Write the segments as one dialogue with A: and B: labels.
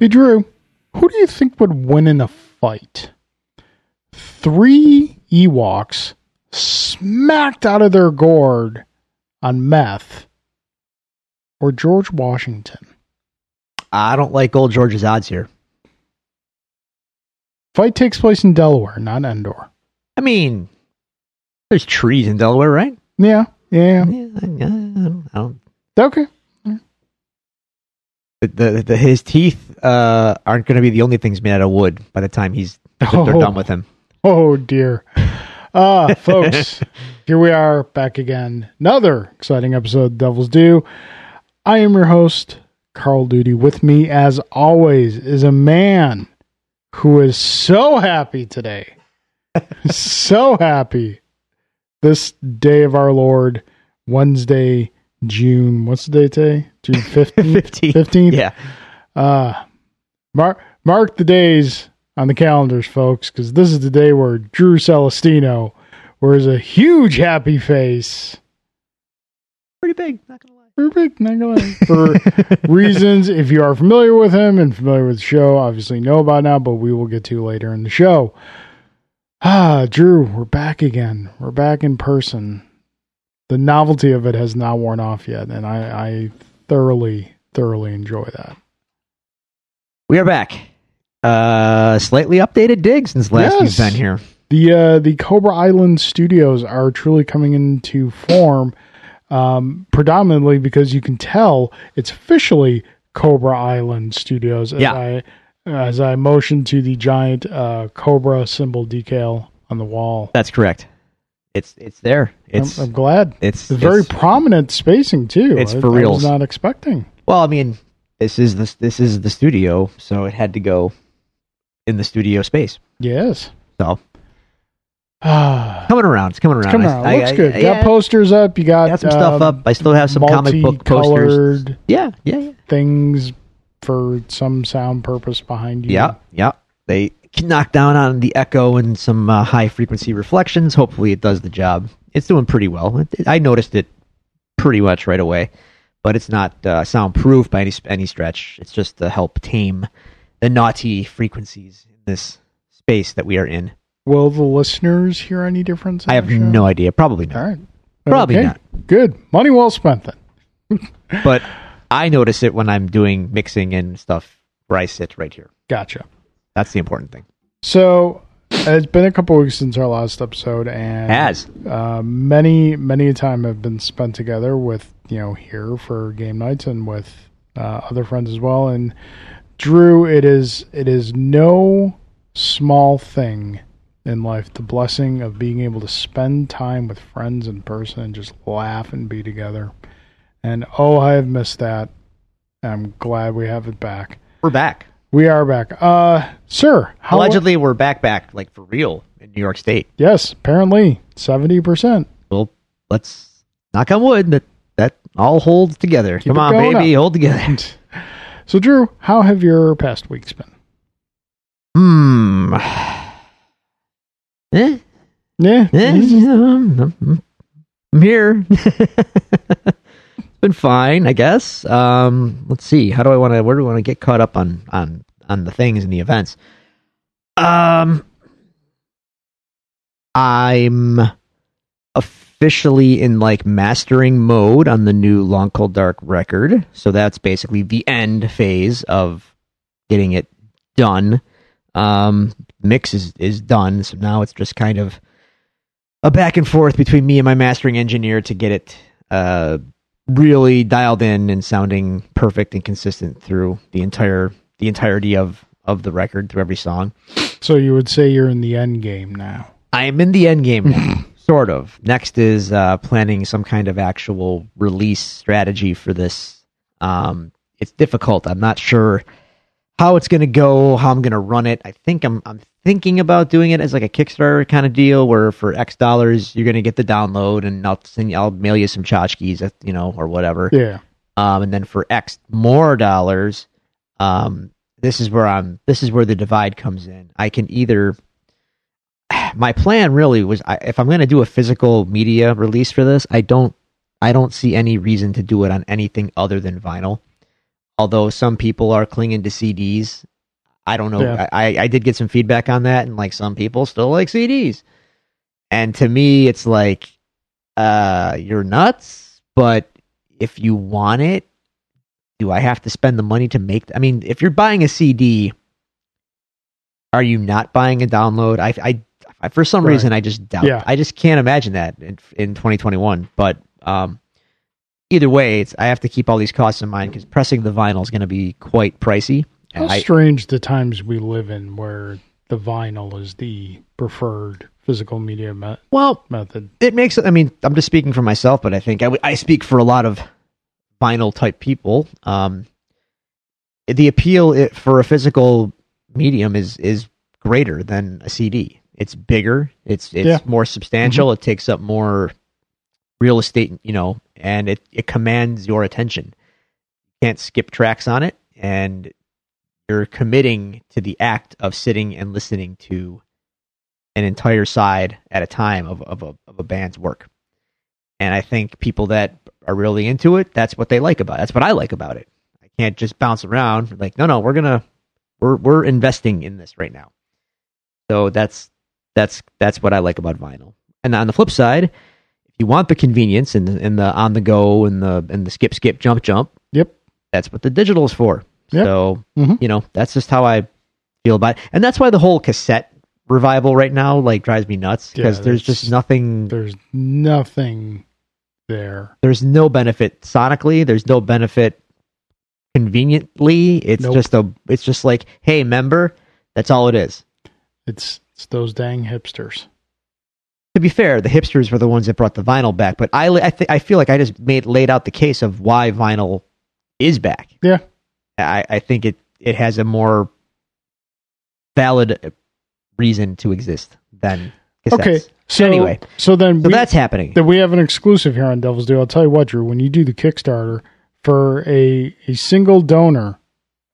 A: Hey, Drew, who do you think would win in a fight? Three Ewoks smacked out of their gourd on meth or George Washington?
B: I don't like old George's odds here.
A: Fight takes place in Delaware, not Endor.
B: I mean, there's trees in Delaware, right?
A: Yeah, yeah.
B: Yeah, I, I don't, I don't,
A: Okay.
B: the, the, the, his teeth uh, aren't going to be the only things made out of wood by the time he's that they're
A: Oh.
B: done with him.
A: Oh dear. Ah, folks, here we are back again. Another exciting episode of Devils Do. I am your host, Carl Duty. With me, as always, is a man who is so happy today. so happy. This day of our Lord, Wednesday, June. What's the date today? June 15th?
B: 15.
A: 15th?
B: Yeah.
A: Uh, mark mark the days on the calendars, folks, because this is the day where Drew Celestino wears a huge happy face
B: Pretty big, not going to lie.
A: for big not gonna lie, for reasons. If you are familiar with him and familiar with the show, obviously know about now, but we will get to later in the show. Ah, Drew, we're back again. We're back in person. The novelty of it has not worn off yet, and I, I thoroughly, thoroughly enjoy that.
B: We are back. Uh, slightly updated dig since last
A: Yes.
B: we've been here.
A: The uh, the Cobra Island studios are truly coming into form, um, predominantly because you can tell it's officially Cobra Island Studios. As
B: Yeah.
A: I, as I motion to the giant uh, Cobra symbol decal on the wall,
B: That's correct. It's it's there.
A: I'm,
B: It's
A: I'm glad.
B: it's,
A: Um, It's very
B: it's-
A: prominent spacing too.
B: it's
A: I-
B: for
A: I was
B: reals.
A: not expecting.
B: well. I mean, this is this this is the studio, so it had to go in the studio space.
A: Yes.
B: So
A: Ah,
B: coming around, it's coming around.
A: it's coming
B: I-
A: out.
B: I-
A: Looks
B: I-
A: good.
B: I-
A: You got posters up. You got,
B: got some
A: um,
B: stuff up. I still have some comic book posters.
A: multicolored
B: Yeah, yeah, yeah.
A: things for some sound purpose behind you.
B: Yeah, yeah. They knock down on the echo and some uh, high frequency reflections. Hopefully, it does the job. It's doing pretty well. It, it- I noticed it pretty much right away, but it's not uh, soundproof by any s- any stretch. It's just to help tame the naughty frequencies in this space that we are in.
A: Will the listeners hear any difference? in
B: I have
A: the show?
B: no idea. Probably
A: All
B: not.
A: right.
B: Probably
A: Okay.
B: not.
A: Good. Money well spent then.
B: But I notice it when I'm doing mixing and stuff where I sit right here.
A: Gotcha.
B: That's the important thing.
A: So it's been a couple weeks since our last episode, and
B: As
A: uh, many many a time have been spent together with you know here for game nights and with uh, other friends as well. And Drew, it is it is no small thing in life the blessing of being able to spend time with friends in person and just laugh and be together. And oh, I have missed that. I'm glad we have it back.
B: we're back.
A: We are back. Uh, sir, how
B: Allegedly, we're back, back, like for real in New York State.
A: Yes, apparently 70%.
B: well, let's knock on wood that that all holds together. Come
A: it
B: on,
A: going
B: baby, hold together.
A: So, Drew, how have your past weeks been?
B: Hmm. Eh,
A: Yeah. Mm-hmm.
B: eh, um, I'm I'm here. it's been fine, I guess. Um, let's see. How do I want to? Where do I want to get caught up on on on the things and the events? Um, I'm officially in like mastering mode on the new Long Cold Dark record. So that's basically the end phase of getting it done. Um, mix is is done, so now it's just kind of a back and forth between me and my mastering engineer to get it uh, really dialed in and sounding perfect and consistent through the entire the entirety of of the record through every song.
A: So, you would say you're in the end game now.
B: I am in the end game now, sort of. Next is uh, planning some kind of actual release strategy for this. Um, it's difficult. I'm not sure how it's going to go, how I'm going to run it. I think I'm I'm thinking about doing it as like a Kickstarter kind of deal, where for X dollars you're going to get the download, and I'll send you, I'll mail you some tchotchkes, uh, you know, or whatever
A: Yeah.
B: um, and then for X more dollars, um, this is where I'm. This is where the divide comes in. I can either. My plan really was, I, if I'm going to do a physical media release for this, I don't, I don't see any reason to do it on anything other than vinyl. Although some people are clinging to CDs. I don't know.
A: Yeah.
B: I, I did get some feedback on that, and like some people still like CDs. And to me, it's like, uh, you're nuts. But if you want it, do I have to spend the money to make? I mean, if you're buying a CD, are you not buying a download? I, I, I for some
A: Right.
B: reason, I just doubt.
A: Yeah.
B: I just can't imagine that in, in 2021. But um, either way, it's I have to keep all these costs in mind because pressing the vinyl is going to be quite pricey.
A: How
B: And I,
A: strange the times we live in where the vinyl is the preferred physical media me-
B: well,
A: method.
B: it makes. I mean, I'm just speaking for myself, but I think I, w- I speak for a lot of vinyl type people. Um, the appeal it, for a physical medium is is greater than a CD. It's bigger. It's it's
A: Yeah.
B: more substantial. It takes up more real estate, you know, and it it commands your attention. You can't skip tracks on it, and you're committing to the act of sitting and listening to an entire side at a time of of a, of a band's work. And I think people that are really into it, that's what they like about. It. That's what I like about it. I can't just bounce around like, no, no, we're gonna we're we're investing in this right now. So that's that's that's what I like about vinyl. And on the flip side, if you want the convenience and the, and the on the go and the and the skip skip jump jump,
A: Yep.
B: that's what the digital is for.
A: Yep.
B: So
A: Mhm.
B: you know that's just how I feel about it, and that's why the whole cassette revival right now like drives me nuts
A: Yeah,
B: because there's
A: that's-
B: just nothing
A: There's nothing there.
B: there's no benefit sonically there's no benefit conveniently it's
A: Nope.
B: just a it's just like hey member that's all it is
A: It's it's those dang hipsters.
B: to be fair the hipsters were the ones that brought the vinyl back but i li- i, th- I feel like i just made laid out the case of why vinyl is back
A: Yeah.
B: i i think it it has a more valid reason to exist than cassettes.
A: Okay. So
B: Anyway.
A: so then
B: so
A: we,
B: that's happening
A: that we have an exclusive here on Devil's Due. I'll tell you what, Drew. When you do the Kickstarter for a a single donor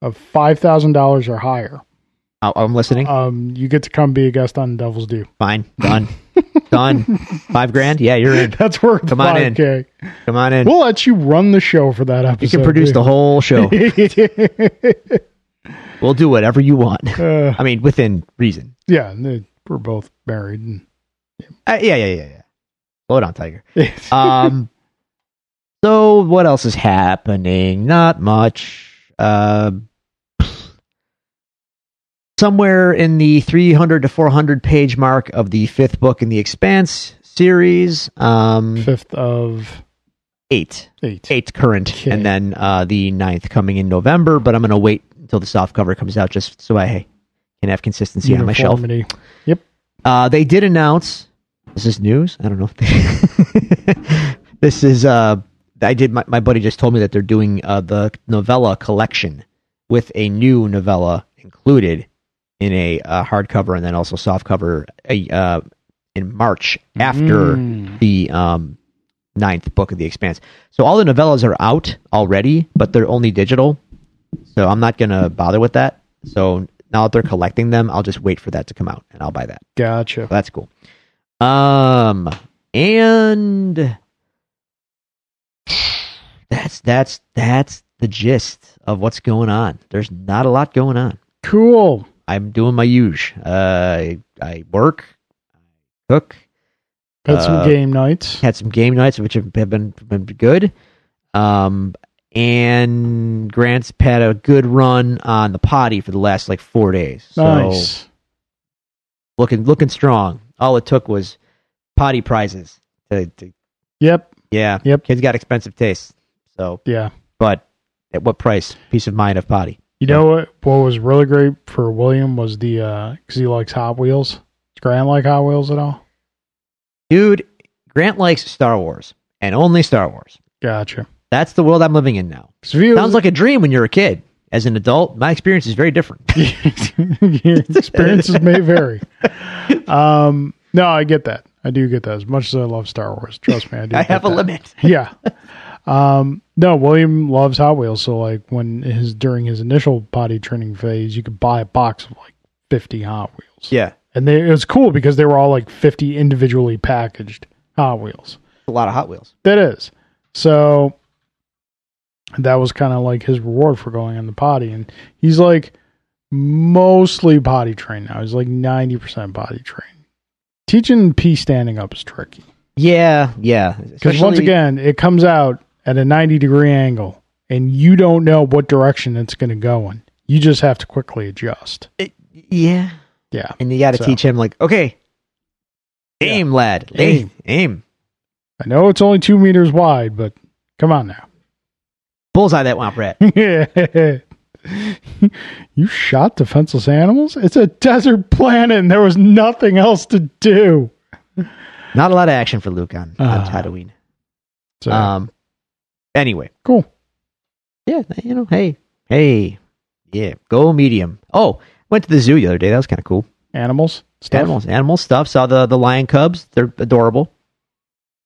A: of five thousand dollars or higher,
B: I- i'm listening
A: um, you get to come be a guest on Devil's Due.
B: fine done done five grand yeah you're in
A: That's worth
B: Come on in.
A: 5K.
B: come on in
A: We'll let you run the show for that episode.
B: You can produce the whole show.
A: the
B: we'll do whatever you want.
A: whole. uh,
B: I mean, within reason.
A: yeah, n- we're both married. And
B: Uh, yeah, yeah, yeah, yeah. Slow down, Tiger. Um, so what else is happening? Not much. Uh, somewhere in the 300 to 400 page mark of the fifth book in the Expanse series, um,
A: fifth of
B: eight.
A: eight.
B: eighth current,
A: Okay.
B: and then uh, the ninth coming in November. But I'm going to wait until the soft cover comes out just so I can have consistency on my shelf.
A: Uniformity.
B: Uh, they did announce. Is this news? I don't know. if they- this is. Uh, I did. My, my buddy just told me that they're doing uh, the novella collection with a new novella included in a uh, hardcover and then also softcover uh, uh, in March after
A: Mm.
B: the um, ninth book of the Expanse. So all the novellas are out already, but they're only digital. So I'm not gonna bother with that. So now that they're collecting them, I'll just wait for that to come out and I'll buy that.
A: Gotcha.
B: So that's cool. Um, and that's that's that's the gist of what's going on. There's not a lot going on.
A: Cool.
B: I'm doing my huge. Uh, I, I work, cook,
A: Had some
B: Uh,
A: game nights.
B: had some game nights which have have been, been good. Um, and Grant's had a good run on the potty for the last like four days. So
A: Nice.
B: looking looking strong. All it took was potty prizes. To, to,
A: Yep.
B: yeah,
A: Yep.
B: Kids got expensive tastes. So,
A: Yeah.
B: but at what price? Peace of mind of potty.
A: You know what? What was really great for William was the because he likes Hot Wheels. Does Grant like Hot Wheels at all?
B: Dude, Grant likes Star Wars and only Star Wars.
A: Gotcha.
B: That's the world I'm living in now.
A: So if he was-
B: Sounds like a dream when you're a kid. As an adult, my experience is very different.
A: Your experiences may vary. Um, no, I get that. I do get that. As much as I love Star Wars, trust me, I do.
B: I
A: get
B: have a
A: that.
B: limit.
A: Yeah. Um, no, William loves Hot Wheels. So, like, when his during his initial potty training phase, you could buy a box of like fifty Hot Wheels,
B: Yeah.
A: and they, it was cool because they were all like fifty individually packaged Hot Wheels.
B: a lot of Hot Wheels.
A: That is. So that was kind of like his reward for going in the potty. And he's like mostly potty trained now. He's like 90% potty trained. Teaching pee standing up is tricky.
B: Yeah, yeah.
A: Because once
B: Especially-
A: again, it comes out at a 90 degree angle and you don't know what direction it's going to go in. You just have to quickly adjust.
B: yeah,
A: Yeah.
B: and you got to
A: So.
B: teach him like, okay,
A: Yeah.
B: aim, lad, aim, aim,
A: I know it's only two meters wide, but come on now.
B: bullseye that womp rat.
A: you shot defenseless animals? It's a desert planet and there was nothing else to do.
B: Not a lot of action for Luke on, on
A: Ah.
B: Tatooine.
A: So,
B: Um. Anyway,
A: uh, cool.
B: yeah, you know, hey, hey, yeah, go medium. Oh, went to the zoo the other day. That was kind of cool.
A: Animals? Stuff?
B: Animals, animal stuff. Saw the the lion cubs. They're adorable.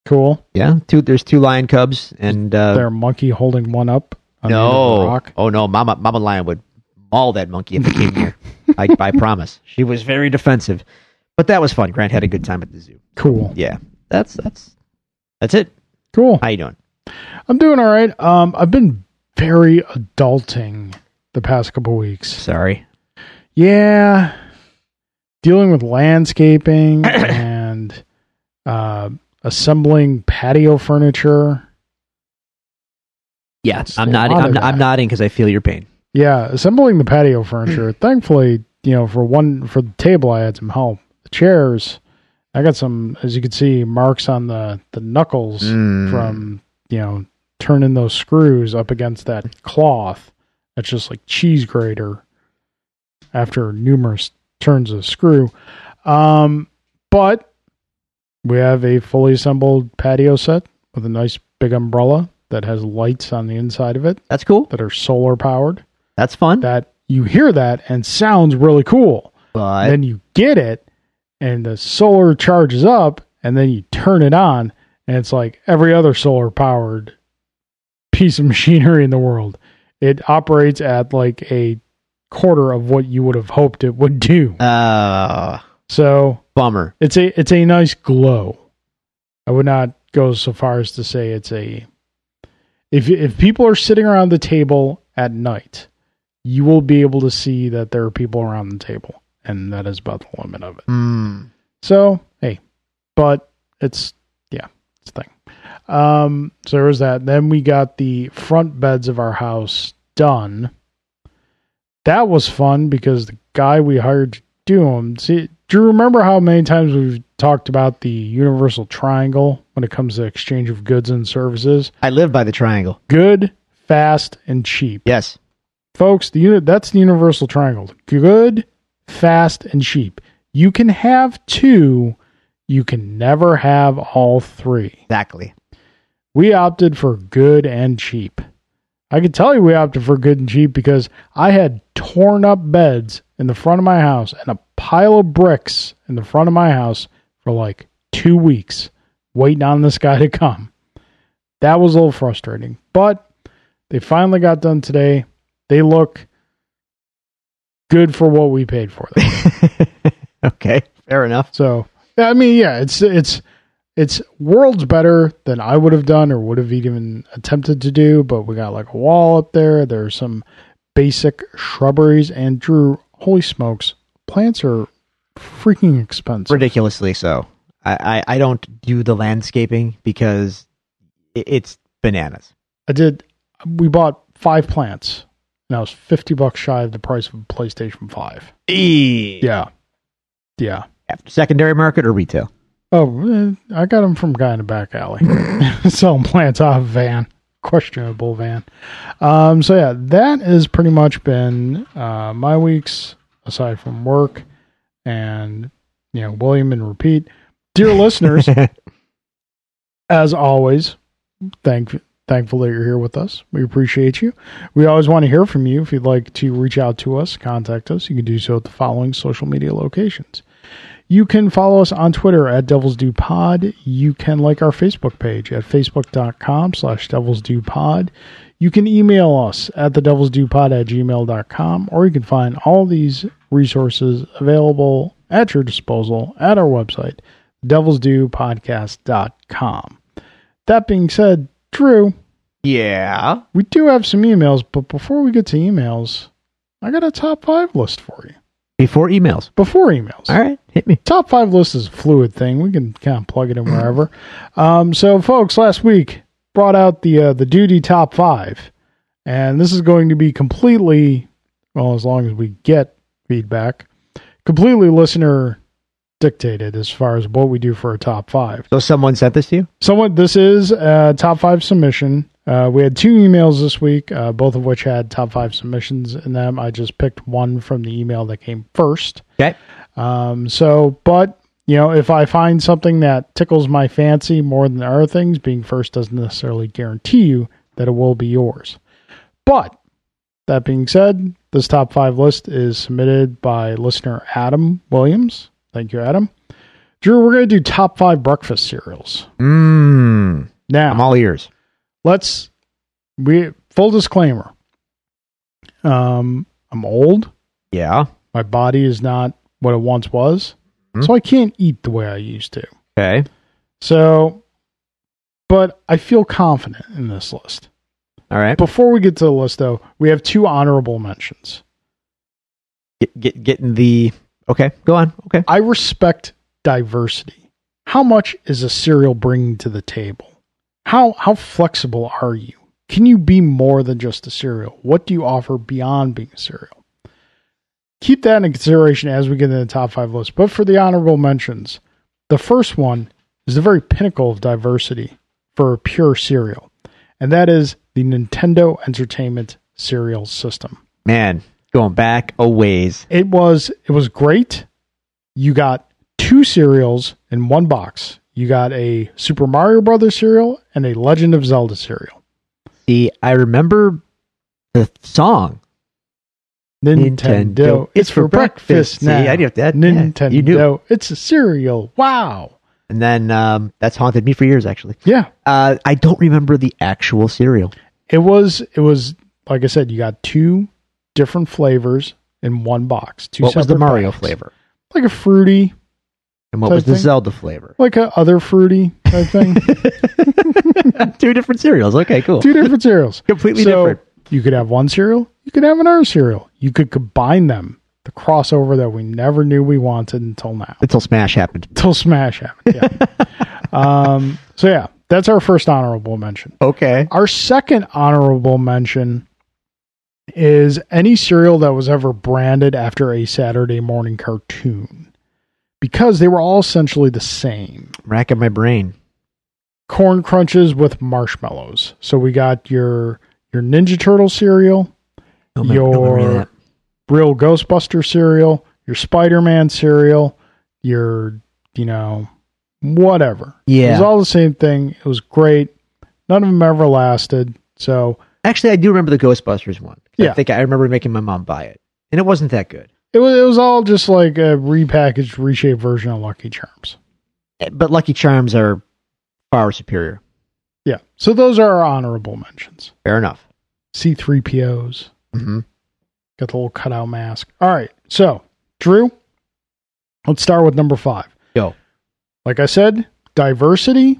A: Cool.
B: Yeah, two. There's two lion cubs, and uh,
A: They're a monkey holding one up. on the end of a
B: no,
A: rock.
B: oh no, Mama Mama Lion would maul that monkey if it came near. I, I promise. She was very defensive, but that was fun. Grant had a good time at the zoo.
A: Cool.
B: Yeah, that's that's that's it.
A: Cool.
B: How you doing?
A: I'm doing all right. Um, I've been very adulting the past couple weeks.
B: Sorry.
A: Yeah, dealing with landscaping and uh, assembling patio furniture.
B: Yeah,
A: It's
B: I'm
A: a
B: nodding.
A: lot
B: I'm,
A: of
B: I'm
A: that.
B: nodding because I feel your pain.
A: Yeah, assembling the patio furniture. Thankfully, you know, for one for the table, I had some help. The chairs, I got some, as you can see, marks on the the knuckles.
B: Mm.
A: from you know turning those screws up against that cloth that's just like cheese grater after numerous turns of screw um but we have a fully assembled patio set with a nice big umbrella that has lights on the inside of it
B: that's cool.
A: that are solar powered
B: That's fun.
A: that you hear that and sounds really cool
B: but
A: then you get it and the solar charges up and then you turn it on and it's like every other solar powered piece of machinery in the world it operates at like a quarter of what you would have hoped it would do
B: uh,
A: so
B: bummer.
A: it's a it's a nice glow i would not go so far as to say it's a if if people are sitting around the table at night you will be able to see that there are people around the table and that is about the limit of it
B: Mm.
A: so hey, but it's yeah, it's a thing. Um, so there was that. Then we got the front beds of our house done. That was fun because the guy we hired to do them. See, do you remember how many times we've talked about the universal triangle when it comes to exchange of goods and services?
B: I live by the triangle.
A: Good, fast, and cheap,
B: Yes.
A: folks. The unit that's the universal triangle. Good, fast, and cheap. You can have two, you can never have all three.
B: Exactly.
A: We opted for good and cheap. I can tell you we opted for good and cheap because I had torn up beds in the front of my house and a pile of bricks in the front of my house for like two weeks waiting on this guy to come. That was a little frustrating, but they finally got done today. They look good for what we paid for them.
B: okay. Fair enough.
A: So yeah, I mean, yeah, it's it's it's worlds better than I would have done or would have even attempted to do. But we got like a wall up there. There's some basic shrubberies and Drew. Holy smokes, plants are freaking expensive.
B: Ridiculously so. I, I, I don't do the landscaping because i it's bananas.
A: I did. We bought five plants, and I was fifty bucks shy of the price of a PlayStation Five.
B: Yeah.
A: Yeah, yeah.
B: Secondary market or retail?
A: Oh, eh, I got them from a guy in the back alley selling plants off a van, questionable van. Um, so yeah, that has pretty much been uh, my weeks aside from work and you know William and repeat. Dear listeners, as always, thank thankful that you're here with us. We appreciate you. We always want to hear from you. If you'd like to reach out to us, contact us. You can do so at the following social media locations. You can follow us on Twitter at Devils Do Pod. You can like our Facebook page at facebook.com slash Devils Do Pod. You can email us at the Devils Do Pod at gmail.com, or you can find all these resources available at your disposal at our website, devilsdopodcast.com. That being said, Drew,
B: Yeah.
A: We do have some emails, but before we get to emails, I got a top five list for you.
B: Before emails.
A: Before emails.
B: All right, hit me.
A: Top five list is a fluid thing. We can kind of plug it
B: Mm-hmm.
A: in wherever. um, so, folks, last week brought out the uh, the duty top five, and this is going to be completely well as long as we get feedback, completely listener dictated as far as what we do for a top five.
B: So someone sent this to you?
A: Somewhat, this is a top five submission. Uh, we had two emails this week, uh, both of which had top five submissions in them. I just picked one from the email that came first.
B: Okay.
A: Um, so, but, you know, if I find something that tickles my fancy more than other things, being first doesn't necessarily guarantee you that it will be yours. But that being said, this top five list is submitted by listener Adam Williams. Thank you, Adam. Drew, we're going to do top five breakfast cereals.
B: Mmm.
A: Now,
B: I'm all ears.
A: let's we full disclaimer. Um, I'm old.
B: Yeah.
A: My body is not what it once was,
B: Hmm.
A: so I can't eat the way I used to.
B: Okay.
A: So, but I feel confident in this list.
B: All right.
A: Before we get to the list, though, we have two honorable mentions.
B: Get, get getting the Okay, go on. Okay.
A: I respect diversity. How much is a cereal bringing to the table? How how flexible are you? Can you be more than just a cereal? What do you offer beyond being a cereal? Keep that in consideration as we get into the top five list. But for the honorable mentions, the first one is the very pinnacle of diversity for a pure cereal, and that is the Nintendo Entertainment Cereal System
B: Man, going back a ways.
A: it was it was great. You got two cereals in one box. You got a Super Mario Brothers cereal and a Legend of Zelda cereal.
B: See, I remember the song.
A: Nintendo, it's for breakfast, now.
B: See, I knew that. Yeah,
A: Nintendo,
B: you knew.
A: it's a cereal. Wow.
B: And then um, that's haunted me for years, actually.
A: Yeah,
B: Uh, I don't remember the actual cereal.
A: it was it was like I said. You got two different flavors in one box. Two
B: what was the
A: separate
B: Mario
A: packs.
B: flavor?
A: Like a fruity,
B: And what
A: Type
B: was the
A: thing?
B: Zelda flavor?
A: like a other fruity type thing.
B: Two different cereals. Okay, cool.
A: two different cereals.
B: Completely
A: so
B: different.
A: You could have one cereal, you could have another cereal. You could combine them. The crossover that we never knew we wanted until now.
B: Until Smash happened.
A: Until Smash happened. Yeah. um, so yeah, that's our first honorable mention.
B: Okay.
A: Our second honorable mention is any cereal that was ever branded after a Saturday morning cartoon. Because they were all essentially the same.
B: Racking my brain.
A: corn crunches with marshmallows. So we got your your Ninja Turtle cereal,
B: Don't mem- don't remember
A: Your-
B: that.
A: real Ghostbuster cereal, your Spider Man cereal, your you know whatever. It was
B: Yeah.
A: all the same thing. It was great. None of them ever lasted. So
B: Actually, I do remember the Ghostbusters one. I
A: Yeah.
B: think I remember making my mom buy it. And it wasn't that good.
A: it was it was all just like a repackaged, reshaped version of Lucky Charms.
B: Eh, But Lucky Charms are far superior.
A: Yeah. So those are our honorable mentions.
B: Fair enough.
A: C three POs.
B: Mm-hmm.
A: Got the little cutout mask. All right. So, Drew, let's start with number five.
B: Go.
A: Like I said, diversity.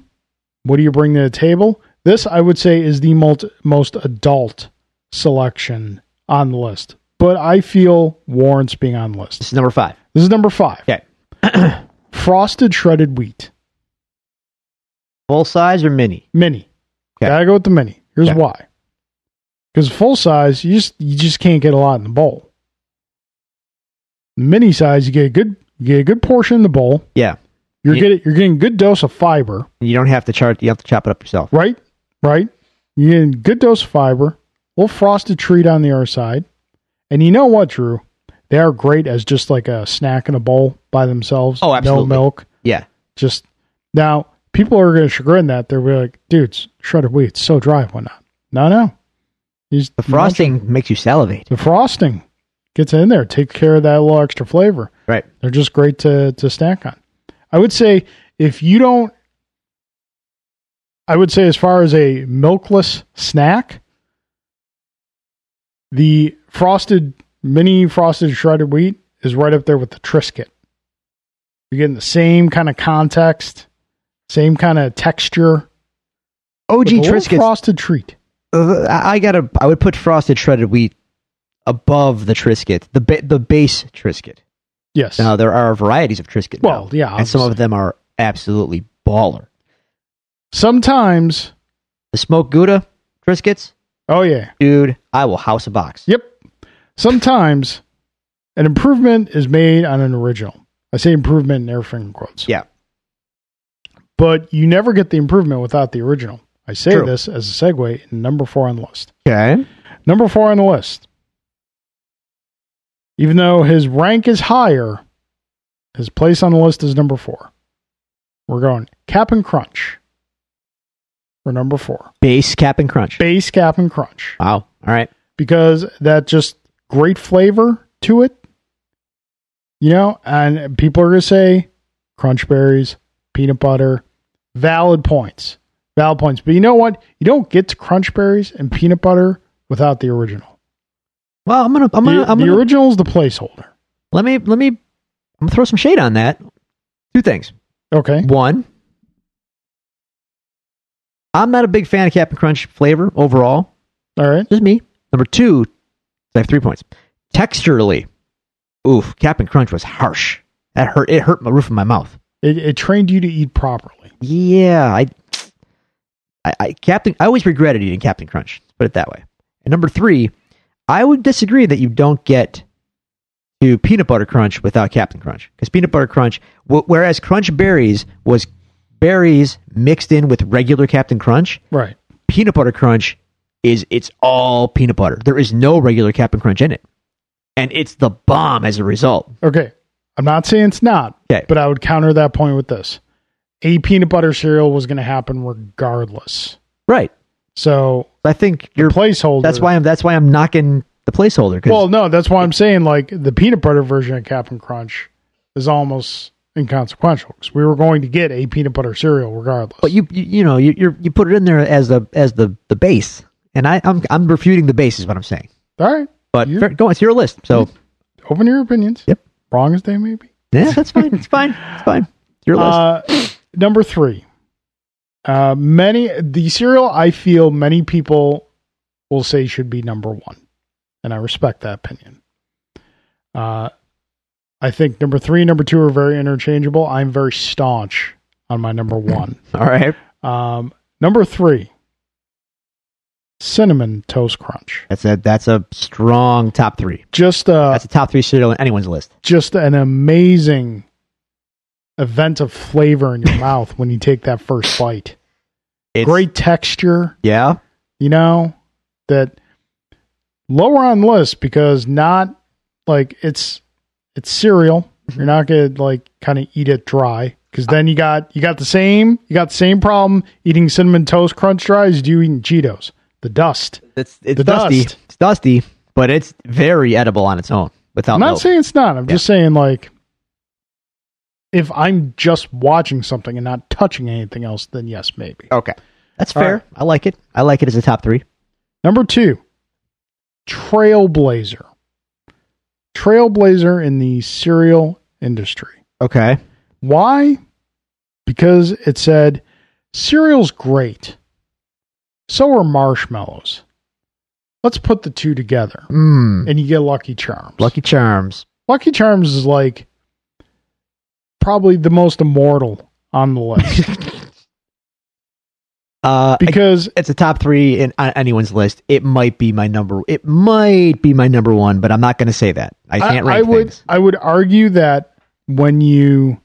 A: What do you bring to the table? This, I would say, is the most, most adult selection on the list, but I feel warrants being on the list.
B: This is number five.
A: This is number five.
B: Okay.
A: Frosted shredded wheat.
B: Full size or mini?
A: Mini.
B: Okay.
A: Gotta go with the mini. Here's
B: Okay.
A: why. Because full size, you just you just can't get a lot in the bowl. Mini size, you get a good you get a good portion in the bowl.
B: Yeah.
A: You're
B: Yeah.
A: getting you're getting good dose of fiber,
B: You don't have to chart. You have to chop it up yourself.
A: right? Right. You're getting good dose of fiber, little frosted treat on the other side. And you know what, Drew? They are great as just like a snack in a bowl by themselves.
B: Oh, absolutely.
A: No milk.
B: Yeah.
A: Just now, people are going to chagrin that they're gonna be like, dudes, shredded wheat, it's so dry, why not? No, no. These-
B: The frosting makes you salivate.
A: the frosting gets in there, takes care of that little extra flavor.
B: Right.
A: They're just great to to snack on. I would say if you don't, I would say as far as a milkless snack, the frosted mini frosted shredded wheat is right up there with the Triscuit. You're getting the same kind of context, same kind of texture.
B: OG
A: with a little
B: Triscuits.
A: frosted treat.
B: uh, I I gotta. I would put frosted shredded wheat above the Triscuit, the ba- the base Triscuit.
A: Yes.
B: Now there are varieties of Triscuit. now,
A: well, yeah.
B: and some
A: obviously.
B: of them are absolutely baller.
A: Sometimes.
B: The smoked Gouda Triscuits,
A: Oh yeah.
B: dude, I will house a box.
A: Yep. Sometimes an improvement is made on an original. I say improvement in air finger quotes.
B: Yeah.
A: But you never get the improvement without the original. I say
B: True.
A: this as a segue in number four on the list.
B: Okay.
A: Number four on the list. Even though his rank is higher, his place on the list is number four. We're going Cap and Crunch for number four.
B: Base Cap and Crunch.
A: Base Cap and Crunch
B: wow. All right.
A: because that just great flavor to it. You know, and people are going to say crunch berries, peanut butter, valid points. Valid points. But you know what? You don't get to crunch berries and peanut butter without the original.
B: Well, I'm gonna I'm
A: The,
B: gonna, I'm
A: the
B: gonna
A: original is the placeholder.
B: let me let me I'm gonna throw some shade on that. Two things.
A: Okay.
B: One, I'm not a big fan of Cap'n Crunch flavor overall.
A: All right.
B: Just me. Number two, I have three points. Texturally, oof, Cap'n Crunch was harsh. That hurt. It hurt my roof of my mouth.
A: It, it trained you to eat properly.
B: Yeah, I, I, I Captain. I always regretted eating Captain Crunch. Put it that way. And number three, I would disagree that you don't get to peanut butter crunch without Captain Crunch because peanut butter crunch, wh- whereas Crunch Berries was berries mixed in with regular Captain Crunch,
A: Right.
B: peanut butter crunch is it's all peanut butter. There is no regular Captain Crunch in it, and it's the bomb as a result.
A: Okay. I'm not saying it's not,
B: Okay.
A: but I would counter that point with this. A peanut butter cereal was going to happen regardless.
B: Right.
A: So
B: I think you're.
A: placeholder.
B: That's why I'm. That's why I'm knocking the placeholder. 'cause-
A: Well, no, that's why I'm saying like the peanut butter version of Captain Crunch is almost inconsequential because we were going to get a peanut butter cereal regardless.
B: But you, you, you know, you you're, you put it in there as the as the the base, and I I'm I'm refuting the base is what I'm saying.
A: All right,
B: But
A: You-
B: fair, go on, it's your list, so
A: open your opinions.
B: Yep.
A: wrong as they may be.
B: yeah, that's fine, it's fine, it's fine. It's your list.
A: Uh, number three, uh, many the cereal I feel many people will say should be number one, and I respect that opinion. Uh, I think number three, and number two are very interchangeable. I'm very staunch on my number one.
B: All right,
A: Um, number three, cinnamon toast crunch.
B: that's a that's a strong top three.
A: Just uh,
B: That's a top three cereal on anyone's list.
A: just an amazing event of flavor in your mouth when you take that first bite.
B: It's,
A: Great texture,
B: yeah.
A: you know, that lower on the list because not like it's it's cereal.
B: Mm-hmm.
A: You're not gonna like kind of eat it dry because
B: Uh-huh.
A: then you got you got the same you got the same problem eating cinnamon toast crunch dry as you eating Cheetos. The dust.
B: It's it's
A: The
B: dusty.
A: dust.
B: It's dusty, but it's very edible on its own without
A: I'm not
B: milk.
A: saying it's not. I'm just saying like if I'm just watching something and not touching anything else, then yes, maybe.
B: okay, that's
A: All
B: fair.
A: right.
B: I like it. I like it as a top three.
A: Number two, Trailblazer. Trailblazer in the cereal industry.
B: Okay,
A: Why? Because it said cereal's great. So are marshmallows. Let's put the two together.
B: mm,
A: And you get Lucky Charms.
B: Lucky Charms.
A: Lucky Charms is like probably the most immortal on the list
B: Uh, I
A: because
B: it's a top three in on anyone's list. It might be my number. It might be my number one, but I'm not going to say that. I can't rank
A: would
B: things.
A: I would argue that when you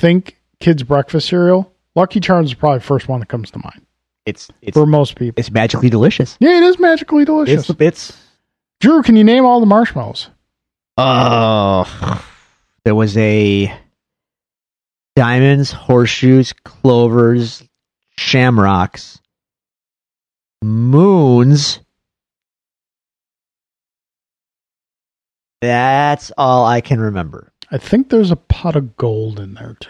A: think kids breakfast cereal, Lucky Charms is probably the first one that comes to mind
B: It's it's
A: for most people.
B: it's magically delicious.
A: Yeah, it is magically delicious.
B: It's it's
A: Drew, can you name all the marshmallows?
B: oh, there was a diamonds, horseshoes, clovers, shamrocks, moons. That's all I can remember.
A: I think there's a pot of gold in there too.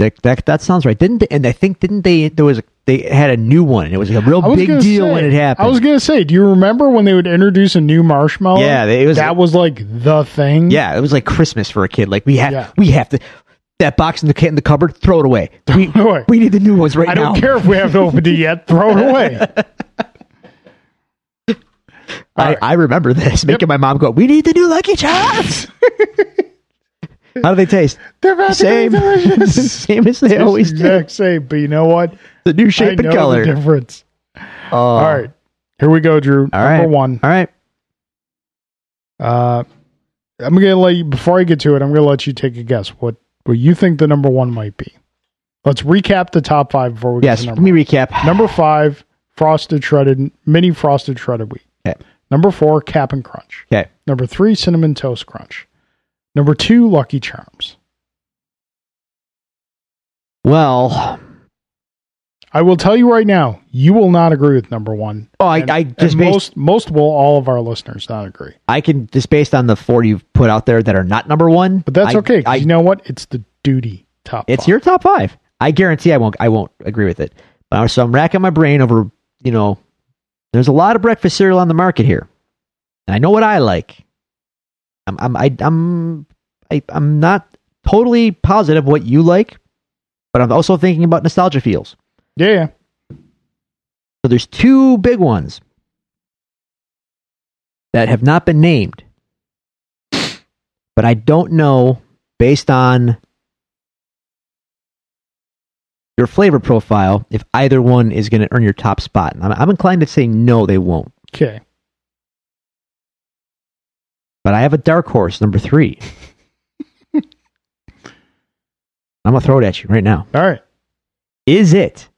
B: That, that that sounds right. Didn't they, and I think didn't they there was a, they had a new one. and It was a real
A: I was
B: big
A: gonna
B: deal
A: say-
B: when it happened.
A: I was gonna say, do you remember when they would introduce a new marshmallow?
B: yeah, they- it was
A: that was like the thing.
B: yeah, it was like Christmas for a kid. Like we have
A: Yeah.
B: we have to that box in the ca- in the cupboard, throw it away. We
A: Boy,
B: we need the new ones right
A: I
B: now.
A: don't care if we haven't opened it yet. Throw it away. All
B: I,
A: right.
B: I remember this making my mom go, "We need the new Lucky Charms." How do they taste?
A: They're about
B: Same,
A: to be delicious.
B: same as they always do.
A: exact same, but you know what?
B: The new
A: I
B: shape
A: know
B: and
A: the
B: color.
A: difference.
B: Oh.
A: All right, here we go, Drew.
B: All
A: Number
B: right.
A: one.
B: All right.
A: Uh, I'm gonna let you before I get to it. I'm gonna let you take a guess what what you think the number one might be. Let's recap the top five before we get
B: Yes.
A: to
B: Let
A: number.
B: me recap.
A: Number five, frosted shredded mini frosted shredded wheat.
B: Okay.
A: Number four, cap and crunch.
B: Okay.
A: Number three, cinnamon toast crunch. Number two, Lucky Charms.
B: Well,
A: I will tell you right now, you will not agree with number one.
B: oh, I,
A: And-
B: I just
A: and most
B: based,
A: most will all of our listeners not agree,
B: I can just based on the four you've put out there that are not number one.
A: but that's
B: I-
A: okay. 'cause
B: I,
A: you know what? It's the duty top.
B: it's
A: five.
B: your top five. I guarantee I won't. I won't agree with it. But so I'm racking my brain over. You know, there's a lot of breakfast cereal on the market here, and I know what I like. I'm I'm I, I'm I, I'm not totally positive what you like, but I'm also thinking about nostalgia feels.
A: yeah, yeah.
B: So there's two big ones that have not been named. But I don't know based on your flavor profile if either one is going to earn your top spot. And I'm, I'm inclined to say no, they won't.
A: Okay.
B: But I have a dark horse, number three. I'm going to throw it at you right now.
A: All right.
B: Is it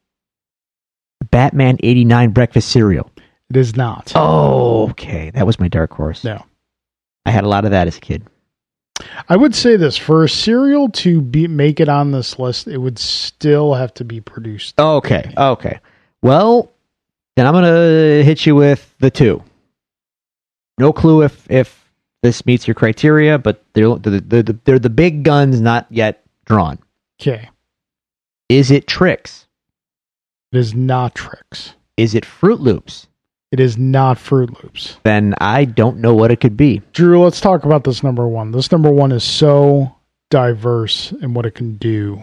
B: Batman 89 breakfast cereal?
A: It is not.
B: Oh, okay. That was my dark horse.
A: No.
B: I had a lot of that as a kid.
A: I would say this for a cereal to be make it on this list, it would still have to be produced.
B: Okay. Okay. Well, then I'm going to hit you with the two. No clue if if this meets your criteria, but they're the, the, the, they're the big guns not yet drawn.
A: Okay.
B: Is it Tricks?
A: It is not tricks.
B: Is it Fruit Loops?
A: It is not Fruit Loops.
B: Then I don't know what it could be.
A: Drew, let's talk about this number one. This number one is so diverse in what it can do.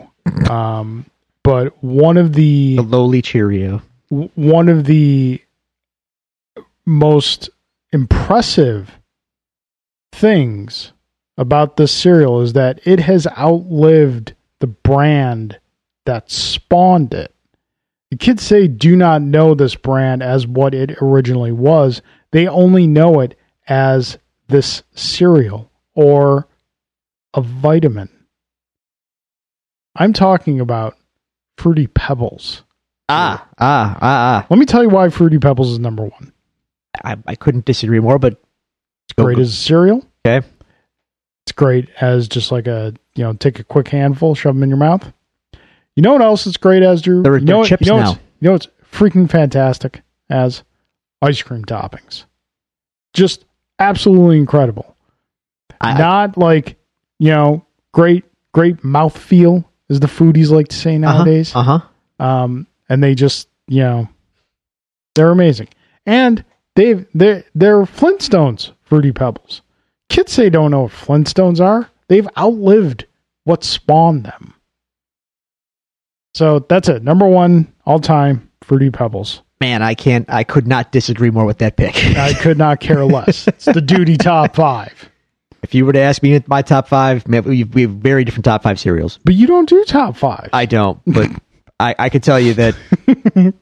A: Um, but one of the
B: The lowly Cheerio.
A: w- one of the most impressive things about this cereal is that it has outlived the brand that spawned it. The kids say do not know this brand as what it originally was. They only know it as this cereal or a vitamin. I'm talking about Fruity Pebbles.
B: Ah, ah, ah,
A: Let me tell you why Fruity Pebbles is number one.
B: ah. I, I couldn't disagree more, but
A: It's great as a cereal.
B: Okay.
A: It's great as just like a you know take a quick handful, shove them in your mouth. You know what else it's great as, Drew?
B: They're-
A: you know
B: they're
A: what-
B: chips
A: you know
B: now.
A: what's- You know what's freaking fantastic as ice cream toppings. Just absolutely incredible.
B: I-
A: Not like you know great great mouth feel as the foodies like to say nowadays.
B: Uh huh.
A: um, and they just you know they're amazing and they've they're they're flintstones fruity pebbles kids say don't know what flintstones are they've outlived what spawned them so that's it number one all time fruity pebbles
B: Man, I can't. I could not disagree more with that pick.
A: i could not care less it's the duty top five
B: If you were to ask me my top five, man, we we have very different top five cereals.
A: but you don't do top five
B: I don't, but I, I could tell you that.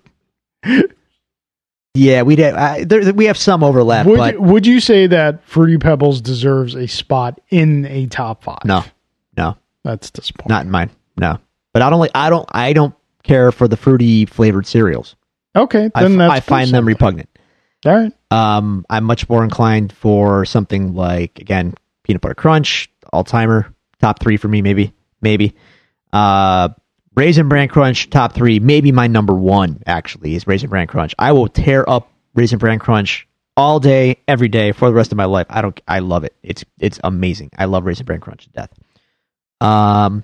B: yeah, we did. I, there, we have some overlap,
A: would,
B: Uh, but
A: would you say that fruity pebbles deserves a spot in a top five
B: no, no,
A: that's disappointing
B: not in mine. No, but I don't. like- I don't. I don't care for the fruity flavored cereals.
A: okay
B: I,
A: then
B: f-
A: that's
B: I find them repugnant.
A: all right
B: Um, I'm much more inclined for something like again peanut butter crunch, all timer, top three for me, maybe, maybe. Uh, raisin bran crunch, top three, maybe my number one actually is raisin bran crunch. I will tear up raisin bran crunch all day, every day for the rest of my life. I don't, I love it. It's it's amazing. I love raisin bran crunch to death. Um,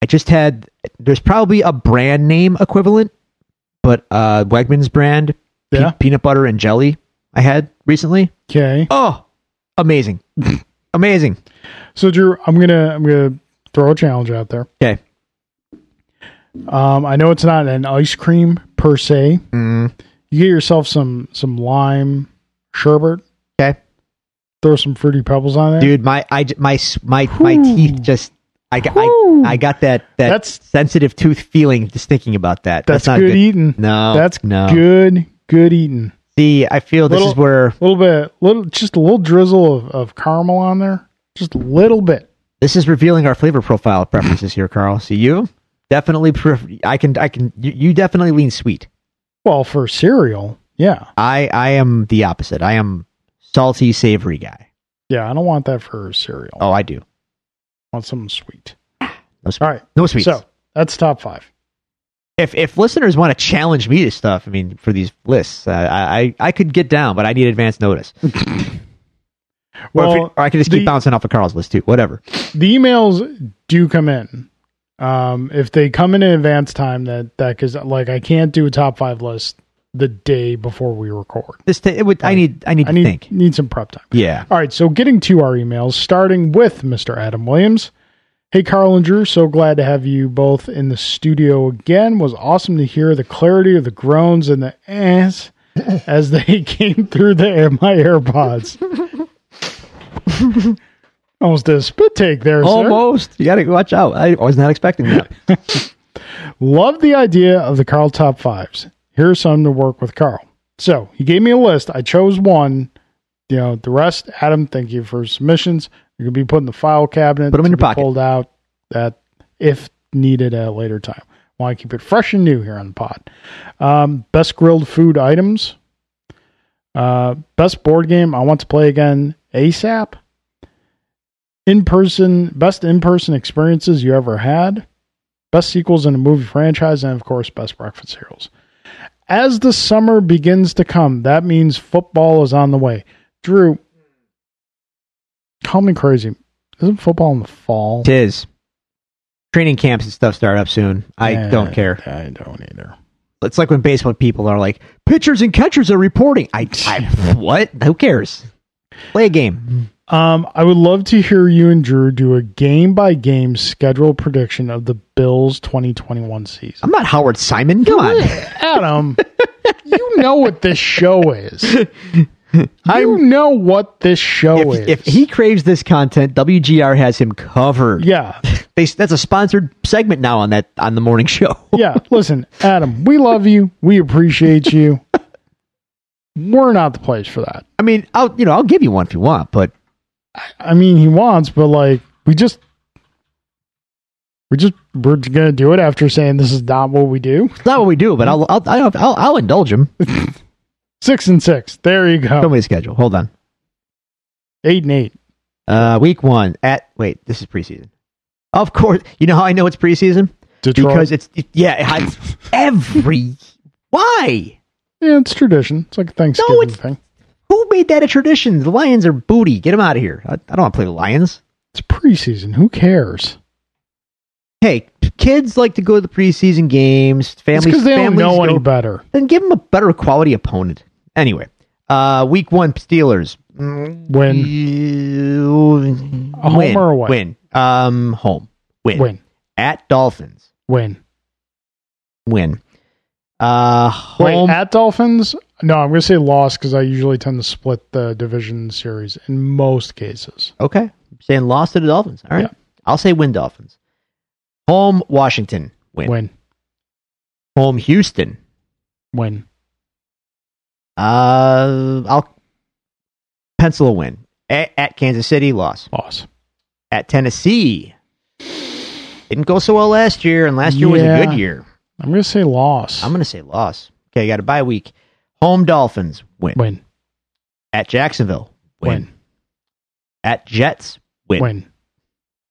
B: I just had there's probably a brand name equivalent, but uh, Wegmans brand pe-
A: Yeah.
B: peanut butter and jelly I had recently.
A: Okay.
B: Oh, amazing, amazing.
A: So Drew, I'm gonna I'm gonna throw a challenge out there.
B: Okay.
A: Um, I know it's not an ice cream per se.
B: Mm,
A: You get yourself some some lime sherbet.
B: Okay.
A: Throw some fruity pebbles on there.
B: dude. My I j- my s- my my
A: Whew.
B: teeth just I got I,
A: Whew.
B: I got that that
A: That's-
B: sensitive tooth feeling just thinking about that.
A: that's,
B: That's, not
A: good,
B: good.
A: eating.
B: No,
A: that's
B: no.
A: good, good eating.
B: See, I feel this
A: Little-
B: is where
A: A little bit, little, just a little drizzle of, of caramel on there. Just a little bit.
B: this is revealing our flavor profile preferences here, Carl. See you definitely. Pref- I can I can you, you definitely lean sweet.
A: Well, for cereal, yeah,
B: I I am the opposite. I am salty, savory guy.
A: yeah. I don't want that for cereal. I
B: Oh, I do.
A: want something sweet.
B: No sweet.
A: All right,
B: No Oh. sweets.
A: so that's top five.
B: if if listeners want to challenge me to stuff, I mean, for these lists, uh, I I- I could get down, but I need advance notice. Well, or, if you-
A: Well,
B: or I could just keep
A: the-
B: bouncing off of Carl's list too. Whatever.
A: the emails do come in. Um, if they come in in advance time, that that because like I can't do a top five list the day before we record.
B: This t- it would. I need. I need
A: I
B: to
A: need
B: think.
A: need some prep time.
B: Yeah.
A: All right, so getting to our emails, starting with Mr. Adam Williams. Hey, Carl and Drew, so glad to have you both in the studio again. Was awesome to hear the clarity of the groans and the ass as they came through the my AirPods. Almost did a spit take there, sir.
B: Almost. You gotta watch out. I was not expecting that.
A: Love the idea of the Carl top fives. Here are some to work with Carl. So he gave me a list. I chose one. You know, the rest, Adam, thank you for submissions. You're going to be put in the file cabinet.
B: Put 'em
A: to
B: in your
A: be
B: pocket.
A: Pulled out that if needed at a later time. Want to keep it fresh and new here on the pod. Um, best grilled food items. Uh, best board game I want to play again ASAP. In person, best in person experiences you ever had best sequels in a movie franchise, and of course, best breakfast cereals. As the summer begins to come, that means football is on the way. Drew, call me crazy. Isn't football in the fall?
B: Tis. Training camps and stuff start up soon. I
A: Eh,
B: don't care.
A: I don't either.
B: It's like when baseball people are like, pitchers and catchers are reporting. I, I what? Who cares? Play a game.
A: Um, I would love to hear you and Drew do a game by game schedule prediction of the Bills 2021 season.
B: I'm not Howard Simon. Come on.
A: Adam, you know what this show is. You know what this show is.
B: If, if he craves this content, WGR has him covered.
A: yeah,
B: They, that's a sponsored segment now on that on the morning show.
A: yeah, listen, Adam, we love you. We appreciate you. We're not the place for that.
B: I mean, I'll you know I'll give you one if you want, but
A: I mean, he wants, but like, we just, we just, we're gonna do it after saying this is not what we do.
B: it's not what we do. But I'll I'll I'll, I'll, I'll indulge him.
A: Six and six. There you
B: Show
A: go.
B: me the schedule. Hold on.
A: Eight and eight.
B: Uh, week one at wait, this is preseason. Of course, you know how I know it's preseason
A: Detroit.
B: because it's it- yeah it- every why
A: yeah, it's tradition. It's like a Thanksgiving
B: it's-
A: thing.
B: who made that a tradition? The Lions are booty. Get them out of here. I, I don't want to play the Lions.
A: It's preseason. Who cares?
B: Hey, kids like to go to the preseason games.
A: It's
B: Families
A: because they don't
B: families
A: know
B: go-
A: any better.
B: Then give them a better quality opponent. Anyway, uh, week one Steelers Mm,
A: When
B: you-
A: A home
B: win,
A: or away?
B: Win. Um, home. Win.
A: win,
B: At Dolphins.
A: win.
B: Win. Uh,
A: Wait,
B: home.
A: at Dolphins? No, I'm gonna say loss because I usually tend to split the division series in most cases.
B: okay. Saying lost to the Dolphins. All right.
A: Yeah.
B: I'll say win Dolphins. Home Washington. Win.
A: Win,
B: Home Houston.
A: win.
B: Uh, I'll pencil a win. At, at Kansas City, loss.
A: Loss.
B: At Tennessee, didn't go so well last year, and last year was
A: Yeah.
B: a good year.
A: I'm going to say loss.
B: I'm going to say loss. Okay, got a bye week. Home Dolphins win.
A: win,
B: At Jacksonville win.
A: win,
B: At Jets win.
A: win, win,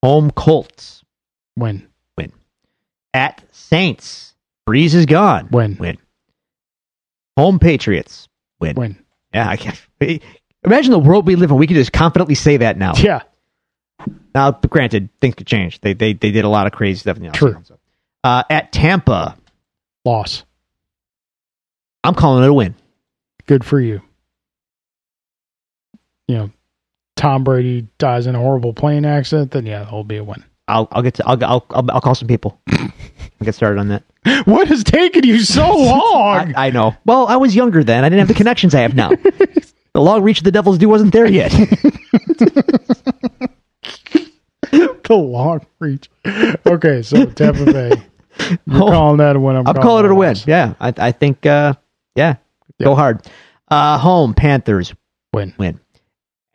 B: Home Colts
A: win,
B: at Saints. Breeze is gone.
A: win,
B: Win. Home Patriots win.
A: win.
B: Yeah, I can't. Imagine the world we live in. We can just confidently say that now.
A: Yeah,
B: Now, granted, things could change. They they they did a lot of crazy stuff in the
A: True.
B: offseason. So, Uh, at Tampa,
A: loss.
B: I'm calling it a win.
A: Good for you. You know, Tom Brady dies in a horrible plane accident, then yeah, it'll be a win.
B: I'll I'll get to I'll I'll I'll, I'll call some people. I'll get started on that.
A: What has taken you so long?
B: I, I know. Well, I was younger then. I didn't have the connections I have now. the long reach of the Devil's Due wasn't there yet.
A: the long reach. Okay, so Tampa Bay. You're
B: Oh.
A: calling that a win. I'm,
B: I'm calling it a win. Yeah, I, I think. Uh, yeah, go hard. Uh, home Panthers
A: Win.
B: Win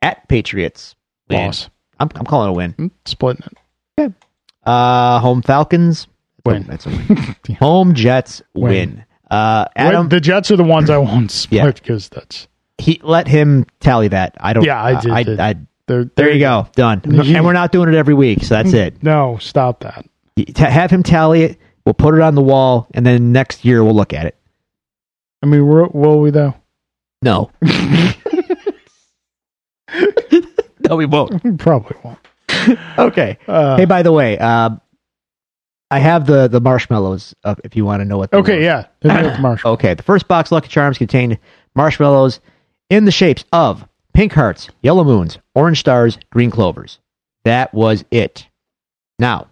B: at Patriots. win.
A: Loss.
B: I'm, I'm calling it a win.
A: Hmm, Splitting it.
B: Uh, home Falcons
A: Win.
B: That's a win. home Jets win.
A: Win.
B: Uh,
A: Wait,
B: Adam,
A: the Jets are the ones I won't split because that's
B: he let him tally that. I don't.
A: Yeah, I did,
B: I,
A: did.
B: I,
A: they're,
B: there you go. Done.
A: You- Mm.
B: And we're not doing it every week, so that's it.
A: No, stop that.
B: You- to have him tally it. We'll put it on the wall, and then next year we'll look at it.
A: I mean, we're, will we though?
B: No. no, we won't.
A: We probably won't.
B: Okay.
A: Uh,
B: hey, by the way, uh, I have the the marshmallows up if you want to know what. They
A: okay,
B: were.
A: yeah. Then we have Marshall.
B: Okay. The first box Lucky Charms contained marshmallows in the shapes of pink hearts, yellow moons, orange stars, green clovers. That was it. Now,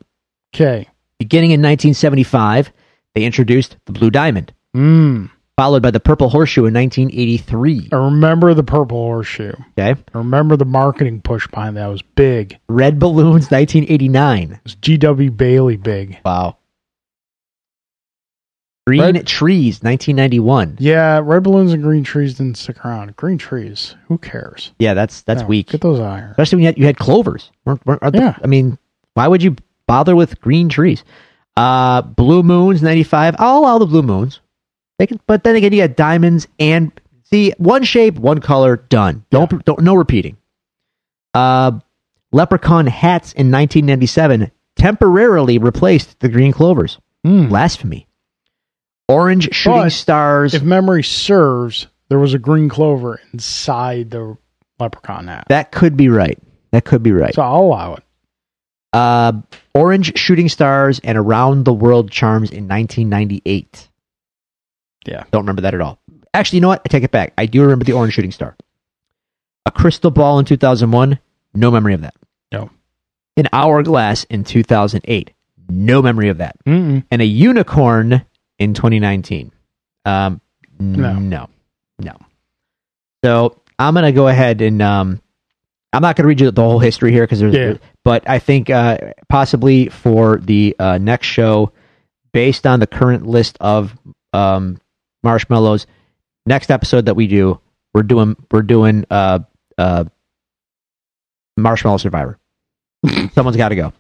A: Okay.
B: beginning in 1975, they introduced the blue diamond,
A: Mm.
B: followed by the purple horseshoe in 1983.
A: I remember the purple horseshoe.
B: Okay.
A: I remember the marketing push behind that was big. It
B: Red balloons 1989.
A: was G.W. Bailey big.
B: Wow. Green
A: Red-
B: trees 1991.
A: Yeah, red balloons and green trees didn't stick around. Green trees, who cares?
B: Yeah, that's that's
A: No,
B: weak.
A: Get those out of here.
B: Especially when you had, you had clovers. Weren't- weren't- aren't the-
A: Yeah.
B: I mean, why would you bother with green trees? Uh, blue moons, 95. I'll allow the blue moons. They can, but then again, you got diamonds and see one shape, one color, done. Don't, don't no repeating. Uh, leprechaun hats in 1997 temporarily replaced the green clovers.
A: Mm.
B: Blasphemy. Orange shooting
A: But
B: stars.
A: If memory serves, there was a green clover inside the leprechaun hat.
B: that could be right. That could be right.
A: So I'll allow it.
B: uh, Orange Shooting Stars and Around the World Charms in 1998.
A: Yeah.
B: Don't remember that at all. Actually, you know what? I take it back. I do remember the Orange Shooting Star. A Crystal Ball in 2001. No memory of that.
A: No.
B: An Hourglass in 2008. No memory of that.
A: Mm-mm.
B: And a Unicorn in 2019. Um,
A: No.
B: no. No. No. So I'm going to go ahead and um, I'm not going to read you the whole history here because there's,
A: Yeah.
B: but I think uh, possibly for the uh, next show, based on the current list of um, marshmallows, next episode that we do, we're doing we're doing uh, uh, marshmallow survivor. Someone's got to go.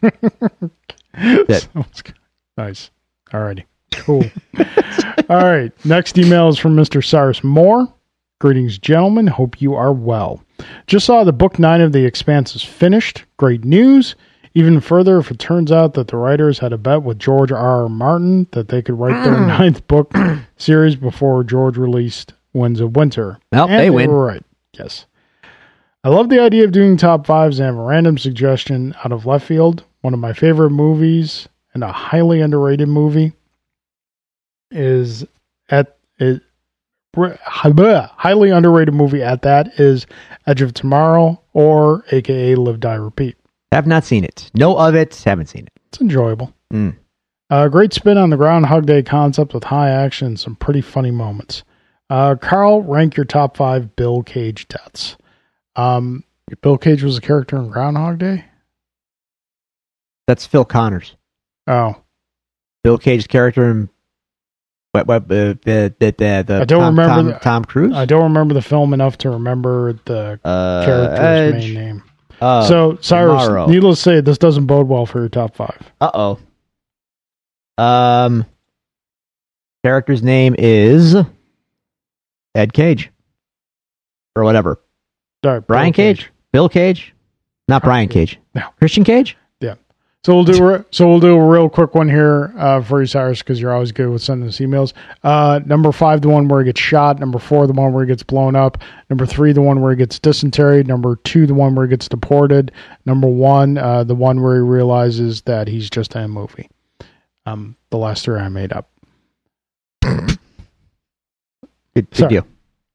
B: That-
A: Sounds good. Nice. Alrighty. Cool. All right. Next email is from Mr. Cyrus Moore. Greetings, gentlemen. Hope you are well. Just saw the book nine of The Expanse is finished. Great news. Even further, if it turns out that the writers had a bet with George R. R. Martin that they could write
B: Mm.
A: their ninth book series before George released Winds of Winter.
B: Well,
A: And
B: they win.
A: Were right. Yes. I love the idea of doing top fives and have a random suggestion out of left field. One of my favorite movies and a highly underrated movie is at is, highly underrated movie at that is Edge of Tomorrow or AKA Live Die Repeat.
B: Have not seen it. Know of it. Haven't seen it.
A: It's enjoyable.
B: Mm.
A: Uh, great spin on the Groundhog Day concept with high action and some pretty funny moments. Uh, Carl, rank your top five Bill Cage deaths. Um, Bill Cage was a character in Groundhog Day.
B: That's Phil Connors.
A: Oh,
B: Bill Cage's character in what, what, uh, the, the, the, the
A: I don't
B: Tom,
A: remember
B: Tom,
A: the-
B: Tom Cruise.
A: I don't remember the film enough to remember the
B: uh,
A: character's main
B: Edge.
A: name.
B: Uh,
A: so, Cyrus,
B: Tomorrow.
A: needless to say, this doesn't bode well for your top five.
B: Uh oh. Um, character's name is Ed Cage, or whatever.
A: All right,
B: Brian
A: Bill
B: Cage. Bill Cage, not Brian Cage.
A: No.
B: Christian Cage.
A: So we'll do re- so we'll do a real quick one here uh, for you, Cyrus, because you're always good with sending us emails. Uh, number five, the one where he gets shot. Number four, the one where he gets blown up. Number three, the one where he gets dysentery. Number two, the one where he gets deported. Number one, uh, the one where he realizes that he's just in a movie. Um, the last three I made up.
B: Good, good
A: Sorry.
B: deal.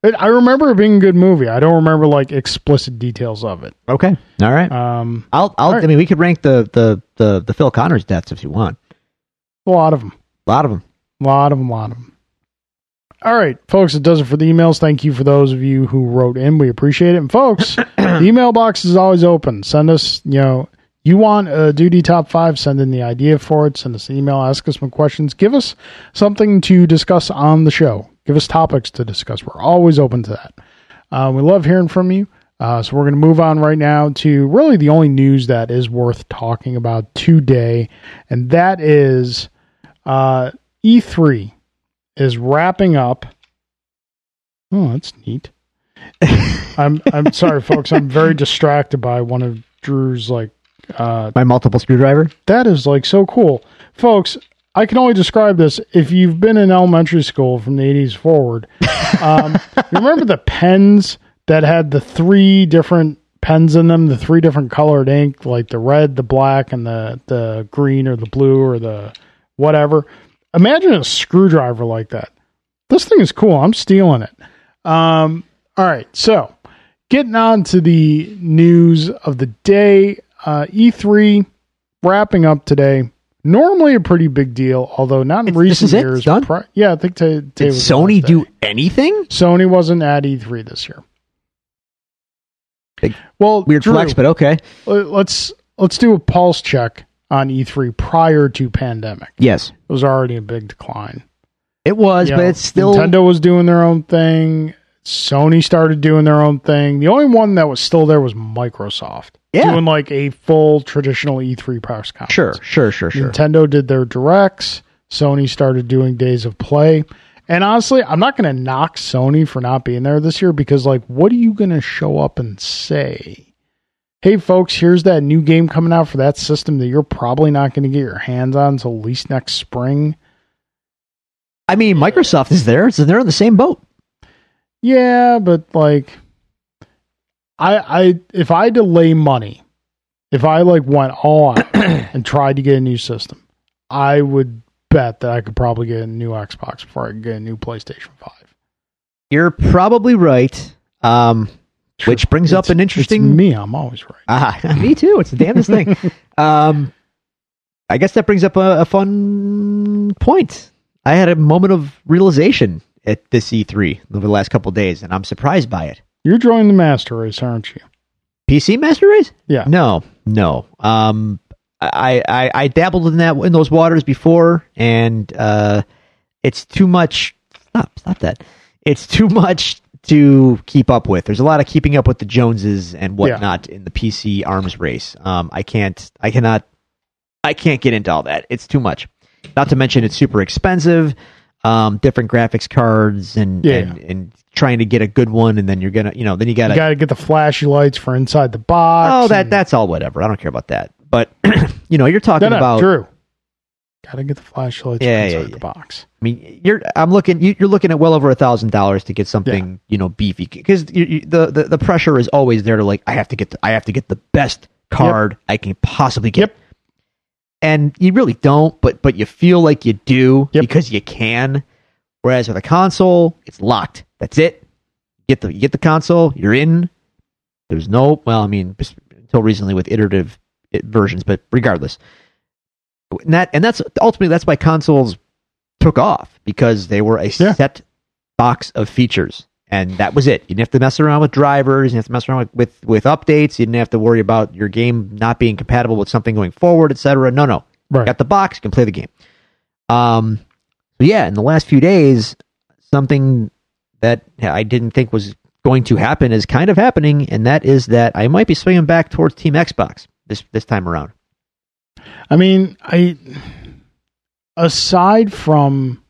A: It, I remember it being a good movie. I don't remember like explicit details of it.
B: Okay. All right.
A: Um,
B: I'll. I'll.
A: all right.
B: I mean, we could rank the, the the the Phil Connors deaths if you want.
A: a lot of them.
B: A lot of them.
A: A lot of them. A lot of them. All right, folks, it does it for the emails. Thank you for those of you who wrote in. We appreciate it. And folks, the email box is always open. Send us, you know, you want a duty top five, send in the idea for it, send us an email, ask us some questions, give us something to discuss on the show, give us topics to discuss. We're always open to that. Uh, we love hearing from you. Uh, so we're going to move on right now to really the only news that is worth talking about today, and that is uh, E3 is wrapping up. Oh, that's neat. I'm I'm sorry, folks. I'm very distracted by one of Drew's like uh,
B: My multiple screwdriver.
A: that is like so cool, folks. I can only describe this if you've been in elementary school from the 80s forward. Um, you remember the pens that had the three different pens in them, the three different colored ink, like the red, the black, and the the green or the blue or the whatever. Imagine a screwdriver like that. This thing is cool. I'm stealing it. Um, all right, so getting on to the news of the day, uh, E3 wrapping up today. Normally a pretty big deal, although not in
B: It's- this
A: recent
B: is it?
A: years.
B: It's done?
A: Pri- yeah, I think today. today
B: Did
A: was the
B: Sony
A: last day.
B: do anything?
A: Sony wasn't at E3 this year.
B: Big-
A: well,
B: Weird
A: Drew,
B: flex, but okay.
A: le- let's let's do a pulse check on E3 prior to pandemic.
B: Yes,
A: It was already a big decline.
B: it was,
A: You
B: but
A: know,
B: it's still
A: Nintendo was doing their own thing. Sony started doing their own thing. The only one that was still there was Microsoft
B: Yeah.
A: doing like a full traditional E3 press conference.
B: sure, sure, sure, sure.
A: Nintendo did their directs. Sony started doing days of play. And honestly, I'm not going to knock Sony for not being there this year because, like, what are you going to show up and say? Hey, folks, here's that new game coming out for that system that you're probably not going to get your hands on until at least next spring.
B: I mean, Microsoft is there, so they're on the same boat.
A: Yeah, but like, I, I, if I delay money, if I like went all out and tried to get a new system, I would bet that I could probably get a new Xbox before I could get a new PlayStation Five.
B: You're probably right. Um, which brings up
A: It's-
B: an
A: It's
B: interesting.
A: me, I'm always right.
B: Ah, me too. It's the damnedest thing. Um, I guess that brings up a, a fun point. I had a moment of realization at this E3 over the last couple of days, and I'm surprised by it.
A: You're joining the master race, aren't you?
B: PC Master Race?
A: Yeah.
B: No, no. Um, I, I I dabbled in that in those waters before, and uh, it's too much. Stop, stop that. It's too much to keep up with. There's a lot of keeping up with the Joneses and whatnot in the PC arms race. Um, I can't. I cannot. I can't get into all that. It's too much. Not to mention it's super expensive. Um, different graphics cards and,
A: Yeah.
B: and and trying to get a good one, and then you're gonna you know then you gotta
A: You got to get the flashy lights for inside the box.
B: Oh, that
A: and-
B: that's all whatever. I don't care about that. But you know, you're
A: no,
B: talking
A: no,
B: about.
A: Drew. Got to get the flashlights
B: Yeah,
A: for
B: yeah,
A: inside
B: yeah.
A: the box.
B: I mean, you're. I'm looking. You, you're looking at well over a thousand dollars to get something you know beefy because you, you, the, the the pressure is always there to like I have to get the, I have to get the best card I can possibly get.
A: Yep.
B: And you really don't, but but you feel like you do
A: Yep.
B: because you can. Whereas with a console, it's locked. That's it. Get the you get the console. You're in. There's no well, I mean, bes- until recently with iterative i- versions, but regardless, and that and that's ultimately that's why consoles took off because they were a
A: Yeah.
B: set box of features, and that was it. You didn't have to mess around with drivers. You didn't have to mess around with with, with updates. You didn't have to worry about your game not being compatible with something going forward, etc. No, no,
A: Right.
B: got the box, you can play the game. Um, so yeah, in the last few days, something that I didn't think was going to happen is kind of happening, and that is that I might be swinging back towards Team Xbox this this time around.
A: I mean, I aside from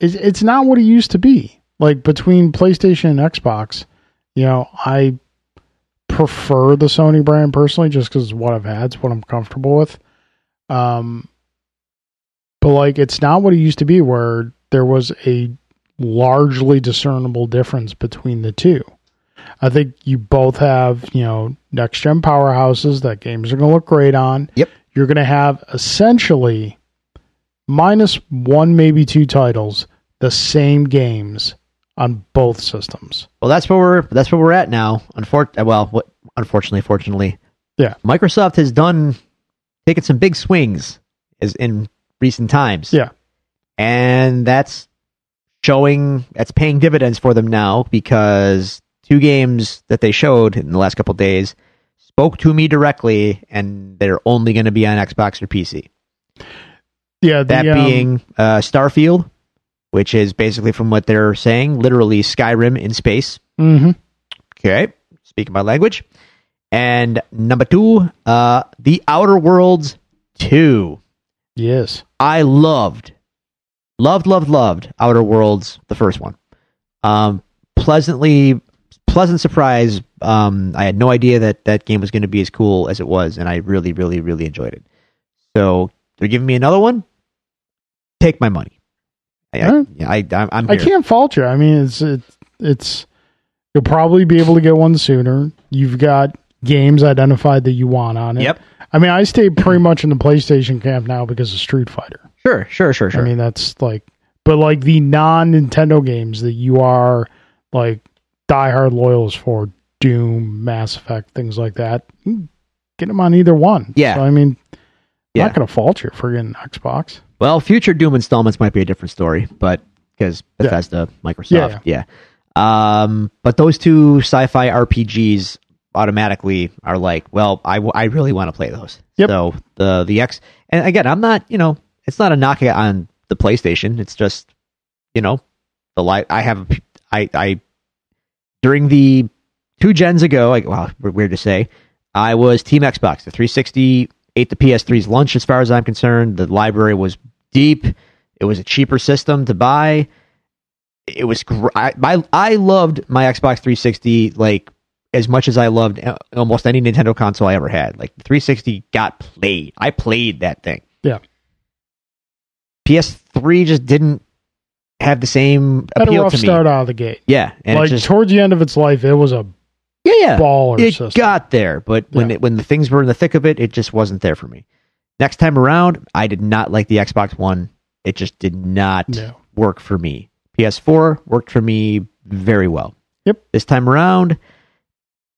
A: it's it's not what it used to be. Like between PlayStation and Xbox, you know, I prefer the Sony brand personally just cuz it's what I've had, it's what I'm comfortable with. Um but like it's not what it used to be where there was a largely discernible difference between the two. I think you both have, you know, next gen powerhouses that games are going to look great on you're going to have essentially minus one, maybe two titles, the same games on both systems.
B: Well, that's where we're that's where we're at now. Unfor- well, what, unfortunately, fortunately,
A: Yeah.
B: Microsoft has done taken some big swings as in recent times.
A: Yeah.
B: and that's showing that's paying dividends for them now because two games that they showed in the last couple days spoke to me directly, and they're only going to be on Xbox or PC.
A: Yeah, the,
B: That
A: um,
B: being uh, Starfield, which is basically from what they're saying, literally Skyrim in space.
A: mhm.
B: Okay, speaking my language. And number two, uh, The Outer Worlds 2.
A: Yes.
B: I loved, loved, loved, loved Outer Worlds, the first one. Um, pleasantly, pleasant surprise. Um, I had no idea that that game was going to be as cool as it was, and I really, really, really enjoyed it. So they're giving me another one. Take my money. I, I,
A: Alright.
B: I, I'm- I'm
A: I
B: here.
A: can't fault you. I mean, it's it, it's you'll probably be able to get one sooner. You've got games identified that you want on it.
B: Yep.
A: I mean, I stay pretty much in the PlayStation camp now because of Street Fighter.
B: Sure, sure, sure, sure.
A: I mean, that's like, but like the non Nintendo games that you are like diehard loyals for, Doom, Mass Effect, things like that. hmm, Get them on either one.
B: Yeah.
A: So, I mean,
B: Yeah.
A: not gonna fault you for getting Xbox.
B: Well, future Doom installments might be a different story, but because Bethesda, Microsoft, yeah. Um, but those two sci-fi RPGs automatically are like, well, I, w- I really want to play those.
A: Yep.
B: So the the X, and again, I'm not, you know, it's not a knock on the PlayStation. It's just, you know, the light. I have, a p- I I during the two gens ago, like, wow, we're weird to say, I was Team Xbox. The 360 ate the PS3's lunch, as far as I'm concerned. The library was deep. It was a cheaper system to buy. It was gr- I, my, I loved my Xbox 360 like as much as I loved uh, almost any Nintendo console I ever had. Like the 360 got played. I played that thing.
A: Yeah.
B: PS3 just didn't have the same
A: Had a
B: appeal
A: rough
B: to me.
A: start out of the gate.
B: Yeah, and
A: like
B: it just
A: towards the end of its life, it was a
B: yeah, yeah.
A: baller
B: it
A: system.
B: got there, but when
A: Yeah.
B: it, when the things were in the thick of it, it just wasn't there for me. Next time around, I did not like the Xbox One. It just did not
A: No.
B: work for me. PS4 worked for me very well.
A: Yep.
B: This time around,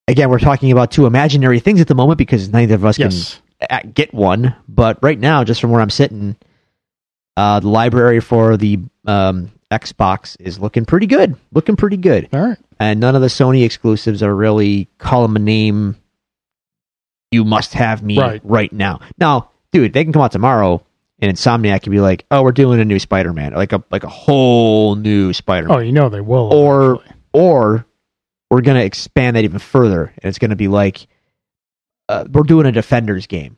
B: again, we're talking about two imaginary things at the moment because neither of us can
A: Yes.
B: uh, get one. But right now, just from where I'm sitting, uh, the library for the um, Xbox is looking pretty good. Looking pretty good
A: All right.
B: and none of the Sony exclusives are really call them a name. You must have me
A: Right.
B: right, now. Now, dude, they can come out tomorrow, and Insomniac could be like, "Oh, we're doing a new Spider-Man, like a like a whole new Spider-Man,"
A: Oh, you know they will.
B: or
A: eventually.
B: or we're gonna expand that even further, and it's gonna be like uh, we're doing a Defenders game,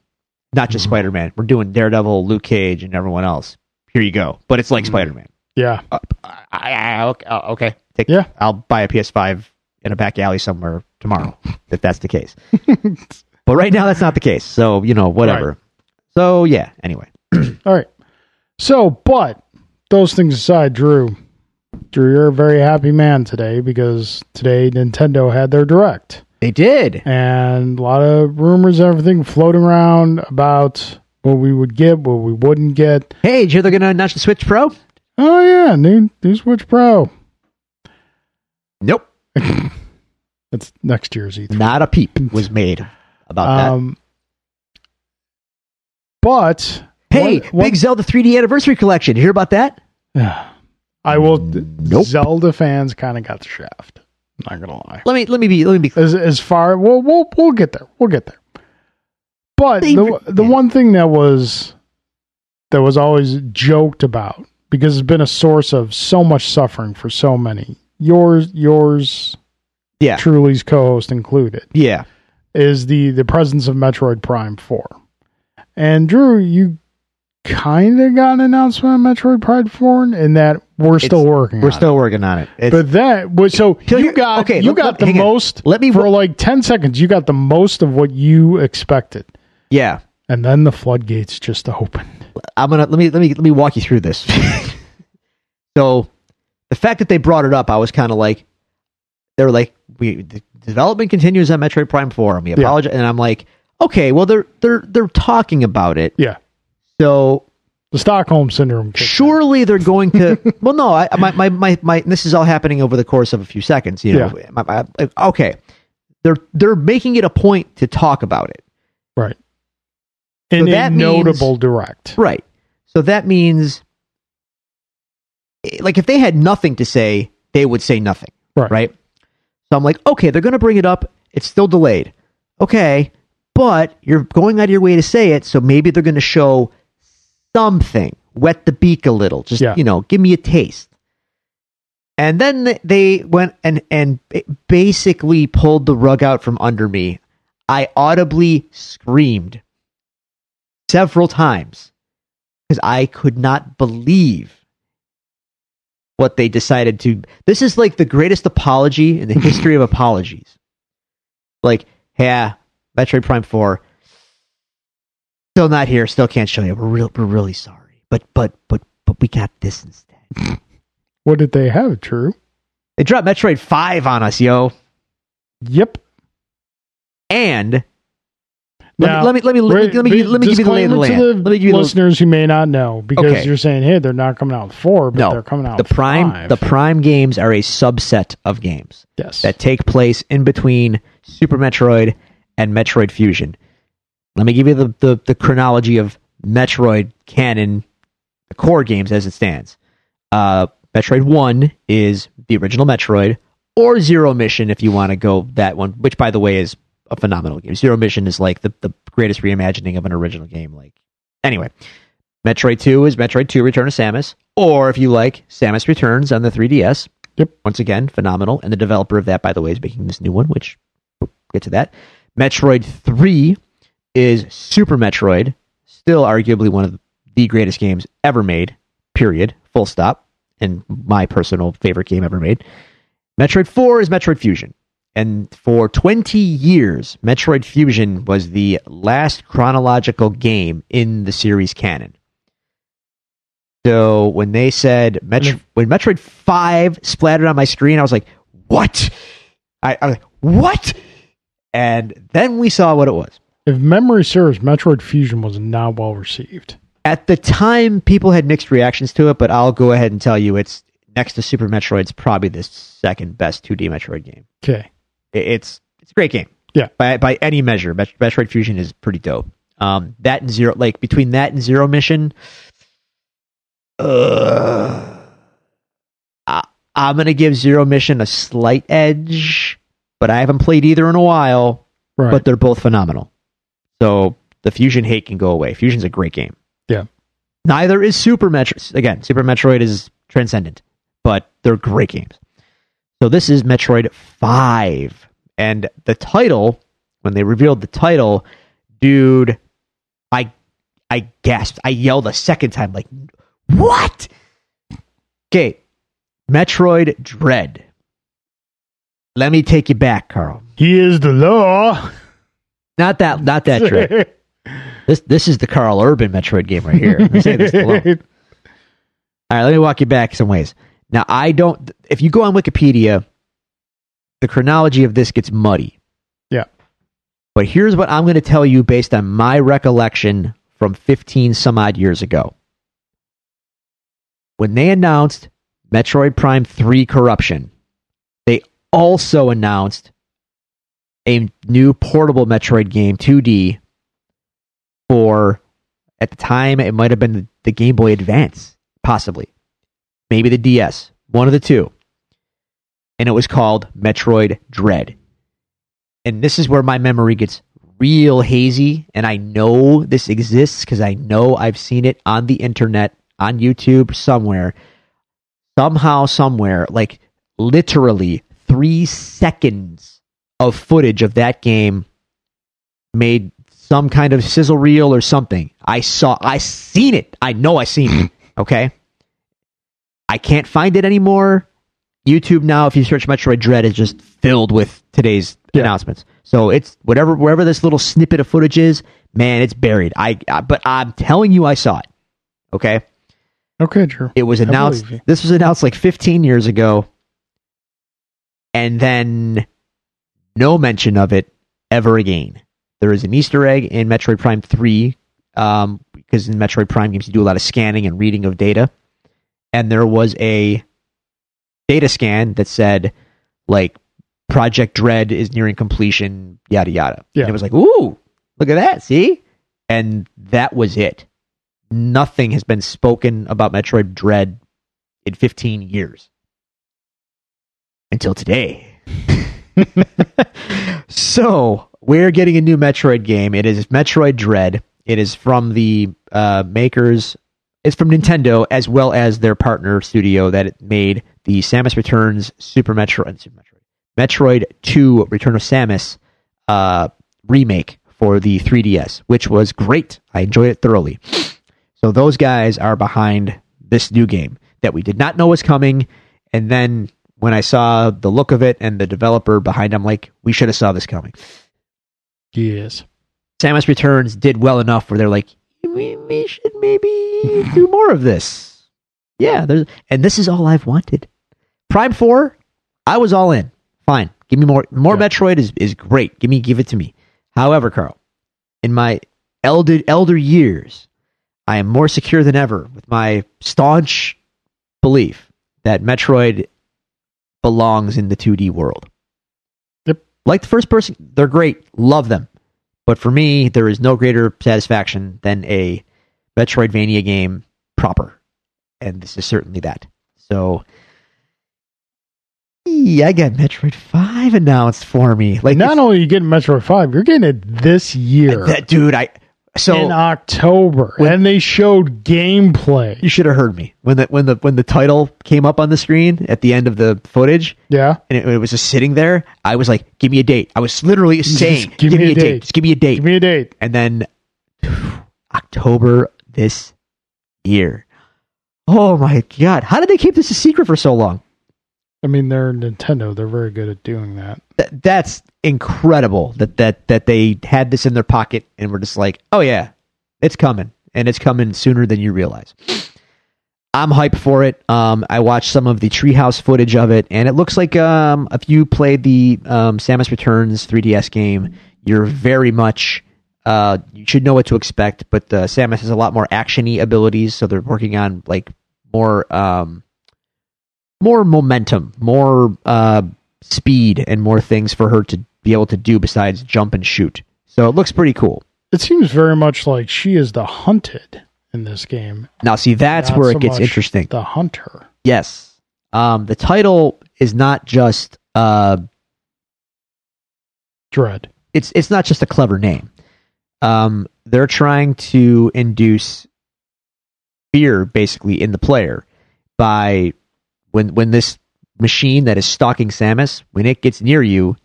B: not just
A: Mhm.
B: Spider-Man. We're doing Daredevil, Luke Cage, and everyone else. Here you go, but it's like
A: Mhm.
B: Spider-Man.
A: yeah,
B: Uh, I, I, okay, oh, okay. Take,
A: Yeah.
B: I'll buy a PS5 in a back alley somewhere tomorrow if that's the case. but right now, that's not the case. So you know, whatever. So yeah. Anyway,
A: all right. So, but those things aside, Drew, Drew, you're a very happy man today because today Nintendo had their direct
B: they did.
A: and a lot of rumors and everything floating around about what we would get, what we wouldn't get.
B: Hey, did you hear they're going to announce the Switch Pro?
A: Oh yeah, new new Switch Pro.
B: Nope,
A: That's next year's E3.
B: not a peep was made about
A: Um, but
B: that. Hey,
A: one- one-
B: Big Zelda 3D Anniversary Collection. You hear about that?
A: I will.
B: Nope.
A: Zelda fans kind of got the shaft. Not gonna lie.
B: Let me let me be let me be. clear.
A: As as far we'll we'll we'll get there. We'll get there. But
B: They-
A: the the
B: yeah.
A: one thing that was that was always joked about because it's been a source of so much suffering for so many. Yours yours
B: Yeah.
A: Truly's co-host included
B: Yeah,
A: is the the presence of Metroid Prime 4. And Drew, you kind of got an announcement on Metroid Prime 4 in that we're still working.
B: we're
A: on it.
B: still working on it. It's,
A: But that was so
B: Here-
A: you got
B: okay,
A: you
B: let-
A: got
B: let-
A: the
B: hang on.
A: most
B: let me.
A: for like 10 seconds you got the most of what you expected.
B: yeah,
A: And then the floodgates just opened.
B: I'm gonna let me let me let me walk you through this. so, the fact that they brought it up, I was kind of like, they were like, we the development continues on Metroid Prime Four, and we apologize. And I'm like, okay, well they're they're they're talking about it,
A: Yeah.
B: so
A: The Stockholm syndrome. kicked in.
B: surely they're going to. well, no, I, my, my my my this is all happening over the course of a few seconds. You know, My- my- okay, they're they're making it a point to talk about it.
A: Right. In
B: that
A: a
B: means-
A: notable direct.
B: Right. So that means eh, like if they had nothing to say, they would say nothing,
A: Right.
B: right? So I'm like, okay, they're going to bring it up. It's still delayed. Okay, but you're going out of your way to say it, so maybe they're going to show something, wet the beak a little, just
A: Yeah.
B: you know, give me a taste. And then th- they went and and ba- basically pulled the rug out from under me. I audibly screamed several times because I could not believe what they decided to. This is like the greatest apology in the history of apologies. Like, yeah, Metroid Prime Four, still not here, still can't show you. We're real, we're really sorry, but but but but we got this instead.
A: What did they have? True.
B: They dropped Metroid Five on us, yo,
A: Yep.
B: and.
A: Now,
B: let, me, let me let me let me let me, let me give you the lay of the land.
A: disclaimer to
B: let me give you the,
A: listeners who may not know because
B: Okay.
A: you're saying, hey, they're not coming out with four, but
B: No.
A: they're coming out
B: the
A: with
B: prime
A: five.
B: the prime games are a subset of games.
A: yes.
B: that take place in between Super Metroid and Metroid Fusion. Let me give you the, the, the chronology of Metroid canon, the core games as it stands. Uh, Metroid 1 is the original Metroid, or Zero Mission if you want to go that one, which, by the way, is a phenomenal game. Zero Mission is like the, the greatest reimagining of an original game. Like, Anyway, Metroid 2 is Metroid 2 Return of Samus, or if you like, Samus Returns on the 3DS.
A: Yep.
B: Once again, phenomenal. And the developer of that, by the way, is making this new one, which we'll get to that. Metroid 3 is Super Metroid, still arguably one of the greatest games ever made, period, full stop, and my personal favorite game ever made. Metroid 4 is Metroid Fusion. And for 20 years, Metroid Fusion was the last chronological game in the series canon. So when they said Metro- when Metroid 5 splattered on my screen, I was like, "What?" I, I was like, "What?" And then we saw what it was.
A: if memory serves, Metroid Fusion was not well received.
B: At the time, people had mixed reactions to it, but I'll go ahead and tell you it's next to Super Metroid. It's probably the second best 2D Metroid game.
A: Okay.
B: It- it's it's a great game.
A: Yeah.
B: by by any measure, Met- Metroid Fusion is pretty dope. Um, that and zero, like between that and Zero Mission, uh, I, I'm gonna give Zero Mission a slight edge, but I haven't played either in a while.
A: Right.
B: But they're both phenomenal. So the Fusion hate can go away. Fusion's a great game.
A: Yeah.
B: Neither is Super Metroid. Again, Super Metroid is transcendent, but they're great games. So this is Metroid 5. And the title, when they revealed the title, dude, I I gasped. I yelled a second time, like, what? Okay. Metroid Dread. Let me take you back, Carl.
A: he is the law.
B: Not that not that dread. This this is the Carl Urban Metroid game right here. Let me say this alone. All right, let me walk you back some ways. Now, I don't. If you go on Wikipedia, the chronology of this gets muddy.
A: Yeah.
B: But here's what I'm going to tell you based on my recollection from 15 some odd years ago. When they announced Metroid Prime 3 Corruption, they also announced a new portable Metroid game, 2D, for, at the time, it might have been the- the Game Boy Advance, possibly. Maybe the DS, one of the two. And it was called Metroid Dread and this is where my memory gets real hazy and i know this exists because i know i've seen it on the internet on youtube somewhere somehow somewhere like literally three seconds of footage of that game made some kind of sizzle reel or something i saw i seen it i know i seen it okay i can't find it anymore YouTube now, if you search Metroid Dread, is just filled with today's
A: Yeah.
B: announcements. So it's whatever wherever this little snippet of footage is, man, it's buried. I, I but I'm telling you, I saw it. Okay,
A: okay, Drew.
B: it was
A: I believe
B: announced.
A: you.
B: This was announced like 15 years ago, and then no mention of it ever again. There is an Easter egg in Metroid Prime 3 um, because in Metroid Prime games you do a lot of scanning and reading of data, and there was a data scan that said like Project Dread is nearing completion, yada yada.
A: Yeah.
B: And it was like, ooh, look at that, see? And that was it. Nothing has been spoken about Metroid Dread in 15 years. Until today. so, we're getting a new Metroid game. It is Metroid Dread. It is from the uh, makers, it's from Nintendo as well as their partner studio that it made the Samus Returns Super Metroid, Super Metroid, Metroid 2 Return of Samus uh, remake for the 3DS, which was great. I enjoyed it thoroughly. So those guys are behind this new game that we did not know was coming. And then when I saw the look of it and the developer behind, I'm like, we should have saw this coming.
A: Yes.
B: Samus Returns did well enough where they're like, we, we should maybe do more of this. Yeah, there's, and this is all I've wanted. Prime Four, I was all in. Fine, give me more. More
A: Yeah.
B: Metroid is, is great. Give me, give it to me. However, Carl, in my elder elder years, I am more secure than ever with my staunch belief that Metroid belongs in the 2D world.
A: Yep.
B: Like the first person, they're great. Love them. But for me, there is no greater satisfaction than a Metroidvania game proper. And this is certainly that. So, yeah, I got Metroid 5 announced for me. Like,
A: Not only are you getting Metroid 5, you're getting it this year
B: that dude, I. So,
A: in October.
B: When-
A: and they showed gameplay.
B: you should have heard me when the when the when the title came up on the screen at the end of the footage
A: Yeah.
B: and it, it was just sitting there i was like give me a date i was literally saying give, me, a date. just give me a date
A: Give me a date.
B: and then october this year oh my god how did they keep this a secret for so long
A: I mean, they're Nintendo. They're very good at doing that.
B: Th- that's incredible that that that they had this in their pocket and were just like oh yeah it's coming and it's coming sooner than you realize i'm hyped for it um i watched some of the treehouse footage of it and it looks like um if you played the um samus returns 3ds game you're very much uh you should know what to expect but uh, samus has a lot more actiony abilities so they're working on like more um more momentum more uh speed and more things for her to be able to do besides jump and shoot. So it looks pretty cool.
A: It seems very much like she is the hunted in this game.
B: Now, see, that's
A: Not
B: where
A: so
B: it gets
A: much
B: interesting.
A: The hunter.
B: Yes. Um, the title is not just uh,
A: Dread.
B: it's it's not just a clever name. Um, they're trying to induce fear basically in the player by when when this machine that is stalking Samus when it gets near you,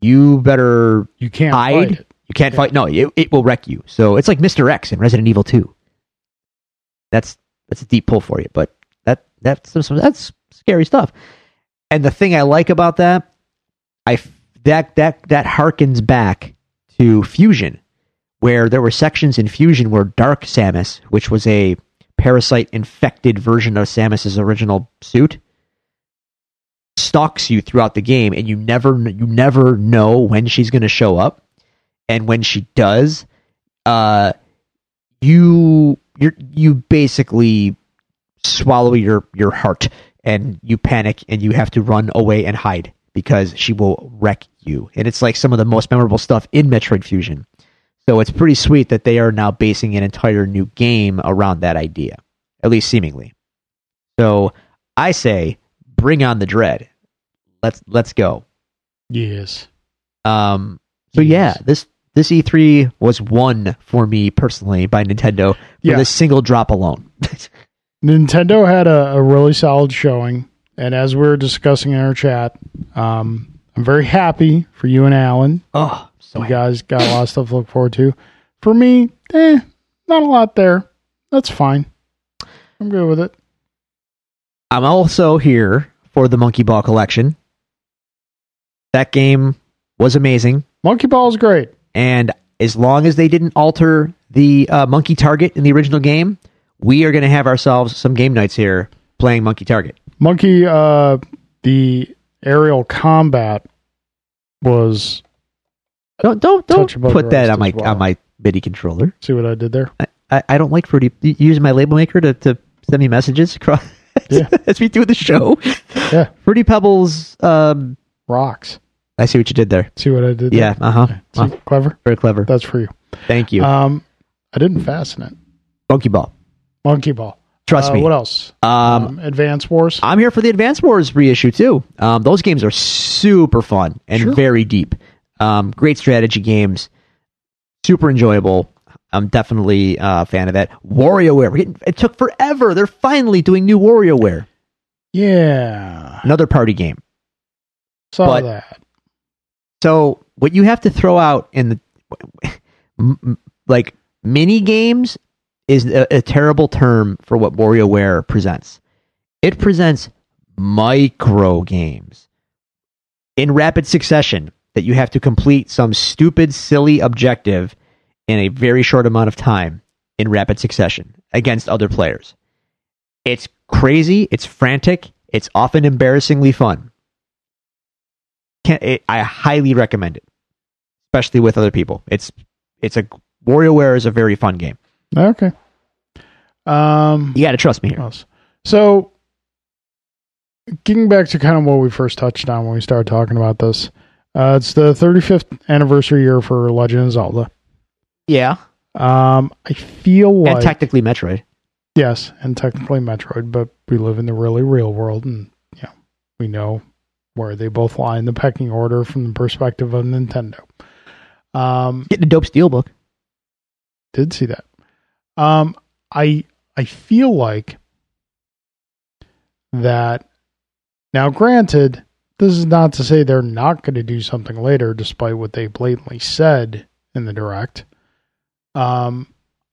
B: you better
A: You can't
B: hide.
A: fight it.
B: You can't fight. No, it, it will wreck you. So it's like Mr. X in Resident Evil 2. That's that's a deep pull for you, but that that's some- some- that's scary stuff. And the thing I like about that, I f- that that that harkens back to Fusion, where there were sections in Fusion where Dark Samus, which was a parasite infected version of Samus's original suit, stalks you throughout the game, and you never you never know when she's going to show up and when she does, uh, you you you basically swallow your your heart and you panic and you have to run away and hide because she will wreck you. And it's like some of the most memorable stuff in Metroid Fusion. So it's pretty sweet that they are now basing an entire new game around that idea, at least seemingly. So I say, bring on the dread. Let's let's go.
A: Yes.
B: Um, so
A: Yes.
B: yeah, this this E3 was won for me personally by Nintendo for
A: Yeah.
B: this single drop alone.
A: Nintendo had a, a really solid showing, and as we were discussing in our chat, um, I'm very happy for you and Alan.
B: oh, so
A: You guys got a lot of stuff to look forward to. For me, eh, not a lot there. That's fine. I'm good with it.
B: I'm also here for the Monkey Ball collection. That game was amazing,
A: Monkey Ball is great.
B: and as long as they didn't alter the uh, Monkey Target in the original game, we are going to have ourselves some game nights here playing Monkey Target.
A: Monkey, uh, the aerial combat was.
B: Don't don't
A: Touch
B: don't
A: above
B: put
A: the
B: that
A: rest
B: on my
A: as well.
B: on my MIDI controller.
A: See what I did there?
B: I, I don't like fruity. You use my label maker to, to send me messages across
A: Yeah.
B: as we do the show.
A: Yeah.
B: Fruity Pebbles. Um,
A: Rocks.
B: I see what you did there.
A: See what I did?
B: Yeah. Uh huh.
A: There? See, clever.
B: very clever.
A: That's for you.
B: Thank you.
A: Um, I didn't fasten it.
B: Monkey Ball.
A: Monkey Ball.
B: Trust
A: Uh,
B: me.
A: What else?
B: Um,
A: Advance Wars.
B: I'm here for the Advance Wars reissue too. Um, those games are super fun and
A: Sure.
B: very deep. Um, great strategy games, super enjoyable. I'm definitely uh, a fan of that. WarioWare. It, it took forever. They're finally doing new WarioWare,
A: yeah,
B: another party game.
A: saw
B: but-
A: that.
B: So what you have to throw out in the m- m- like mini games is a, a terrible term for what WarioWare presents. It presents micro games in rapid succession that you have to complete some stupid, silly objective in a very short amount of time in rapid succession against other players. It's crazy. It's frantic. It's often embarrassingly fun can't, it, I highly recommend it, especially with other people. It's it's a WarioWare is a very fun game.
A: Okay. Um,
B: You got to trust me
A: what
B: here.
A: else? So, getting back to kind of what we first touched on when we started talking about this, uh, it's the 35th anniversary year for Legend of Zelda.
B: Yeah,
A: Um, I feel like
B: and technically Metroid.
A: yes, and technically Metroid, but we live in the really real world, and you know, we know where they both lie in the pecking order from the perspective of Nintendo. Um,
B: Getting a dope steelbook.
A: did see that. Um, I I feel like that. Now, granted, this is not to say they're not going to do something later, despite what they blatantly said in the direct. Um,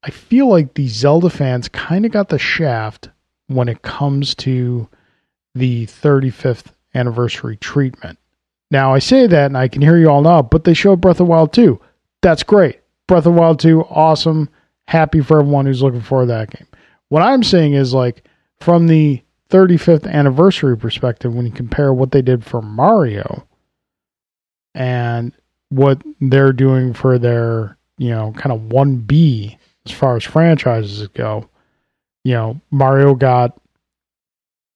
A: I feel like the Zelda fans kind of got the shaft when it comes to the 35th anniversary treatment. Now, I say that, and I can hear you all now, but they showed Breath of the Wild too. That's great. Breath of the Wild 2, awesome. Happy for everyone who's looking forward to that game. What I'm saying is like from the 35th anniversary perspective, when you compare what they did for Mario and what they're doing for their, you know, kind of 1B as far as franchises go, you know, Mario got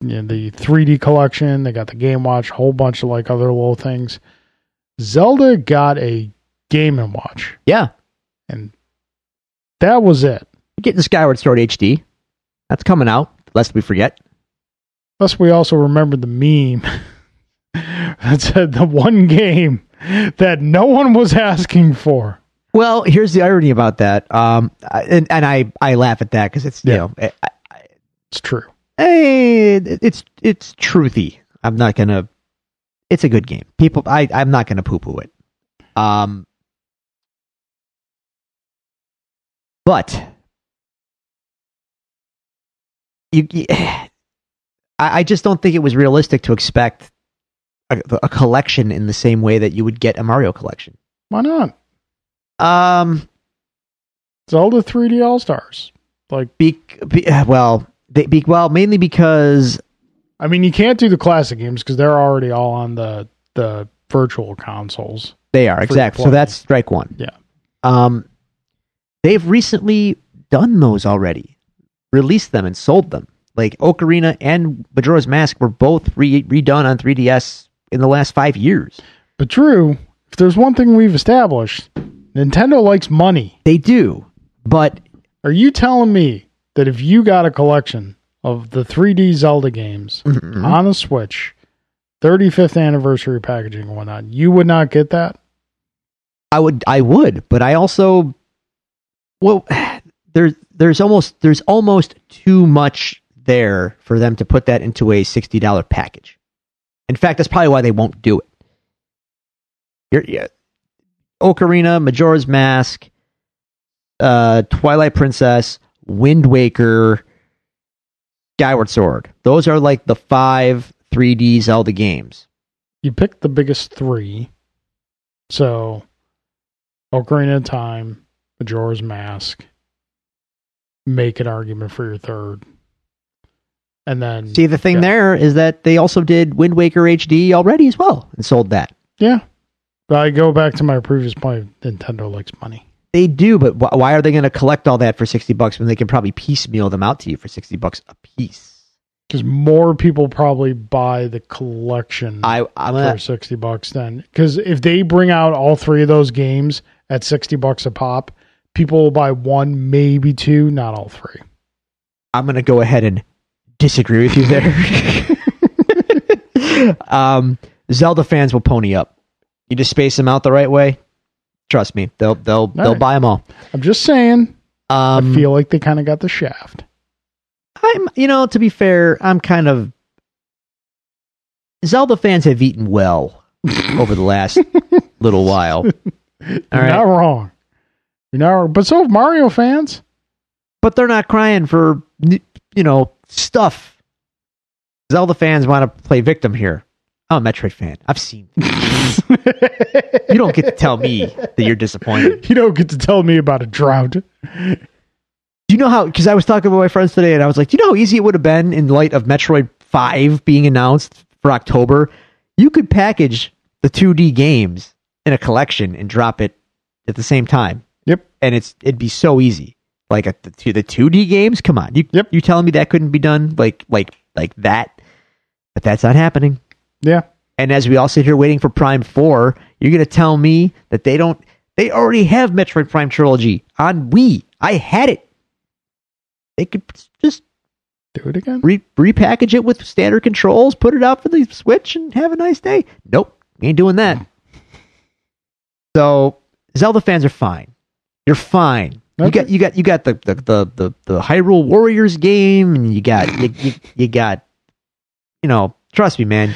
A: you know, the 3D collection, they got the Game Watch, whole bunch of like other little things. Zelda got a Game and Watch
B: Yeah,
A: and that was it.
B: We're getting Skyward Sword HD. That's coming out. Lest we forget.
A: Plus, we also remembered the meme that said the one game that no one was asking for.
B: Well, here's the irony about that. Um, I- and and I I laugh at that because it's you
A: Yeah.
B: know eh, I,
A: It's true.
B: Hey, it- Eh, it's it's truthy. I'm not gonna. It's a good game. People, I I'm not gonna poo poo it. Um, but you, you- I, I just don't think it was realistic to expect a, a collection in the same way that you would get a Mario collection.
A: Why not?
B: Um,
A: Zelda 3D All Stars. Like,
B: be, be well, they, be, well, mainly because
A: I mean, you can't do the classic games because they're already all on the the virtual consoles.
B: They are exactly. So
A: play.
B: that's strike one.
A: Yeah.
B: Um, they've recently done those already, released them and sold them. Like Ocarina and Majora's Mask were both re- redone on 3DS in the last five years.
A: But Drew, if there's one thing we've established, Nintendo likes money.
B: They do, but
A: Are you telling me that if you got a collection of the 3D Zelda games,
B: Mm-hmm.
A: on a Switch, 35th anniversary packaging and whatnot, you would not get that.
B: I would, I would, but I also, well, there's there's almost there's almost too much there for them to put that into a sixty dollar package. In fact, that's probably why they won't do it. You're, yeah, Ocarina, Majora's Mask, uh, Twilight Princess, Wind Waker, Skyward Sword. Those are like the five 3D Zelda games.
A: You picked the biggest three. So, Ocarina of Time, Majora's Mask, make an argument for your third. And then,
B: See, the thing
A: Yeah.
B: there is that they also did Wind Waker HD already as well and sold that.
A: yeah. But I go back to my previous point Nintendo likes money.
B: They do, but wh- why are they going to collect all that for 60 bucks when they can probably piecemeal them out to you for 60 bucks a piece?
A: Because more people probably buy the collection
B: I, I'm
A: for
B: gonna,
A: 60 bucks then because if they bring out all three of those games at 60 bucks a pop people will buy one maybe two not all three
B: I'm going to go ahead and disagree with you there. um, Zelda fans will pony up. You just space them out the right way. Trust me, they'll they'll they'll
A: right.
B: buy them all.
A: I'm just saying.
B: Um,
A: I feel like they kind of got the shaft.
B: I'm, you know, to be fair, I'm kind of. Zelda fans have eaten well over the last little while. All
A: You're
B: right.
A: not wrong. You're not wrong. But so have Mario fans.
B: But they're not crying for, n- you know, stuff. Zelda fans want to play victim here. I'm a Metroid fan. I've seen. You don't get to tell me that you're disappointed.
A: You don't get to tell me about a drought.
B: Do you know how? Because I was talking with my friends today, and I was like, "Do you know how easy it would have been in light of Metroid Five being announced for October? You could package the 2D games in a collection and drop it at the same time,
A: Yep.
B: and it's it'd be so easy. Like at the two, the 2D games, come on, you
A: Yep.
B: you telling me that couldn't be done? Like like like that? But that's not happening.
A: Yeah.
B: And as we all sit here waiting for Prime 4, you're going to tell me that they don't, they already have Metroid Prime Trilogy on Wii. I had it. They could just
A: Do it again.
B: re- repackage it with standard controls, put it out for the Switch, and have a nice day. Nope, ain't doing that. So, Zelda fans are fine. You're fine. You
A: Okay.
B: got you got you got the the, the the the Hyrule Warriors game, and you got you, you you got you know. Trust me, man.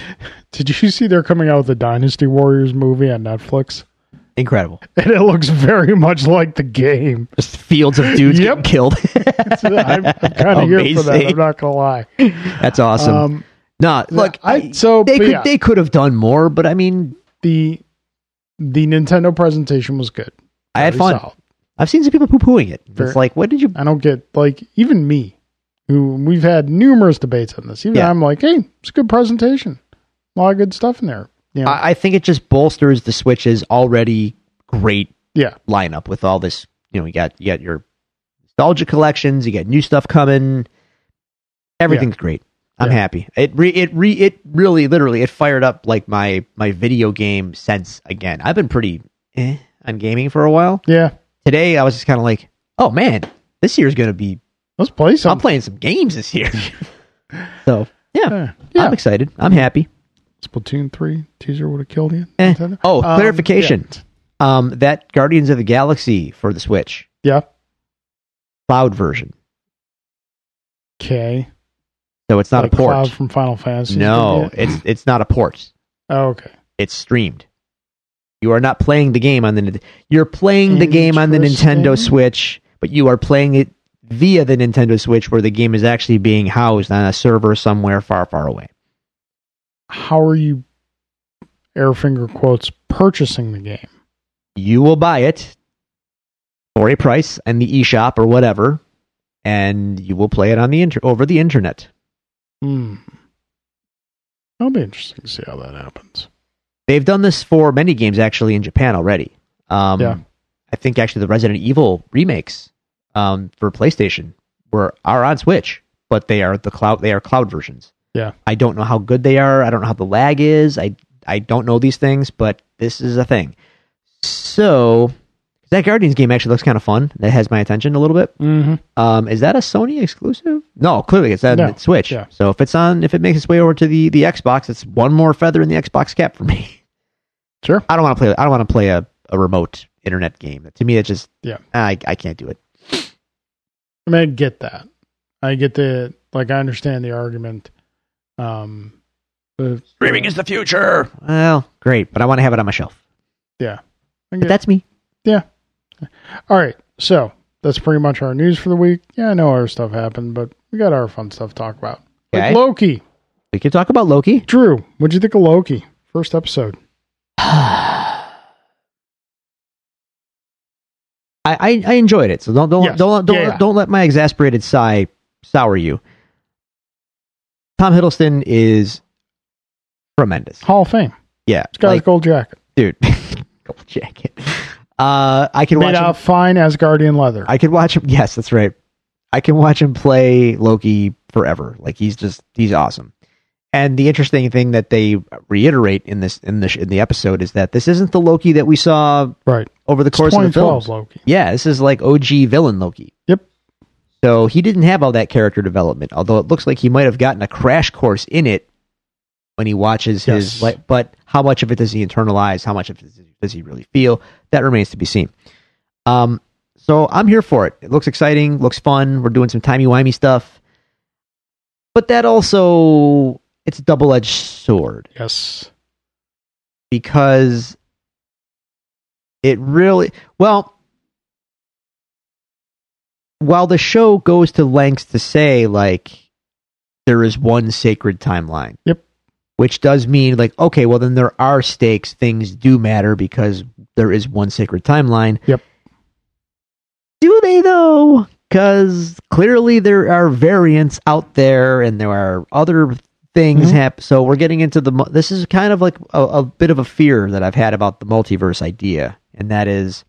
A: Did you see they're coming out with the Dynasty Warriors movie on Netflix?
B: Incredible.
A: And it looks very much like the game.
B: just fields of dudes
A: Yep.
B: getting killed.
A: I'm, kind of here for that.
B: Amazing.
A: I'm not gonna lie.
B: That's awesome.
A: Um,
B: no, look,
A: I so
B: they
A: but
B: could
A: yeah,
B: they could have done more, but I mean,
A: the the Nintendo presentation was good.
B: I had
A: Very
B: fun.
A: solid.
B: I've seen some people poo pooing it.
A: Fair.
B: It's like, what did you?
A: I don't get like even me, who we've had numerous debates on this. Even
B: Yeah.
A: I'm like, hey, it's a good presentation. A lot of good stuff in there. Yeah,
B: I, I think it just bolsters the Switch's already great
A: yeah,
B: lineup with all this. You know, you got you got your nostalgia collections, you got new stuff coming. Everything's great. I'm
A: Yeah.
B: happy. It re it re it really literally it fired up like my my video game sense again. I've been pretty eh on gaming for a while.
A: yeah.
B: today I was just kind of like, oh man, this year's gonna be.
A: Let's play
B: I'm
A: something.
B: playing some games this year, so yeah,
A: Yeah, yeah.
B: I'm excited. I'm happy.
A: Splatoon three teaser would have killed you.
B: Eh.
A: Nintendo.
B: Oh,
A: Um,
B: clarification. Um, that Guardians of the Galaxy for the Switch
A: Yeah.
B: cloud version,
A: Okay.
B: so it's not
A: Like
B: a port.
A: Cloud from Final Fantasy.
B: no, it's it's not a port.
A: Oh, okay.
B: It's streamed. You are not playing the game on the. Nin- You're playing the game on the Nintendo
A: Interesting.
B: Switch, but you are playing it via the Nintendo Switch, where the game is actually being housed on a server somewhere far, far away.
A: How are you? Air finger quotes purchasing the game.
B: you will buy it for a price in the eShop or whatever, and you will play it on the inter- over the internet.
A: Hmm. That'll be interesting to see how that happens.
B: They've done this for many games actually in Japan already. Um,
A: Yeah.
B: I think actually the Resident Evil remakes um, for PlayStation were are on Switch, but they are the cloud they are cloud versions.
A: Yeah.
B: I don't know how good they are. I don't know how the lag is. I I don't know these things, but this is a thing. So that Guardians game actually looks kind of fun. That has my attention a little bit.
A: Mm-hmm.
B: Um, is that a Sony exclusive? No, clearly it's on
A: No.
B: Switch.
A: Yeah.
B: So if it's on, if it makes its way over to the the Xbox, it's one more feather in the Xbox cap for me.
A: Sure.
B: I don't want to play. I don't want to play a, a remote internet game. To me, it just
A: Yeah.
B: I I can't do it.
A: I mean, I get that. I get the like. I understand the argument. Um, but
B: Streaming is the future. Well, great, but I want to have it on my shelf.
A: I
B: But
A: get-
B: that's me.
A: all right. So that's pretty much our news for the week. Yeah, I know our stuff happened, but we got our fun stuff to talk about. Like
B: Okay.
A: Loki,
B: We can talk about Loki.
A: Drew. What'd you think of Loki? First episode.
B: I, I I enjoyed it. So don't don't
A: Yes.
B: don't don't,
A: Yeah, yeah.
B: don't let my exasperated sigh sour you. Tom Hiddleston is tremendous.
A: Hall of Fame.
B: Yeah,
A: It's got his
B: like,
A: gold jacket
B: dude, gold jacket. Uh, I can watch.
A: made
B: him-
A: out of fine Asgardian leather.
B: I can watch him. Yes, that's right. I can watch him play Loki forever. Like he's just he's awesome. And the interesting thing that they reiterate in this in the in the episode is that this isn't the Loki that we saw
A: right.
B: over the
A: It's
B: course of the
A: 2012
B: films.
A: Loki.
B: Yeah, this is like OG villain Loki.
A: Yep.
B: So he didn't have all that character development, although it looks like he might have gotten a crash course in it when he watches
A: Yes.
B: his life. But how much of it does he internalize? How much of it does he really feel? That remains to be seen. Um, so I'm here for it. It looks exciting, looks fun. We're doing some timey-wimey stuff. But that also, it's a double edged sword
A: Yes.
B: because it really well while the show goes to lengths to say like there is one sacred timeline
A: Yep.
B: which does mean like okay well then there are stakes things do matter because there is one sacred timeline
A: Yep.
B: do they though because clearly there are variants out there and there are other things
A: Mhm.
B: happen so we're getting into the mu- this is kind of like a, a bit of a fear that i've had about the multiverse idea and that is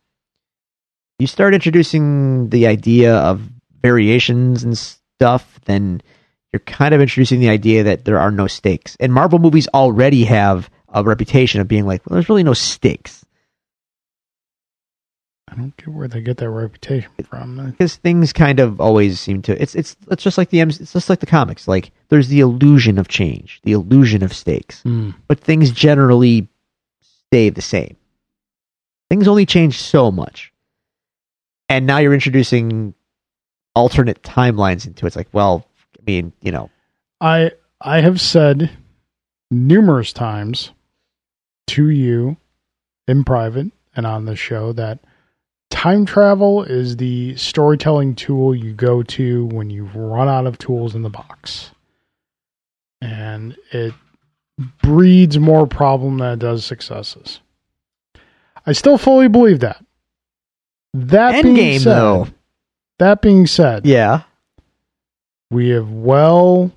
B: you start introducing the idea of variations and stuff then you're kind of introducing the idea that there are no stakes and marvel movies already have a reputation of being like well there's really no stakes
A: I don't get where they get that reputation from.
B: because things kind of always seem to it's it's it's just like the M- it's just like the comics like there's the illusion of change the illusion of stakes
A: Hmm.
B: but things generally stay the same things only change so much and now you're introducing alternate timelines into it. it's like well i mean you know
A: I I have said numerous times to you in private and on the show that time travel is the storytelling tool you go to when you run out of tools in the box. And it breeds more problem than it does successes. I still fully believe that. That
B: end
A: being
B: game
A: said,
B: though
A: that being said,
B: yeah
A: we have well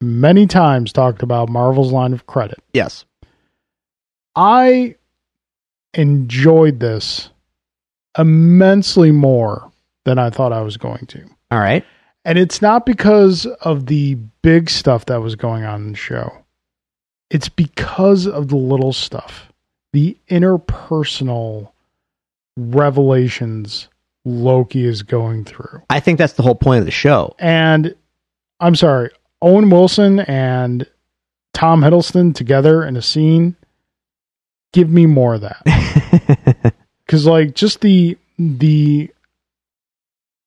A: many times talked about Marvel's line of credit.
B: yes
A: I enjoyed this immensely more than I thought I was going to.
B: all right
A: And it's not because of the big stuff that was going on in the show. It's because of the little stuff, the interpersonal revelations Loki is going through.
B: i think that's the whole point of the show
A: and I'm sorry, Owen Wilson and Tom Hiddleston together in a scene. Give me more of that because, like, just the the,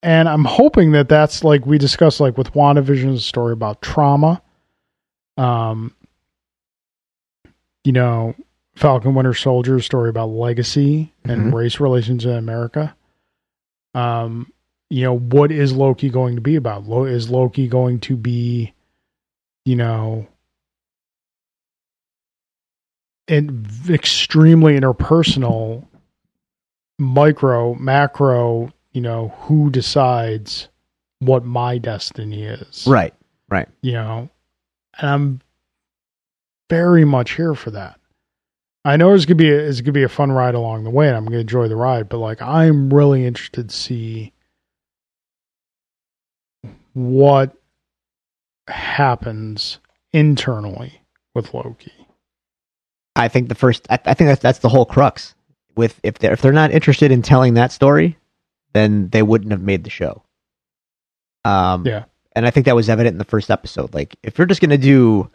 A: and I'm hoping that that's like we discussed, like with WandaVision's story about trauma. Um, you know, Falcon Winter Soldier's story about legacy and
B: Mhm.
A: race relations in America. Um, you know what is loki going to be about Lo- is loki going to be you know an extremely interpersonal micro macro you know who decides what my destiny is
B: right
A: you know, and I'm very much here for that. I know it's gonna be a, it's gonna be a fun ride along the way, and I'm gonna enjoy the ride. But like, I'm really interested to see what happens internally with Loki.
B: I think the first. I, I think that's that's the whole crux. With if they're if they're not interested in telling that story, then they wouldn't have made the show. Um,
A: Yeah.
B: and I think that was evident in the first episode. Like, if you're just gonna do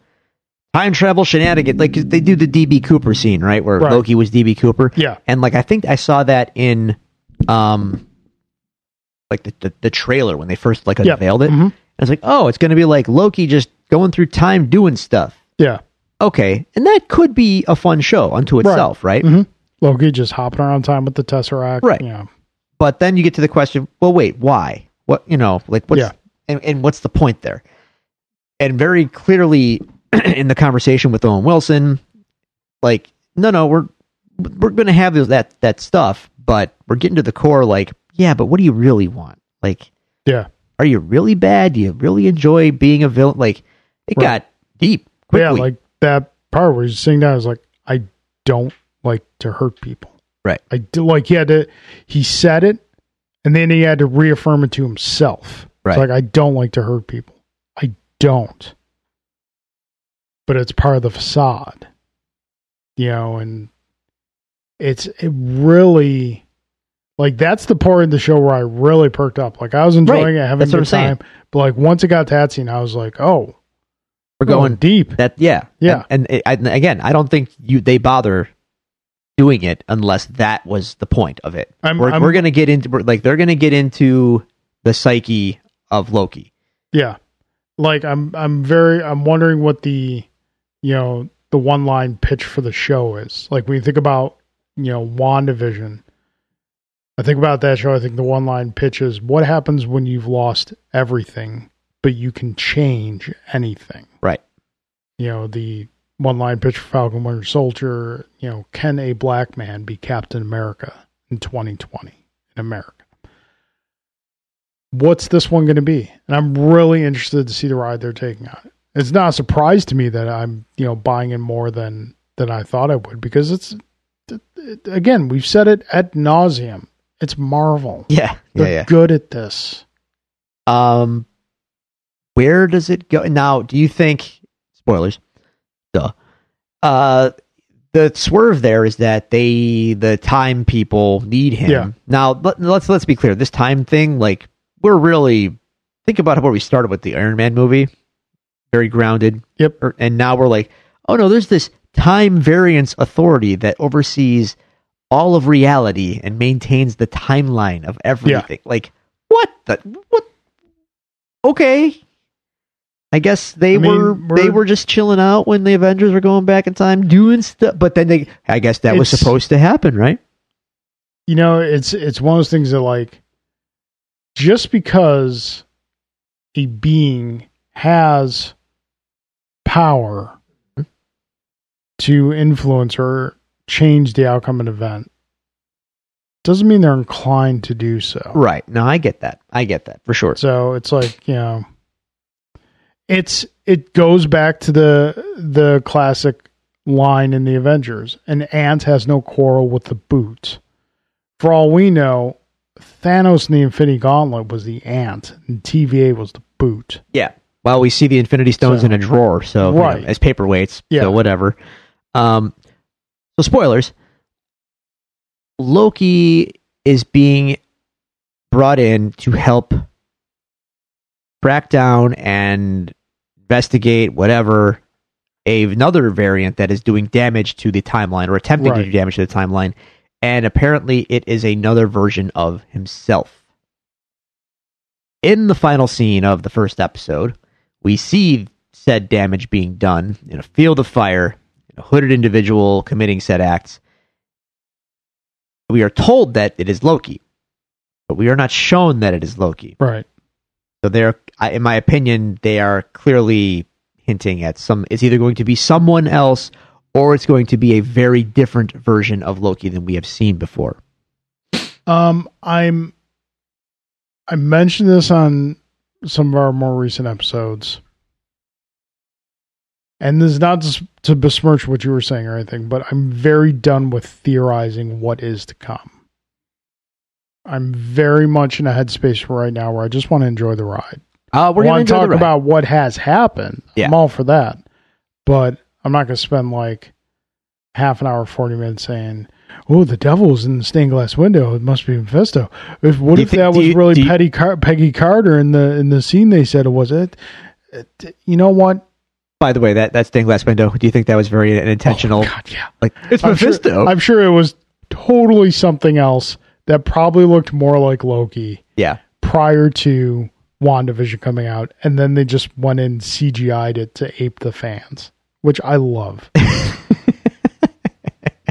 B: time travel shenanigans, like 'cause they do the DB Cooper scene, right, where
A: Right.
B: Loki was DB Cooper,
A: Yeah,
B: and like I think I saw that in, um, like the the, the trailer when they first like
A: Yeah.
B: unveiled it.
A: Mhm.
B: And it's like, oh, it's gonna be like Loki just going through time doing stuff
A: yeah.
B: okay, and that could be a fun show unto itself, right?
A: Mhm. Loki just hopping around time with the Tesseract.
B: Mm-hmm. Right.
A: Yeah.
B: But then you get to the question, well, wait, why? What you know, like what's
A: Yeah.
B: and, and what's the point there? And very clearly in the conversation with Owen Wilson, like, no, no, we're we're gonna have those- that that stuff, but we're getting to the core, like, yeah, but what do you really want? Like,
A: Yeah.
B: are you really bad? Do you really enjoy being a villain? Like, it
A: Right.
B: got deep
A: But
B: quickly.
A: yeah, like that part where he's sitting down is like, I don't like to hurt people.
B: Right.
A: I do like he had to he said it and then he had to reaffirm it to himself.
B: Right.
A: It's like I don't like to hurt people. I don't. But it's part of the facade. You know, and it's it really Like that's the part in the show where I really perked up. Like I was enjoying
B: Right.
A: it, having
B: That's
A: a good
B: what I'm saying.
A: time. But like once it got Tatsy, and I was like, oh,
B: We're going
A: deep.
B: that yeah
A: Yeah.
B: And, and, it- I, and again, I don't think you they bother doing it unless that was the point of it.
A: I'm-
B: we're
A: I'm-
B: we're gonna get into we're- like they're gonna get into the psyche of Loki.
A: Yeah. Like I'm I'm very I'm wondering what the you know, the one line pitch for the show is. Like when you think about, you know, WandaVision. I think about that show, I think the one line pitch is what happens when you've lost everything, but you can change anything.
B: Right.
A: You know, the one line pitch for Falcon Winter Soldier, you know, can a black man be Captain America in twenty twenty in America? what's this one going to be? And I'm really interested to see the ride they're taking on it. It's not a surprise to me that I'm, you know, buying in more than than I thought I would because it's it- it- again, we've said it at nauseum. It's Marvel.
B: Yeah. Yeah.
A: They're
B: Yeah.
A: good at this.
B: Um where does it go? Now, do you think spoilers? Duh. Uh the swerve there is that they the time people need him.
A: Yeah.
B: Now let, let's let's be clear. This time thing, like we're really think about where we started with the Iron Man movie. Very grounded.
A: Yep.
B: Er, And now we're like, oh no, there's this time variance authority that oversees all of reality and maintains the timeline of everything. Like what the what? Okay. I guess they
A: I mean,
B: were they
A: we're-
B: were just chilling out when the Avengers were going back in time doing stuff, but then they I guess that was
A: It's-
B: supposed to happen, right?
A: You know, it's it's one of those things that like just because a being has power to influence or change the outcome of an event doesn't mean they're inclined to do so.
B: Right. No, I get that. I get that for sure.
A: So it's like, you know, it's it goes back to the the classic line in the Avengers. An ant has no quarrel with the boot. For all we know, Thanos in the Infinity Gauntlet was the ant and TVA was the boot.
B: Yeah. Well, we see the Infinity Stones
A: So-
B: in a drawer, so you know,
A: Right.
B: as paperweights,
A: Yeah.
B: so whatever. Um, so spoilers. Loki is being brought in to help track down and investigate whatever a, another variant that is doing damage to the timeline or attempting
A: Right.
B: to do damage to the timeline, and apparently it is another version of himself. In the final scene of the first episode, we see said damage being done in a field of fire, a hooded individual committing said acts. We are told that it is Loki, but we are not shown that it is Loki.
A: Right.
B: So they're, I- in my opinion, they are clearly hinting at some. It's either going to be someone else, or it's going to be a very different version of Loki than we have seen before.
A: Um, I'm. I mentioned this on some of our more recent episodes, and this is not to, to besmirch what you were saying or anything, but I'm very done with theorizing what is to come. I'm very much in a headspace right now where I just want to enjoy the ride.
B: Uh, we're
A: I
B: going
A: want
B: to
A: to
B: talk
A: talk
B: about.
A: about what has happened.
B: Yeah.
A: I'm all for that, but I'm not going to spend like half an hour, forty minutes saying, "Oh, the devil's in the stained glass window. It must be Mephisto." If what
B: Do you
A: if
B: thi-
A: that
B: do
A: was
B: you- do
A: really
B: you-
A: Petty Car- Peggy Carter in the in the scene they said it was? It, it you know what?
B: By the way, that that stained glass window. Do you think that was very an intentional?
A: Oh, God, yeah.
B: like it's
A: I'm sure-
B: Mephisto.
A: I'm sure it was totally something else that probably looked more like Loki
B: yeah,
A: prior to WandaVision coming out, and then they just went and CGI'd it to ape the fans, which I love.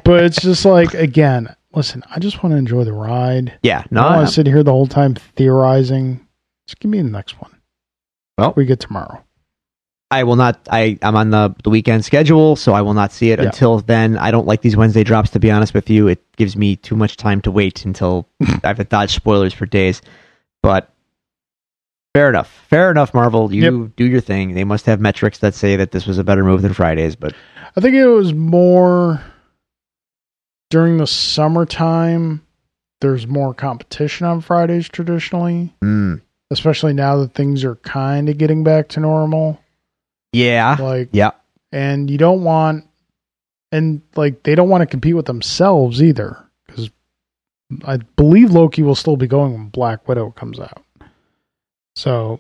A: but it's just like, again, listen, I just want to enjoy the ride.
B: yeah.
A: I
B: No,
A: don't want
B: no.
A: to sit here the whole time theorizing. Just give me the next one.
B: Well-
A: we get tomorrow.
B: I will not. I I'm on the the weekend schedule, so I will not see it
A: Yeah.
B: until then. I don't like these Wednesday drops. To be honest with you, it gives me too much time to wait until I have to dodge spoilers for days. But fair enough, fair enough. Marvel, you do your thing. They must have metrics that say that this was a better move than Fridays. But
A: I think it was more during the summertime. There's more competition on Fridays traditionally,
B: mm,
A: especially now that things are kind of getting back to normal.
B: yeah,
A: Like,
B: yeah,
A: and you don't want and like they don't want to compete with themselves either because I believe Loki will still be going when Black Widow comes out. So we'll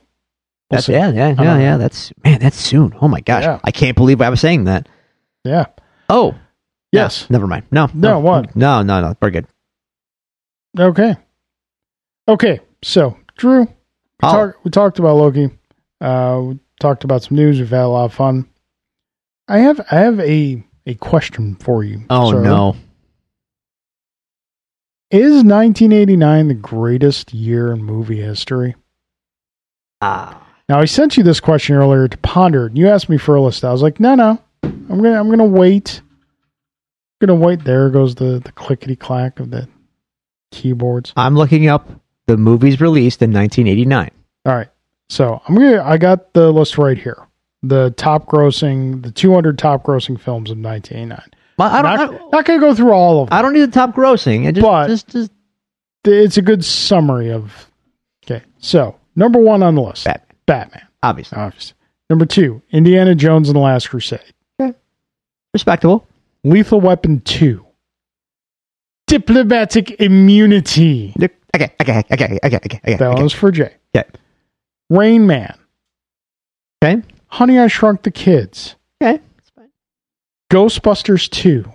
B: That's,
A: see.
B: yeah, yeah,
A: don't
B: yeah,
A: know.
B: yeah. That's man, that's soon. Oh my gosh,
A: Yeah.
B: I can't believe I was saying that.
A: Yeah.
B: Oh,
A: Yes.
B: no, never mind. No,
A: No, what?
B: No, no, no. We're good.
A: Okay. Okay. So Drew, we,
B: Oh.
A: talk- we talked about Loki. Uh, we talked about some news. We've had a lot of fun. I have I have a a question for you.
B: Oh
A: sir.
B: no.
A: Is 1989 the greatest year in movie history?
B: Ah,
A: Now I sent you this question earlier to ponder, and you asked me for a list. I was like, no, no, I'm gonna I'm gonna wait. I'm gonna wait. There goes the the clickety clack of the keyboards.
B: I'm looking up the movies released in 1989.
A: All right, so I'm gonna I got the list right here. The top grossing, the 200 top grossing films of 1989.
B: Well, I
A: not,
B: don't. I,
A: not gonna go through all of them.
B: I don't need the top grossing. It just,
A: But-
B: just, just
A: it's a good summary of. Okay, so number one on the list,
B: Batman,
A: Batman.
B: obviously
A: Obviously, number two, Indiana Jones and the Last Crusade.
B: respectable.
A: Lethal Weapon 2. Diplomatic Immunity.
B: Okay, okay, okay, okay, okay, okay. okay.
A: That one's for Jay.
B: Okay.
A: Rain Man.
B: Okay.
A: Honey, I Shrunk the Kids.
B: Okay. That's fine.
A: Ghostbusters 2.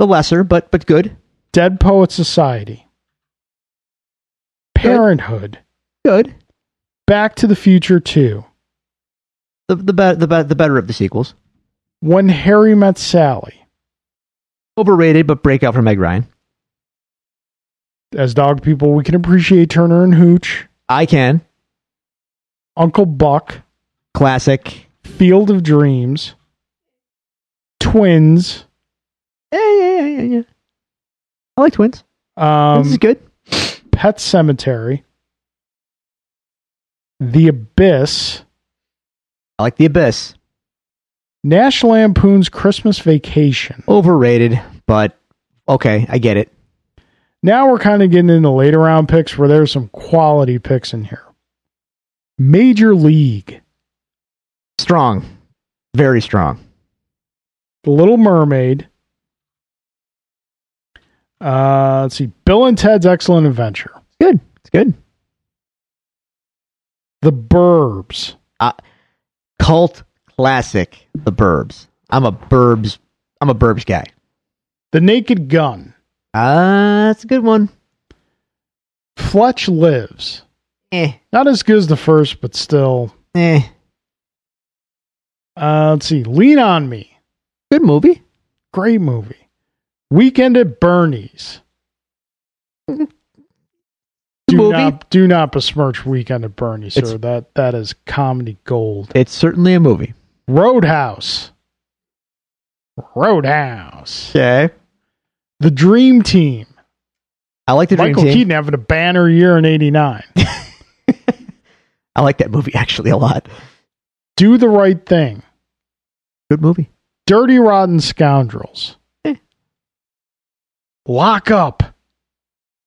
B: The lesser, but but good,
A: Dead Poet Society. Parenthood.
B: good.
A: Back to the Future 2.
B: The the be- the be- the better of the sequels.
A: When Harry Met Sally.
B: Overrated, but breakout for Meg Ryan.
A: As dog people, we can appreciate Turner and Hooch.
B: I can
A: Uncle Buck.
B: classic.
A: Field of Dreams. Twins.
B: Yeah, yeah, yeah, yeah, yeah. I like twins.
A: Um,
B: this is good.
A: Pet Cemetery, The Abyss,
B: I like the abyss.
A: National Lampoon's Christmas Vacation.
B: Overrated, but okay, I get it.
A: Now we're kind of getting into later round picks where there's some quality picks in here. Major League,
B: Strong, very strong.
A: The Little Mermaid. Uh, let's see, Bill and Ted's Excellent Adventure,
B: Good. It's good.
A: The Burbs,
B: Cult classic. The Burbs. I'm a Burbs. I'm a Burbs guy.
A: The Naked Gun,
B: Ah, that's a good one.
A: Fletch Lives.
B: Eh,
A: Not as good as the first, but still.
B: eh.
A: Uh, let's see, Lean on Me.
B: Good movie.
A: Great movie. Weekend at Bernie's. Do
B: movie.
A: not do not besmirch Weekend at Bernie's, sir.
B: It's-
A: that that is comedy gold.
B: It's certainly a movie.
A: Roadhouse. Roadhouse.
B: Okay.
A: The Dream Team.
B: I like the
A: Michael
B: Dream Team.
A: Keaton having a banner year in '89.
B: I like that movie actually a lot.
A: do the right thing.
B: Good movie.
A: Dirty Rotten Scoundrels.
B: Eh.
A: Lock up.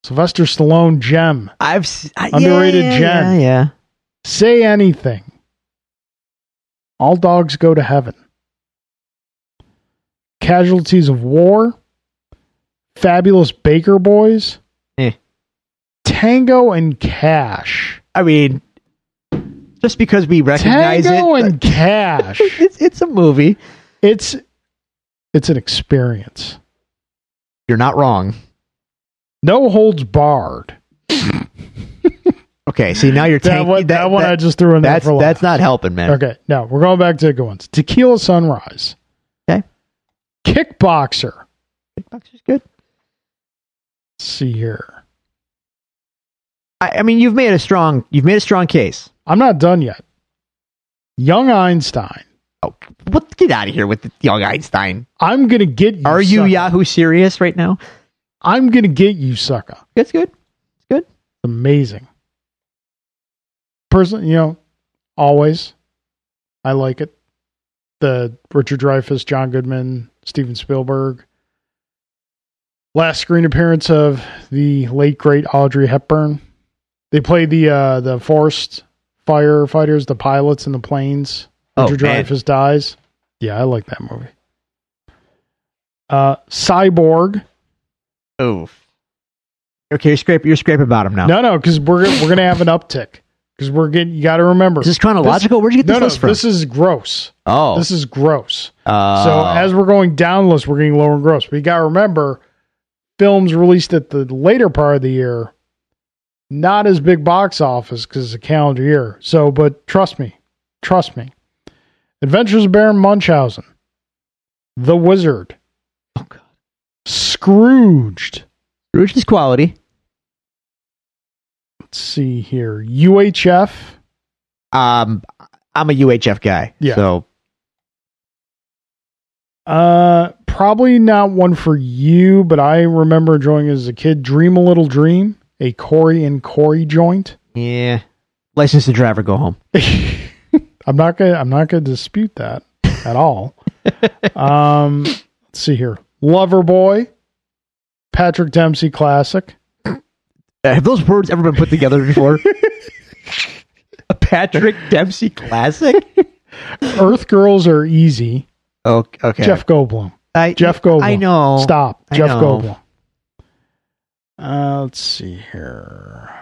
A: Sylvester Stallone gem.
B: I've s- I,
A: Underrated
B: yeah,
A: Jen.
B: Yeah, yeah.
A: Say anything. All dogs go to heaven. Casualties of War. Fabulous Baker Boys.
B: Eh.
A: Tango and Cash.
B: I mean, just because we recognize
A: Tango
B: it,
A: and Cash.
B: it's it's a movie.
A: It's it's an experience.
B: You're not wrong.
A: No holds barred.
B: Okay, see now you're
A: That
B: taking
A: one, that, one I just threw in there
B: that's
A: for
B: that's
A: last.
B: not helping, man.
A: okay, no, we're going back to the good ones. Tequila Sunrise.
B: Okay.
A: Kickboxer.
B: Kickboxer's good.
A: Let's see here.
B: I, I mean, you've made a strong you've made a strong case.
A: I'm not done yet. Young Einstein.
B: Oh, what? Get out of here with the young Einstein.
A: I'm gonna get you.
B: Are you
A: sucker.
B: Yahoo serious right now?
A: I'm gonna get you, sucker.
B: That's good.
A: Amazing. Person, you know, always. I like it. The Richard Dreyfuss, John Goodman, Steven Spielberg. Last screen appearance of the late great Audrey Hepburn. They play the uh, the forest firefighters, the pilots in the planes.
B: Oh,
A: Richard
B: man.
A: Dreyfuss dies. Yeah, I like that movie. Uh, Cyborg,
B: Oof. Okay, you're scraping. You're scraping bottom now.
A: No, no, because we're we're gonna have an uptick because we're getting. You got to remember.
B: Is this chronological? Where'd you get this
A: no, no,
B: list from?
A: this is gross.
B: oh,
A: This is gross.
B: uh,
A: So as we're going down list, we're getting lower in gross. But you got to remember, films released at the later part of the year, not as big box office because it's a calendar year. So, but trust me, trust me. Adventures of Baron Munchausen, The Wizard,
B: oh, God.
A: Scrooged.
B: Scrooge is quality.
A: Let's see here, UHF.
B: Um, I'm a UHF guy.
A: Yeah.
B: So
A: Uh, probably not one for you, but I remember enjoying it as a kid. Dream a Little Dream, a Corey and Corey joint.
B: yeah, license to drive or go home.
A: I'm not gonna I'm not gonna dispute that at all. um let's see here. Lover Boy, Patrick Dempsey classic.
B: Uh, have those words ever been put together before? a Patrick Dempsey classic.
A: Earth Girls Are Easy.
B: Oh, okay.
A: Jeff Goldblum.
B: I,
A: Jeff Goldblum.
B: I know.
A: Stop.
B: I
A: Jeff
B: know.
A: Goldblum. Uh, let's see here.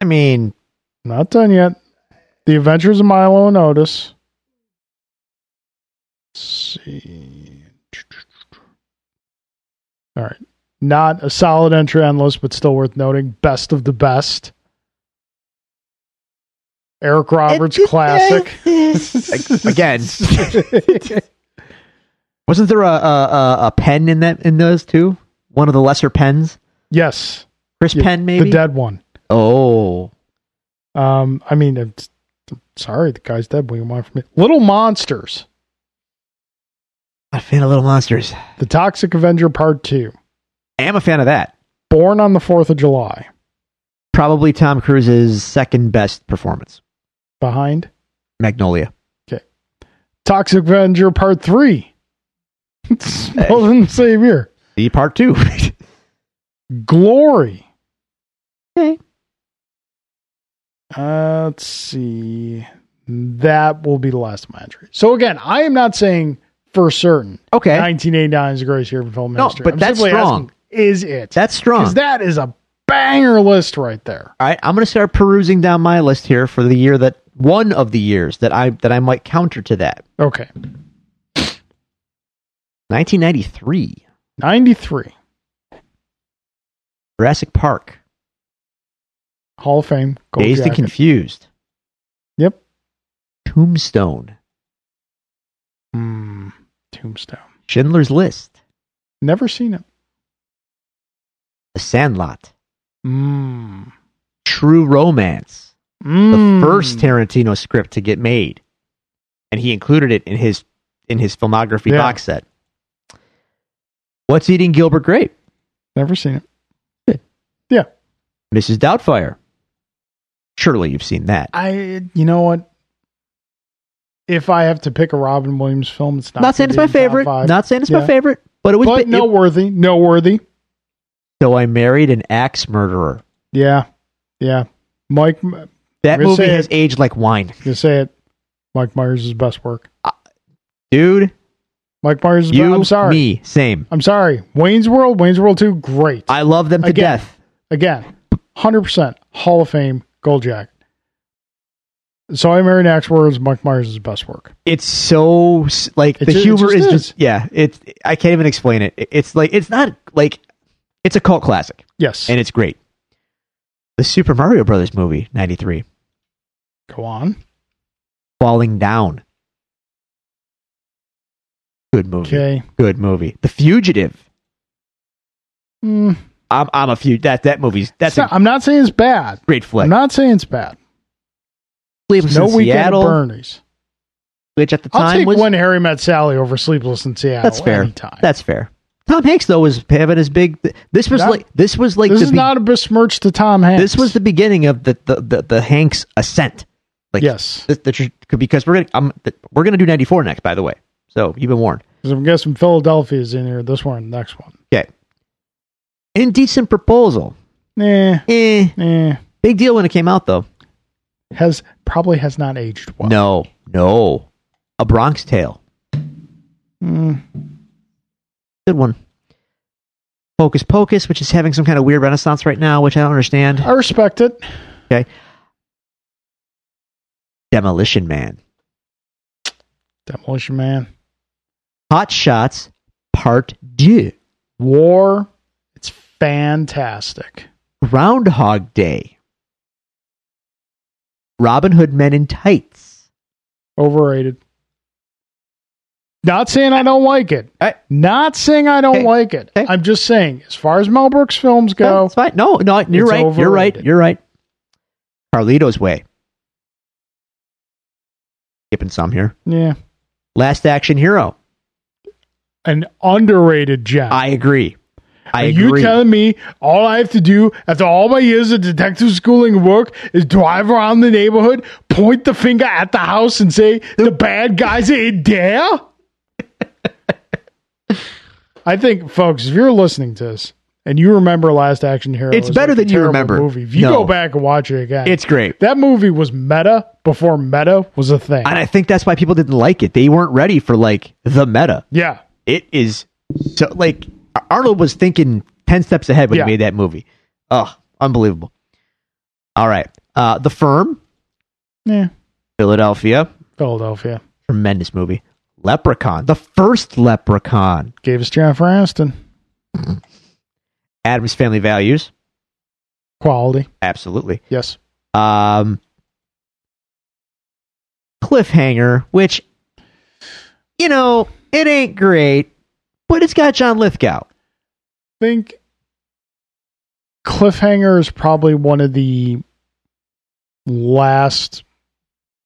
B: I mean,
A: Not done yet. The Adventures of Milo and Otis. Let's see. All right. Not a solid entry on list, but still worth noting. Best of the best. Eric Roberts classic.
B: again. Wasn't there a, a a- a pen in that in those too? One of the lesser pens,
A: yes.
B: Chris
A: Yeah,
B: Penn, maybe.
A: The dead one.
B: oh,
A: Um, I mean, it's, sorry, the guy's dead. What do you want from me? Little Monsters.
B: I'm a fan of Little Monsters.
A: The Toxic Avenger Part 2.
B: I am a fan of that.
A: Born on the 4th of July.
B: Probably Tom Cruise's second best performance,
A: Behind.
B: Magnolia.
A: Toxic Avenger Part 3. Smells in the same year.
B: The part two.
A: Glory.
B: Okay.
A: Uh, let's see. That will be the last of my entry. So, again, I am not saying for certain
B: okay,
A: 1989 is the greatest year for film
B: Eh? No,
A: history.
B: but
A: I'm
B: that's
A: simply
B: strong.
A: asking, is it?
B: that's strong.
A: Because that is a banger list right there.
B: All right, I'm going to start perusing down my list here for the year that one of the years that I that I might counter to that.
A: Okay.
B: 1993,
A: 93.
B: Jurassic Park,
A: Hall of Fame. Gold
B: Dazed and
A: Jacket.
B: Confused,
A: Yep.
B: Tombstone,
A: Mm, Tombstone.
B: Schindler's List,
A: Never seen it.
B: The Sandlot,
A: Mm.
B: True Romance, the
A: Mm.
B: first Tarantino script to get made, and he included it in his in his filmography
A: Yeah.
B: box set. What's eating Gilbert Grape?
A: Never seen it.
B: Mrs. Doubtfire. Surely you've seen that.
A: I, you know what? If I have to pick a Robin Williams film, it's not.
B: not saying it's
A: gonna
B: my
A: be in top
B: favorite.
A: five.
B: Not saying it's
A: Yeah.
B: my favorite, but it was.
A: but
B: ba-
A: no
B: it-
A: worthy, no worthy.
B: so I married an axe murderer.
A: Yeah, yeah. Mike, m-
B: That
A: We're
B: movie
A: saying-
B: has aged like wine,
A: you say it. Mike Myers is best work.
B: dude.
A: Mike Myers. Is
B: You,
A: best, I'm sorry.
B: me, same.
A: I'm sorry. Wayne's World. Wayne's World Two. Great.
B: I love them to
A: Again.
B: death.
A: Again, hundred percent Hall of Fame gold jacket. So I married Axe words. Mike Myers is best work.
B: It's so s- like
A: It
B: the
A: ju- it
B: humor
A: just
B: is
A: is.
B: just yeah. It's I can't even explain it. It- It's like it's not like it's a cult classic
A: Yes.
B: and it's great. The Super Mario Brothers movie '93,
A: Go on.
B: Falling Down. Good movie.
A: Okay.
B: Good movie. The Fugitive.
A: Mm,
B: I'm I'm a few that that movie's that's
A: it's not-
B: a
A: I'm not saying it's bad.
B: great flick.
A: I'm not saying it's bad.
B: Sleepless
A: no
B: in
A: weekend at
B: Seattle,
A: Bernie's.
B: which at the
A: I'll
B: time
A: take
B: was
A: when Harry met Sally over Sleepless in Seattle.
B: that's fair.
A: Anytime.
B: That's fair. Tom Hanks though was having his big. th- This was
A: That-
B: like this was like
A: this
B: the
A: is
B: be-
A: not a besmirch to Tom Hanks.
B: this was the beginning of the the the, the Hanks ascent. Like
A: yes.
B: the, the tr- because we're gonna I'm, th- we're gonna do ninety four next by the way. So you've been warned.
A: 'Cause I'm guessing Philadelphia is in here. This one, next one.
B: Okay. Indecent proposal.
A: Eh,
B: Eh.
A: eh.
B: Big deal when it came out though.
A: Has probably has not aged well. Hmm.
B: No, no. A Bronx Tale.
A: Mm,
B: good one. Focus Pocus, which is having some kind of weird renaissance right now, which I don't understand.
A: I respect it.
B: Demolition Man.
A: Demolition Man.
B: Hot Shots Part 2.
A: War. It's fantastic.
B: Groundhog Day. Robin Hood Men in Tights.
A: Overrated. Not saying I don't like it.
B: Hey.
A: Not saying I don't
B: Hey.
A: like it.
B: Hey.
A: I'm just saying, as far as Mel Brooks films
B: No,
A: go,
B: it's fine. No, no, you're
A: It's
B: right. You're right.
A: overrated.
B: You're right. Carlito's Way. Skipping some here.
A: yeah,
B: Last Action Hero.
A: an underrated gem.
B: I agree. I
A: Are you
B: agree.
A: telling me all I have to do after all my years of detective schooling and work is drive around the neighborhood, point the finger at the house, and say the bad guys are in there? I think, folks, if you're listening to this and you remember Last Action Hero,
B: It's
A: is
B: better
A: like a
B: than you
A: terrible
B: remember.
A: Movie. If you
B: No.
A: go back and watch it again,
B: it's great.
A: that movie was meta before meta was a thing.
B: And I think that's why people didn't like it. They weren't ready for like the meta.
A: yeah,
B: It is so like Arnold was thinking 10 steps ahead when
A: Yeah.
B: he made that movie. Oh, unbelievable. All right. Uh, the Firm,
A: yeah,
B: Philadelphia,
A: Philadelphia
B: tremendous movie. Leprechaun, the first Leprechaun.
A: gave us Jennifer Aniston
B: Adam's Family Values,
A: quality.
B: absolutely.
A: Yes,
B: Um, Cliffhanger, which you know it ain't great, but it's got John Lithgow.
A: think Cliffhanger is probably one of the last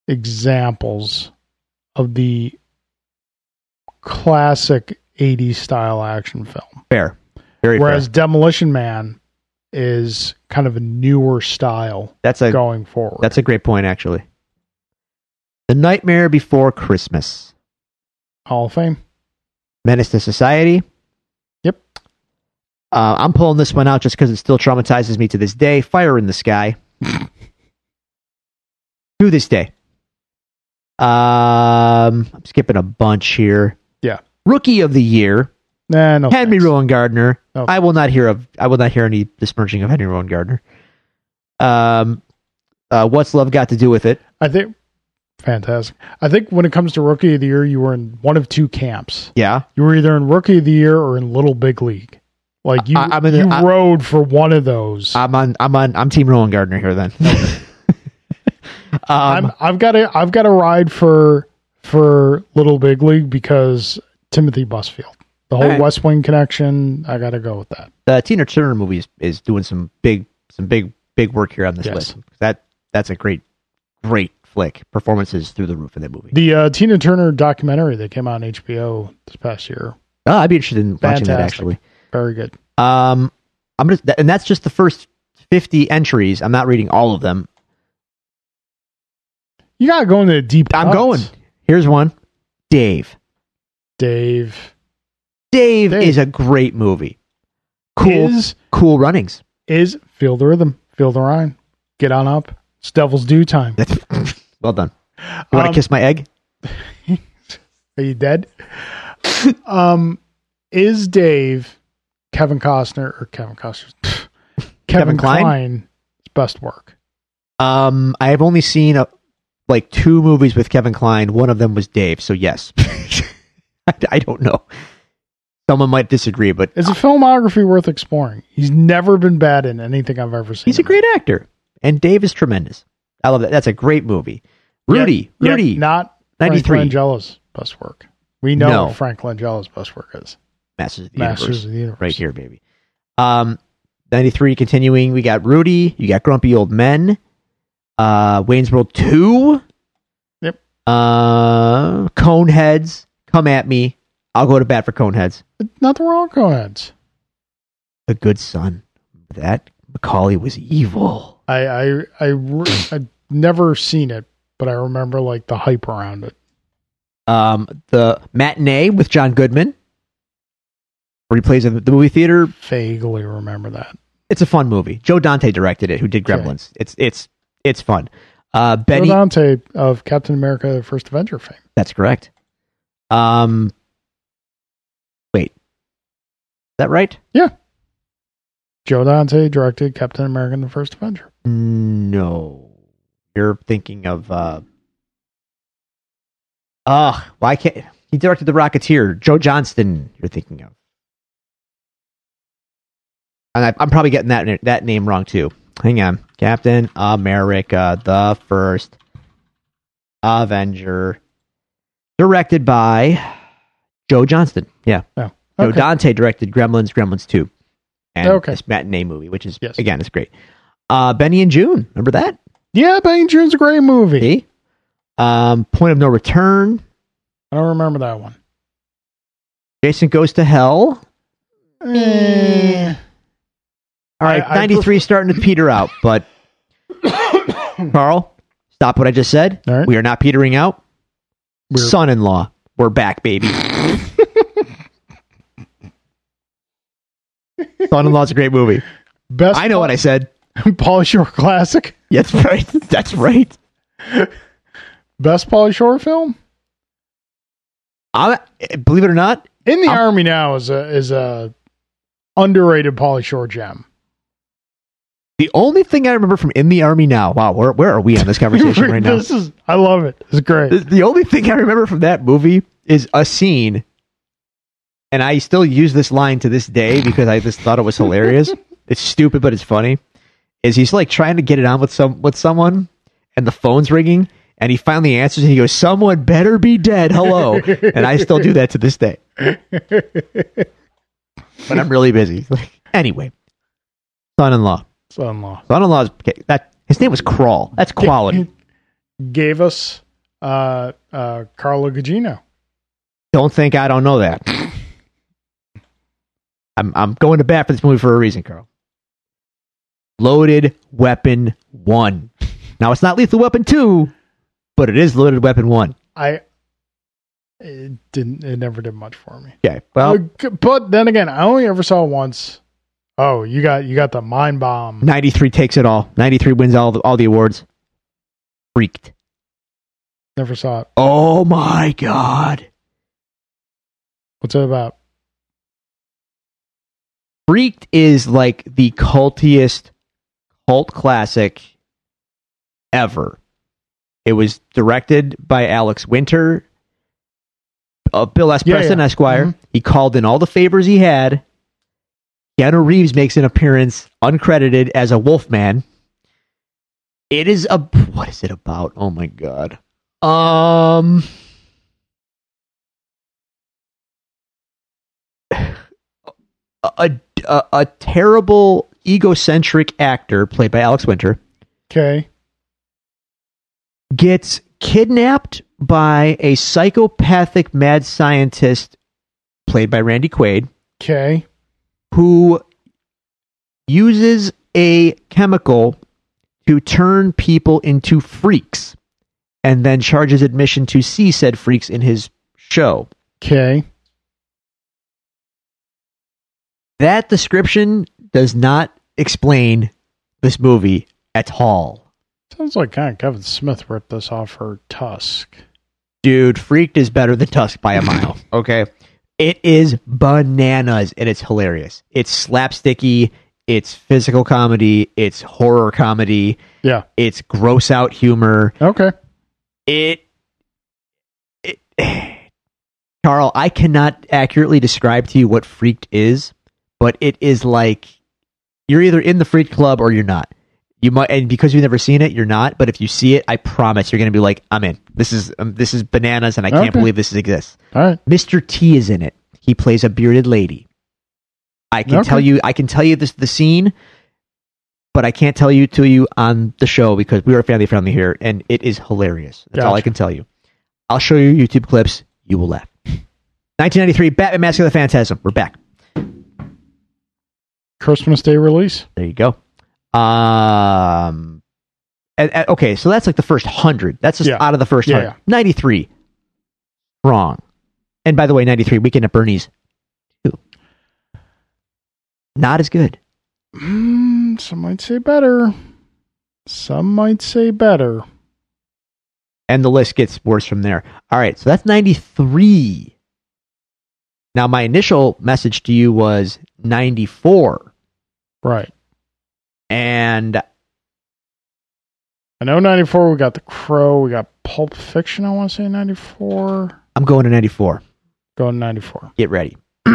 A: examples of the classic 80s style action film.
B: Fair, very
A: Whereas
B: fair.
A: Demolition Man is kind of a newer style
B: That's a
A: going forward.
B: that's a great point actually. The Nightmare Before Christmas,
A: Hall of Fame.
B: Menace to Society.
A: Yep.
B: Uh, I'm pulling this one out just because it still traumatizes me to this day. Fire in the Sky. to this day. Um, I'm skipping a bunch here.
A: Yeah.
B: Rookie of the Year,
A: Nah, no.
B: Henry
A: thanks. Oh.
B: Rowan Gardner.
A: No.
B: I will not hear of. I will not hear any besmirching of Henry Rowan Gardner. Um, uh, what's love got to do with it?
A: I think fantastic. I think when it comes to rookie of the year, you were in one of two camps.
B: Yeah,
A: You were either in rookie of the year or in little big league. Like you,
B: I- I'm in the-
A: you
B: I- Um,
A: rode for one of those.
B: I'm on. I'm on. I'm Team Rowan Gardner here. Then. um,
A: I'm, I've got a, I've got a ride for for little big league because Timothy Busfield, the whole
B: All right.
A: West Wing connection. I got to go with that.
B: the Tina Turner movie is, is doing some big some big big work here on this
A: Yes.
B: list. That that's a great great flick. Performances through the roof in that movie.
A: The uh, Tina Turner documentary that came out on HBO this past year,
B: Oh, I'd be interested in watching that
A: Fantastic.
B: actually.
A: very good.
B: Um, I'm gonna and that's just the first fifty entries. I'm not reading all of them.
A: You got to go into the deep.
B: I'm
A: cuts,
B: going. Here's one. Dave.
A: Dave.
B: Dave.
A: Dave.
B: is a great movie. Cool.
A: Is
B: cool runnings.
A: is feel the rhythm, feel the rhyme, get on up. It's Devil's Due time.
B: That's well done. You want to
A: Um,
B: kiss my egg?
A: Are you dead? um, is Dave Kevin Costner or Kevin Costner? Kevin,
B: Kevin Kline?
A: Kline's best work.
B: Um, I have only seen a, like two movies with Kevin Klein. One of them was Dave. So yes, I, I don't know. Someone might disagree, but
A: It's a filmography worth exploring. He's never been bad in anything I've ever seen.
B: he's a
A: him in.
B: great actor, and Dave is tremendous. I love that. That's a great movie.
A: Yet-
B: Rudy,
A: yet
B: Rudy,
A: not Frank
B: 93.
A: Langella's best work. We know
B: No.
A: what Frank Langella's best work is.
B: Masters of the Universe,
A: Masters of the Universe.
B: right here, baby. Um, ninety three. Continuing, we got Rudy. You got Grumpy Old Men. Uh, Wayne's World two.
A: Yep.
B: Uh, Coneheads, come at me. I'll go to bat for Coneheads.
A: Nothing wrong with Coneheads.
B: the good son. That Macaulay was evil.
A: I I I re- I'd never seen it, but I remember like the hype around it.
B: Um, the matinee with John Goodman, where he plays at the movie theater.
A: Vaguely remember that.
B: It's a fun movie. Joe Dante directed it, who did
A: Okay.
B: Gremlins. It's it's it's fun. Uh, Benny,
A: Rodante of Captain America: The First Avenger fame.
B: that's correct. Um, wait, that right?
A: Joe Dante directed Captain America and the First Avenger.
B: No. You're thinking of uh Ugh, why can't he directed The Rocketeer, Joe Johnston you're thinking of. And I, I'm probably getting that that name wrong too. Hang on. Captain America, the first Avenger. Directed by Joe Johnston. Yeah. So
A: Okay.
B: Dante directed Gremlins, Gremlins 2, and
A: Okay.
B: this matinee movie, which is,
A: Yes.
B: again, it's great. Uh, Benny and June, remember that?
A: yeah, Bang June's a great movie.
B: See? Um, Point of No Return,
A: I don't remember that one.
B: Jason Goes to Hell.
A: Eh.
B: All right,
A: I- I
B: 93 is starting to peter out, but Carl, stop what I just said.
A: All right.
B: We are not petering out.
A: We're-
B: Son in law, we're back, baby. Son in law's a great movie.
A: Best
B: I know what I said.
A: Paul Shore classic.
B: That's right. That's right.
A: Best Paul Shore film.
B: I'm, believe it or not,
A: In the
B: I'm-
A: Army Now is a is a underrated Paul Shore gem.
B: the only thing I remember from In the Army Now. Wow, where, where are we on this conversation right now?
A: this is I love it. It's great.
B: The, the only thing I remember from that movie is a scene, and I still use this line to this day because I just thought it was hilarious. it's stupid, but it's funny. Is he's like trying to get it on with some with someone, and the phone's ringing, and he finally answers, and he goes, "Someone better be dead." Hello, and I still do that to this day. but I'm really busy. Like, anyway, son-in-law.
A: Son-in-law
B: Son-in-law's okay, that his name was Crawl. That's quality.
A: gave us uh uh Carlo Gugino.
B: don't think I don't know that. I'm I'm going to bat for this movie for a reason, Carl. Loaded Weapon One. Now it's not Lethal Weapon Two, but it is Loaded Weapon One.
A: I it didn't it never did much for me.
B: Okay. Well,
A: Uh, but then again, I only ever saw it once. Oh, you got you got the mind bomb.
B: 93 takes it all. 93 wins all the, all the awards. Freaked.
A: Never saw it.
B: Oh my god.
A: What's it about?
B: Freaked is like the cultiest cult classic ever. It was directed by Alex Winter, uh, Bill S.
A: Yeah,
B: Preston
A: yeah.
B: Esquire.
A: Mhm.
B: He called in all the favors he had. Keanu Reeves makes an appearance uncredited as a Wolfman. It is a what is it about? Oh my god. Um a, a, a terrible egocentric actor played by Alex Winter
A: Okay.
B: gets kidnapped by a psychopathic mad scientist played by Randy Quaid
A: Okay.
B: who uses a chemical to turn people into freaks and then charges admission to see said freaks in his show.
A: Okay.
B: That description does not explain this movie at all.
A: Sounds like kind of Kevin Smith ripped this off for Tusk.
B: Dude, Freaked is better than Tusk by a mile. okay. It is bananas and it's hilarious. It's slapsticky, it's physical comedy, it's horror comedy,
A: Yeah.
B: it's gross out humor.
A: Okay.
B: It, it Carl, I cannot accurately describe to you what Freaked is, but it is like you're either in the Freaked Club or you're not. You might, and because you've never seen it, you're not. But if you see it, I promise you're going to be like, "I'm in. This is um, this is bananas, and I can't
A: Okay.
B: believe this exists."
A: All right.
B: Mr. T is in it. He plays a bearded lady. I can
A: Okay.
B: tell you I can tell you this the scene, but I can't tell you to you on the show because we are family friendly here and it is hilarious. That's all I
A: Gotcha.
B: can tell you. I'll show you YouTube clips, you will laugh. 1993 Batman Mask of the Phantasm. We're back.
A: Christmas Day release.
B: There you go. Um and- and- okay, so that's like the first 100. That's just
A: Yeah.
B: out of the first
A: Yeah,
B: 100.
A: yeah.
B: 93 wrong. And by the way, 93 Weekend at Bernie's too. Not as good.
A: Mm, some might say better. Some might say better.
B: And the list gets worse from there. All right, so that's 93. Now, my initial message to you was 94,
A: Right.
B: and
A: I know 94, we got The Crow, we got Pulp Fiction, I want to say 94.
B: I'm going to 94.
A: Go to 94.
B: Get ready.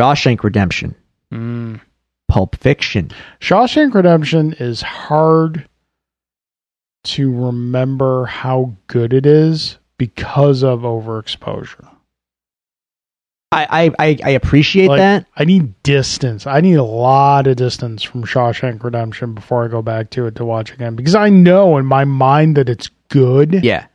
B: Shawshank Redemption,
A: Mm.
B: Pulp Fiction.
A: Shawshank Redemption is hard to remember how good it is because of overexposure.
B: I, I, I, I appreciate
A: Like-
B: that.
A: I need distance. I need a lot of distance from Shawshank Redemption before I go back to it to watch again because I know in my mind that it's good.
B: Yeah.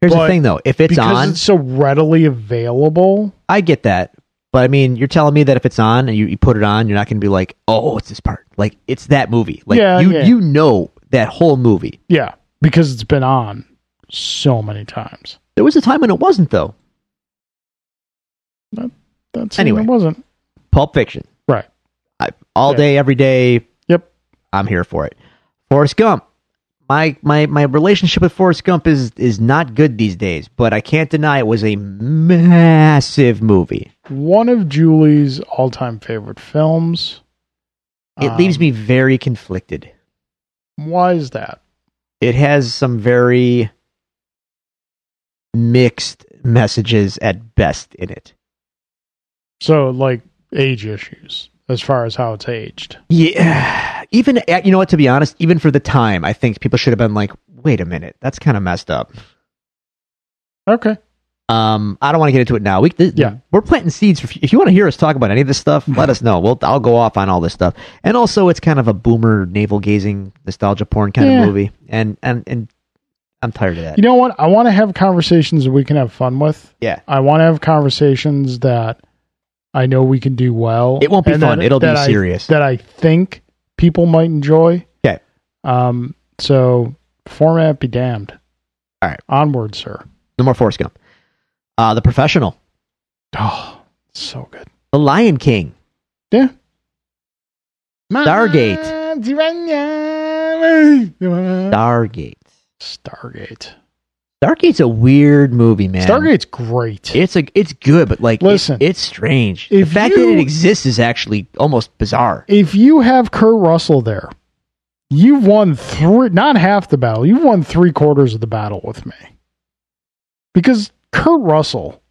B: Here's the
A: But
B: thing, though. If it's
A: because
B: on,
A: it's so readily available.
B: I get that. But I mean, you're telling me that if it's on and you, you put it on, you're not going to be like, oh, it's this part. Like, it's that movie. Like,
A: Yeah,
B: you,
A: yeah.
B: you know that whole movie.
A: Yeah, because it's been on so many times.
B: There was a time when it wasn't, though.
A: That's
B: Anyway.
A: it wasn't
B: Pulp Fiction.
A: right.
B: I, all
A: Yeah.
B: day, every day,
A: Yep.
B: I'm here for it. Forrest Gump. My, my my relationship with Forrest Gump is is not good these days, but I can't deny it was a massive movie.
A: One of Julie's all-time favorite films.
B: It
A: Um.
B: leaves me very conflicted.
A: Why is that?
B: it has some very mixed messages at best in it.
A: So, like age issues as far as how it's aged.
B: Yeah. Even at, you know what to be honest, even for the time, I think people should have been like, "Wait a minute, that's kind of messed up."
A: Okay.
B: Um, I don't want to get into it now. We th-
A: Yeah. Mm-hmm.
B: we're planting seeds. For, if you want to hear us talk about any of this stuff, let us know. We'll I'll go off on all this stuff. And also, it's kind of a boomer navel gazing nostalgia porn kind
A: Yeah.
B: of movie, and and and I'm tired of that.
A: You know what? I want to have conversations that we can have fun with.
B: yeah.
A: I want to have conversations that I know we can do well.
B: It won't be
A: and
B: fun. It'll be
A: I-
B: serious.
A: that I think people might enjoy.
B: Okay.
A: Um. So format be damned.
B: All right.
A: Onward, sir.
B: No more Forrest Gump. Uh, the Professional,
A: Oh, so good.
B: The Lion King.
A: Yeah.
B: Stargate. Stargate.
A: Stargate.
B: Stargate's a weird movie, man.
A: Stargate's great.
B: It's a it's good, but like
A: Listen.
B: it's, it's strange. The
A: If
B: fact that
A: you-
B: it exists is actually almost bizarre.
A: if you have Kurt Russell there, you've won three, not half the battle, you've won three quarters of the battle with me. Because Kurt Russell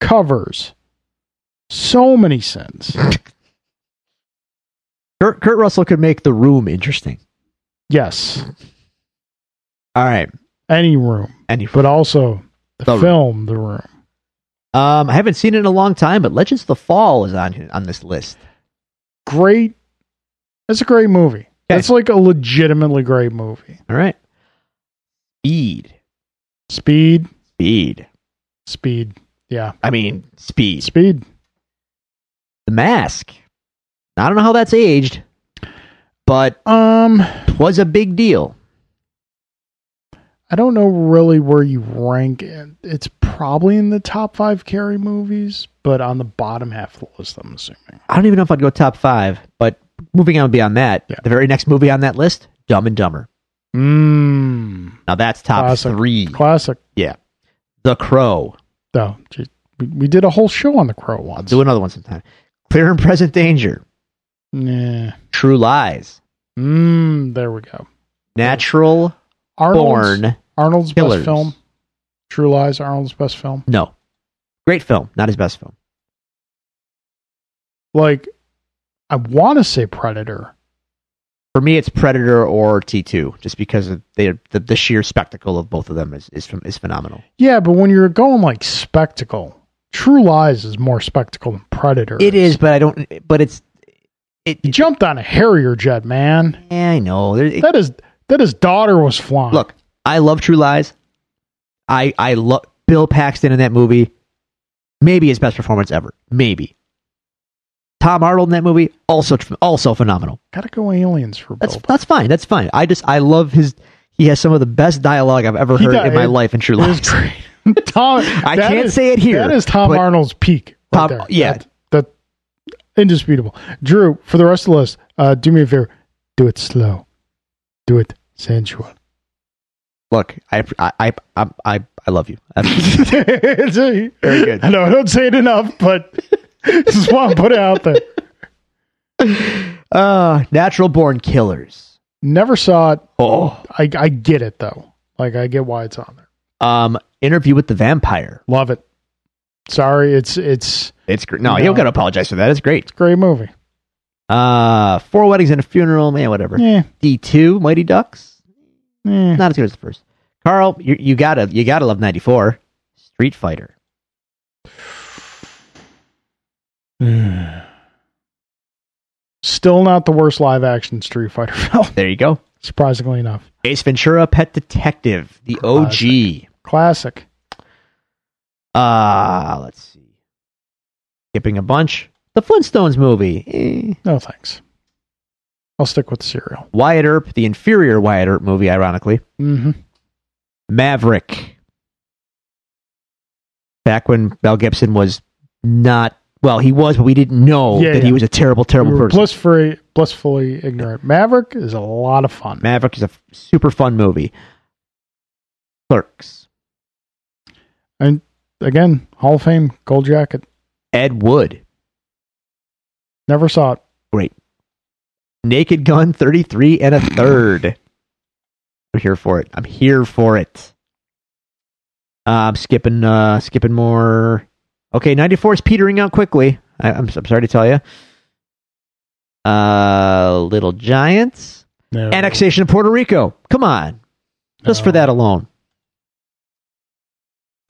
A: covers so many sins.
B: Kurt, Kurt Russell could make the room interesting.
A: yes,
B: All right.
A: any room,
B: Any
A: but also the,
B: The Room.
A: film, The Room.
B: um I haven't seen it in a long time, but Legends of the Fall is on on this list.
A: Great. That's a great movie. That's like a legitimately great movie.
B: All right. Speed.
A: Speed,
B: Speed.
A: speed. Yeah,
B: I mean speed.
A: speed.
B: The mask. I don't know how that's aged, but
A: Um,
B: was a big deal.
A: I don't know really where you rank it. It's probably in the top five Carrie movies, but on the bottom half of the list, I'm assuming.
B: I don't even know if I'd go top five, but moving on beyond that,
A: Yeah.
B: the very next movie on that list, Dumb and Dumber.
A: Mmm.
B: Now that's top
A: Classic.
B: three.
A: Classic.
B: The Crow.
A: No, gee, we, we did a whole show on The Crow
B: I'll
A: once.
B: do another one sometime. Clear and Present Danger.
A: Yeah.
B: True Lies.
A: Mmm. There we go.
B: Natural
A: Arnold's,
B: Born.
A: Arnold's
B: Killers.
A: best film. True Lies, Arnold's best film.
B: No. Great film. Not his best film.
A: Like, I want to say Predator.
B: For me, it's Predator or T2, just because of the, the, the sheer spectacle of both of them is, is, ph- is phenomenal.
A: Yeah, but when you're going like spectacle, True Lies is more spectacle than Predator.
B: It is, but I don't, but it's, it,
A: He jumped on a Harrier jet, man.
B: yeah, I know. There- it-
A: that is that his daughter was flying.
B: Look, I love True Lies. I I love Bill Paxton in that movie. Maybe his best performance ever. Maybe. Tom Arnold in that movie also also phenomenal.
A: gotta go aliens for
B: That's
A: Bill.
B: that's fine. That's fine. I just I love his. He has some of the best dialogue I've ever
A: He
B: heard
A: does.
B: in my
A: It-
B: life in True
A: That is
B: Lies.
A: great. Tom,
B: I
A: that
B: can't
A: is-
B: say it here.
A: That is Tom
B: but
A: Arnold's peak. Right
B: Tom-
A: there.
B: yeah.
A: that, that- indisputable. Drew, for the rest of the list, uh, do me a favor. Do it slow. Do it sensual.
B: Look, I I I I, I, I love you.
A: It's a-
B: Very good.
A: I know I don't say it enough, but just want to put it out there.
B: uh, natural born killers.
A: Never saw it.
B: Oh,
A: I, I get it though. Like I get why it's on there.
B: um, interview with the vampire.
A: Love it. Sorry, it's it's
B: It's great. No,
A: No.
B: you don't got to apologize for that. It's great.
A: a great movie.
B: Uh, four weddings and a funeral. Man, whatever.
A: Yeah,
B: D two, Mighty Ducks.
A: yeah.
B: Not as good as the first. Carl, you, you gotta you gotta love ninety four. Street Fighter.
A: Hmm. Still not the worst live action Street Fighter film,
B: There you go.
A: surprisingly enough.
B: Ace Ventura, Pet Detective, the OG.
A: Classic.
B: Uh let's see. Skipping a bunch. The Flintstones movie. Eh.
A: No thanks. I'll stick with cereal.
B: Wyatt Earp, the inferior Wyatt Earp movie, ironically.
A: Mm-hmm.
B: Maverick. Back when Mel Gibson was not well, he was, but we didn't know
A: Yeah,
B: that he
A: yeah.
B: was a terrible, terrible
A: We were
B: person.
A: blissfully, blissfully ignorant. Maverick is a lot of fun.
B: Maverick is a f- super fun movie. Clerks.
A: And again, Hall of Fame, Gold Jacket.
B: Ed Wood.
A: Never saw it.
B: Naked Gun 33 and a third. I'm here for it. I'm here for it. Uh, I'm skipping uh skipping more. Okay, 94 is petering out quickly. I, I'm, I'm sorry to tell you. Uh Little Giants.
A: No.
B: Annexation of Puerto Rico. Come on. Just for
A: No.
B: that alone.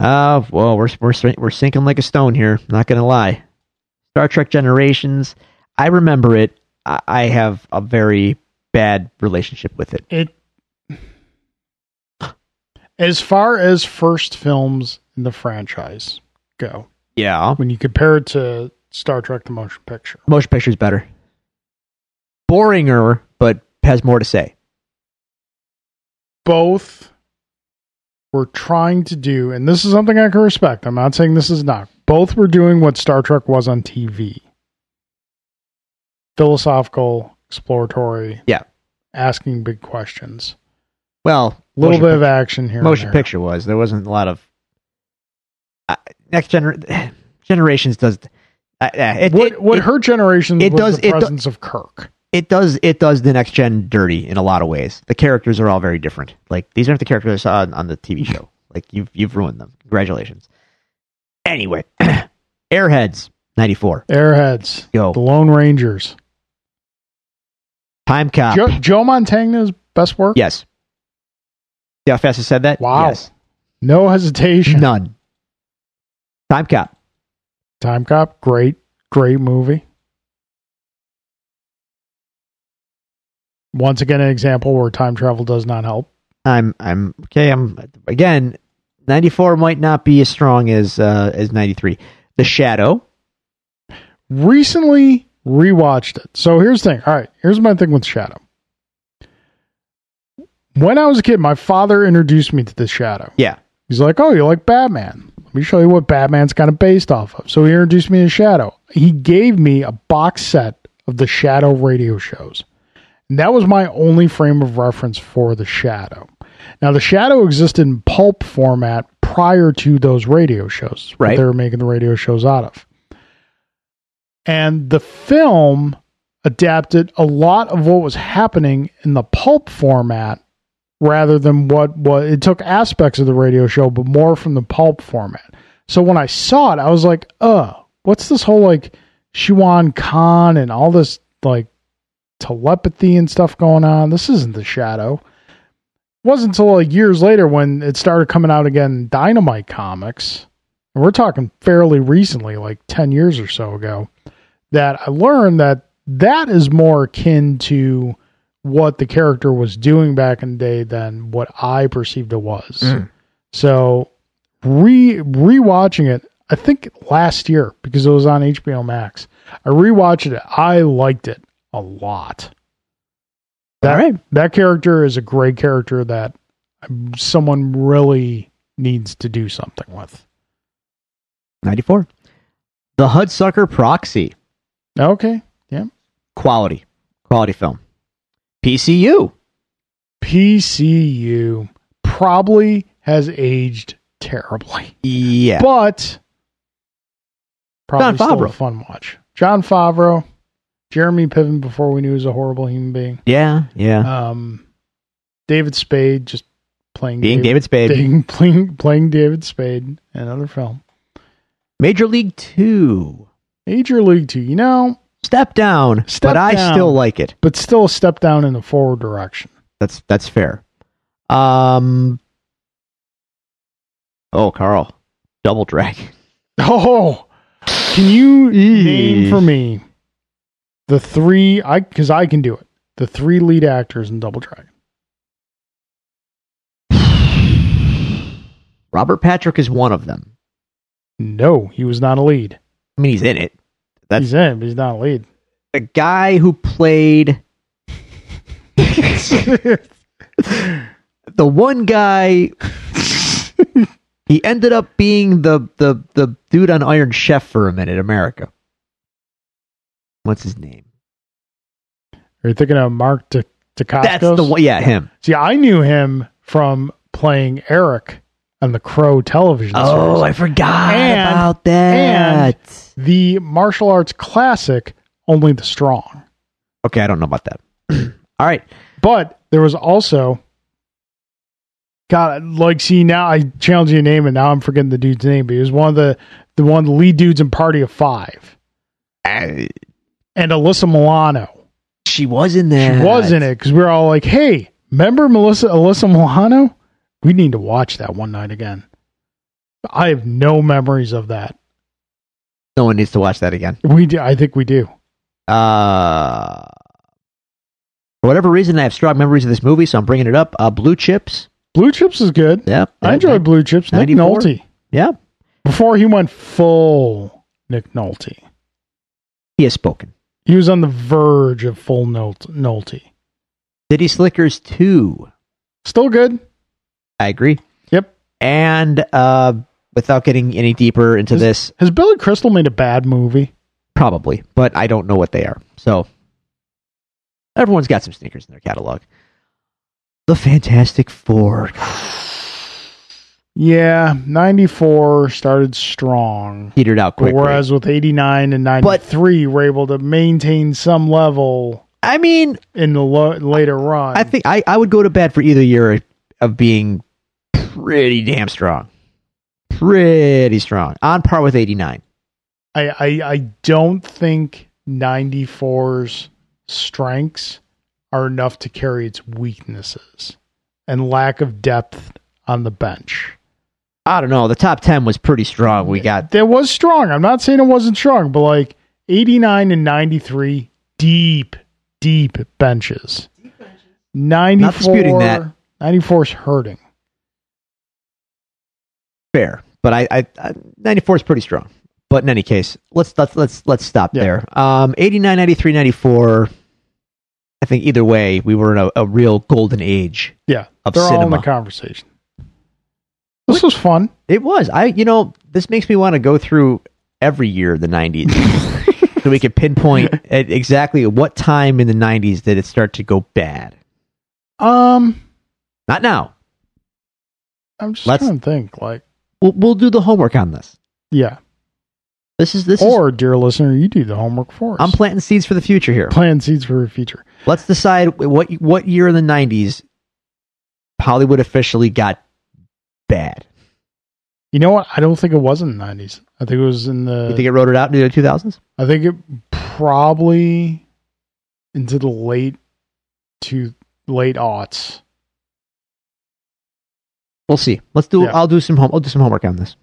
B: Uh, well, we're, we're, sin- we're sinking like a stone here. Not going to lie. Star Trek Generations. I remember it. I, I have a very bad relationship with it.
A: It. As far as first films in the franchise go,
B: Yeah.
A: when you compare it to Star Trek: The Motion Picture,
B: Motion picture's better. Boringer, but has more to say.
A: both were trying to do, and this is something I can respect. I'm not saying this is not. Both were doing what Star Trek was on TV philosophical, exploratory.
B: Yeah.
A: Asking big questions.
B: Well,
A: A little
B: motion
A: bit of action here. and
B: motion
A: there.
B: picture was. There wasn't a lot of uh, next gener generations does. Uh, uh, it,
A: What,
B: it,
A: what
B: it,
A: hurt generation
B: it
A: was
B: does-
A: the
B: it do-
A: presence of Kirk.
B: it does it does the next gen dirty in a lot of ways. The characters are all very different. Like these aren't the characters I saw on, on the TV
A: Mm-hmm.
B: show. Like you've you've ruined them. Congratulations. Anyway, Airheads ninety four.
A: Airheads,
B: Go
A: the Lone Rangers.
B: time cop.
A: Joe, Joe Montagna's best work?
B: Yes. See how fast I said that?
A: Wow.
B: Yes.
A: No hesitation.
B: None. Time cop.
A: Time Cop, great, great movie. Once again, an example where time travel does not help.
B: I'm I'm okay. I'm again. Ninety four might not be as strong as uh, as ninety three. The Shadow.
A: Recently rewatched it. So here's the thing. All right, here's my thing with Shadow. When I was a kid, my father introduced me to the Shadow.
B: Yeah.
A: He's like, "Oh, you like Batman? Let me show you what Batman's kind of based off of." So he introduced me to Shadow. He gave me a box set of the Shadow radio shows. And that was my only frame of reference for the Shadow. Now, the Shadow existed in pulp format prior to those radio shows. what
B: Right.
A: they were making the radio shows out of, and the film adapted a lot of what was happening in the pulp format rather than what was it took aspects of the radio show but more from the pulp format so when i saw it i was like uh what's this whole like shiwan khan and all this like telepathy and stuff going on this isn't the shadow it wasn't until like years later when it started coming out again in dynamite comics and we're talking fairly recently like 10 years or so ago that i learned that that is more akin to what the character was doing back in the day than what I perceived it was.
B: Mm.
A: So re rewatching it, I think last year because it was on HBO Max. I rewatched it. I liked it a lot. That,
B: All right.
A: that character is a great character that someone really needs to do something with.
B: Ninety four. The Hudsucker Proxy.
A: Okay.
B: Quality. Quality film. PCU.
A: PCU probably has aged terribly,
B: Yeah.
A: but probably
B: Jon
A: still a
B: Favreau.
A: fun watch. John Favreau, Jeremy Piven before we knew he was a horrible human being.
B: yeah. Yeah.
A: Um, David Spade just playing
B: Being David Spade.
A: Playing, playing playing David Spade. Another film,
B: Major League 2.
A: Major League Two. You know,
B: Step down.
A: Step
B: but I
A: down.
B: still like it.
A: but still a step down in the forward direction.
B: That's that's fair. Um Oh, Carl. Double Dragon.
A: Oh, can you
B: Eesh.
A: name for me the three? I because I can do it. The three lead actors in Double Dragon.
B: Robert Patrick is one of them.
A: No, he was not a lead.
B: I mean, he's in it. That's-
A: he's in, it, but he's not a lead.
B: The guy who played the one guy he ended up being the the the dude on Iron Chef for a minute, America. What's his name?
A: Are you thinking of Mark Dacascos?
B: That's the one. Yeah, him.
A: See, I knew him from playing Eric on the Crow television
B: Oh,
A: series.
B: I forgot
A: And-
B: about that.
A: The martial arts classic, Only the Strong.
B: okay, I don't know about that. All right.
A: But there was also, God, like, see, now I challenge you to name it. Now I'm forgetting the dude's name, but he was one of the, the one of the lead dudes in Party of Five.
B: Uh,
A: And Alyssa Milano.
B: she was in
A: She
B: there.
A: was in it because we were all like, hey, remember Melissa Alyssa Milano? We need to watch that one night again. I have no memories of that.
B: No one needs to watch that again.
A: We do. I think we do.
B: Uh, for whatever reason, I have strong memories of this movie, so I'm bringing it up. Uh, Blue Chips.
A: Blue Chips is good.
B: Yep.
A: I enjoy Blue Chips. Nick
B: 94?
A: Nolte.
B: Yeah.
A: Before he went full Nick Nolte,
B: He has spoken.
A: he was on the verge of full Nol- Nolte.
B: City Slickers 2.
A: Still good.
B: I agree.
A: Yep.
B: And uh, without getting any deeper into
A: Is-
B: this,
A: Has Billy Crystal made a bad movie?
B: probably, but I don't know what they are. So everyone's got some sneakers in their catalog. The Fantastic Four.
A: Yeah, 94 started strong.
B: Petered out
A: But
B: quickly.
A: Whereas with 89 and 93, we're able to maintain some level
B: I mean,
A: in the lo- later run.
B: I think I, I would go to bed for either year of being pretty damn strong. Pretty strong. On par with 89.
A: I, I, I don't think 94's strengths are enough to carry its weaknesses and lack of depth on the bench.
B: I don't know. The top 10 was pretty strong. We got
A: That was strong. I'm not saying it wasn't strong, but like 89 and 93, deep, deep benches. 94,
B: Not disputing that.
A: 94's hurting.
B: fair, but I, I, I 94 is pretty strong. But in any case, let's let's let's let's stop
A: Yeah.
B: there. Um 89 93 94 I think either way, we were in a, a real golden age
A: Yeah.
B: of
A: They're all in
B: cinema.
A: the conversation. This was fun.
B: It was. I you know, this makes me want to go through every year of the 90s. so we could pinpoint at exactly what time in the 90s did it start to go bad.
A: Um,
B: Not now.
A: I'm just
B: Let's-
A: trying to think. Like,
B: We'll, we'll do the homework on this.
A: yeah.
B: This is this is
A: or, dear listener, you do the homework for us.
B: I'm planting seeds for the future here.
A: planting seeds for a future.
B: Let's decide what what year in the 90s Hollywood officially got bad.
A: You know what? I don't think it was in the nineties. I think it was in
B: You
A: the.
B: think it wrote it out in the 2000s?
A: I think it probably into the late to late aughts.
B: We'll see. Let's do
A: Yeah.
B: I'll do some home I'll do some homework on this.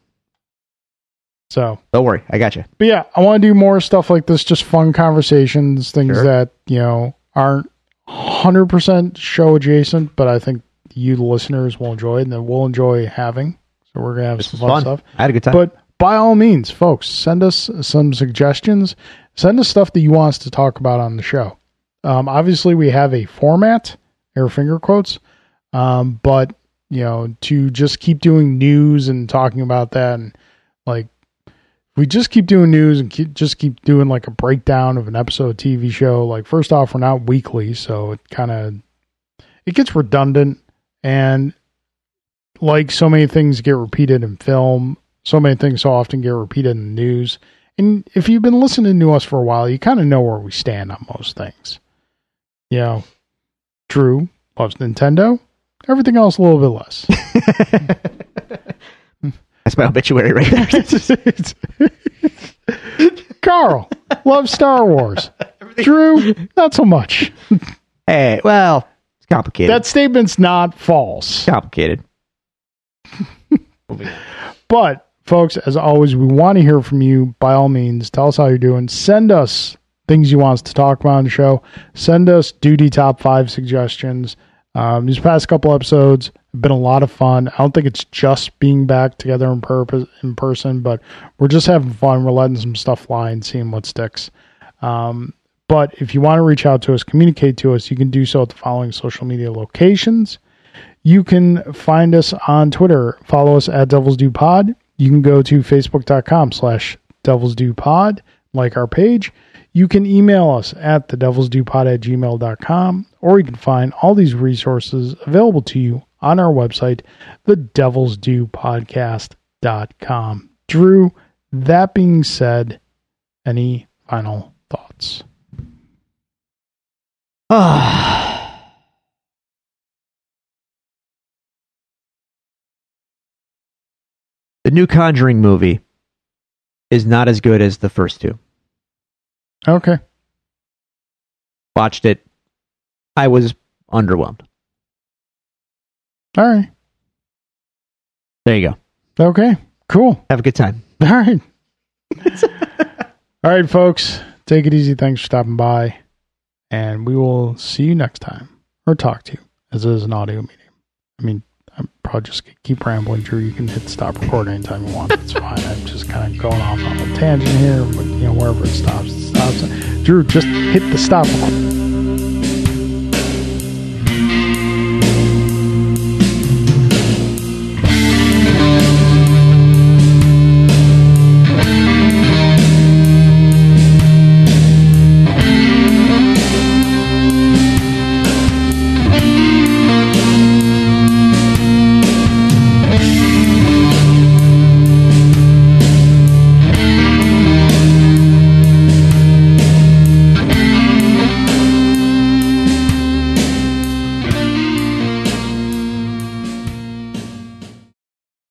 A: So,
B: Don't worry. I got you.
A: but yeah, I want to do more stuff like this. Just fun conversations, things
B: Sure.
A: that you know aren't hundred percent show adjacent, but I think you the listeners will enjoy it, and that we'll enjoy having. So we're gonna have
B: This
A: some
B: was
A: fun,
B: fun.
A: stuff.
B: I had a good time.
A: But by all means, folks, send us some suggestions. Send us stuff that you want us to talk about on the show. Um, obviously, we have a format, air finger quotes, um, but you know, to just keep doing news and talking about that, and like we just keep doing news and keep, just keep doing like a breakdown of an episode of TV show. Like, first off, we're not weekly, so it kind of it gets redundant, and like so many things get repeated in film, so many things so often get repeated in the news. And if you've been listening to us for a while, you kind of know where we stand on most things. You know, Drew loves Nintendo, everything else a little bit less.
B: That's my obituary right there.
A: Carl loves Star Wars. Drew, not so much.
B: hey, well, it's complicated.
A: That statement's not false.
B: complicated.
A: But, folks, as always, we want to hear from you. By all means, tell us how you're doing. Send us things you want us to talk about on the show. Send us duty top five suggestions. Um, these past couple episodes have been a lot of fun. I don't think it's just being back together in purpose in person, but we're just having fun. We're letting some stuff fly and seeing what sticks. Um, but if you want to reach out to us, communicate to us, you can do so at the following social media locations. You can find us on Twitter. Follow us at Devils Do Pod. You can go to facebook.com slash Devils Do Pod, like our page. You can email us at the Devils Do Pod at gmail.com, or you can find all these resources available to you on our website, the Devils Do Podcast.com. Drew, that being said, any final thoughts?
B: Ah. the new Conjuring movie is not as good as the first two.
A: Okay.
B: Watched it. I was underwhelmed.
A: All right.
B: There you go.
A: Okay. Cool.
B: Have a good time.
A: All right. All right, folks. Take it easy. Thanks for stopping by. And we will see you next time or talk to you as it is an audio medium. I mean, I'm probably just gonna keep rambling, Drew. You can hit stop recording anytime you want. That's fine. I'm just kind of going off on a tangent here, but you know, wherever it stops, it stops. Drew, just hit the stop record.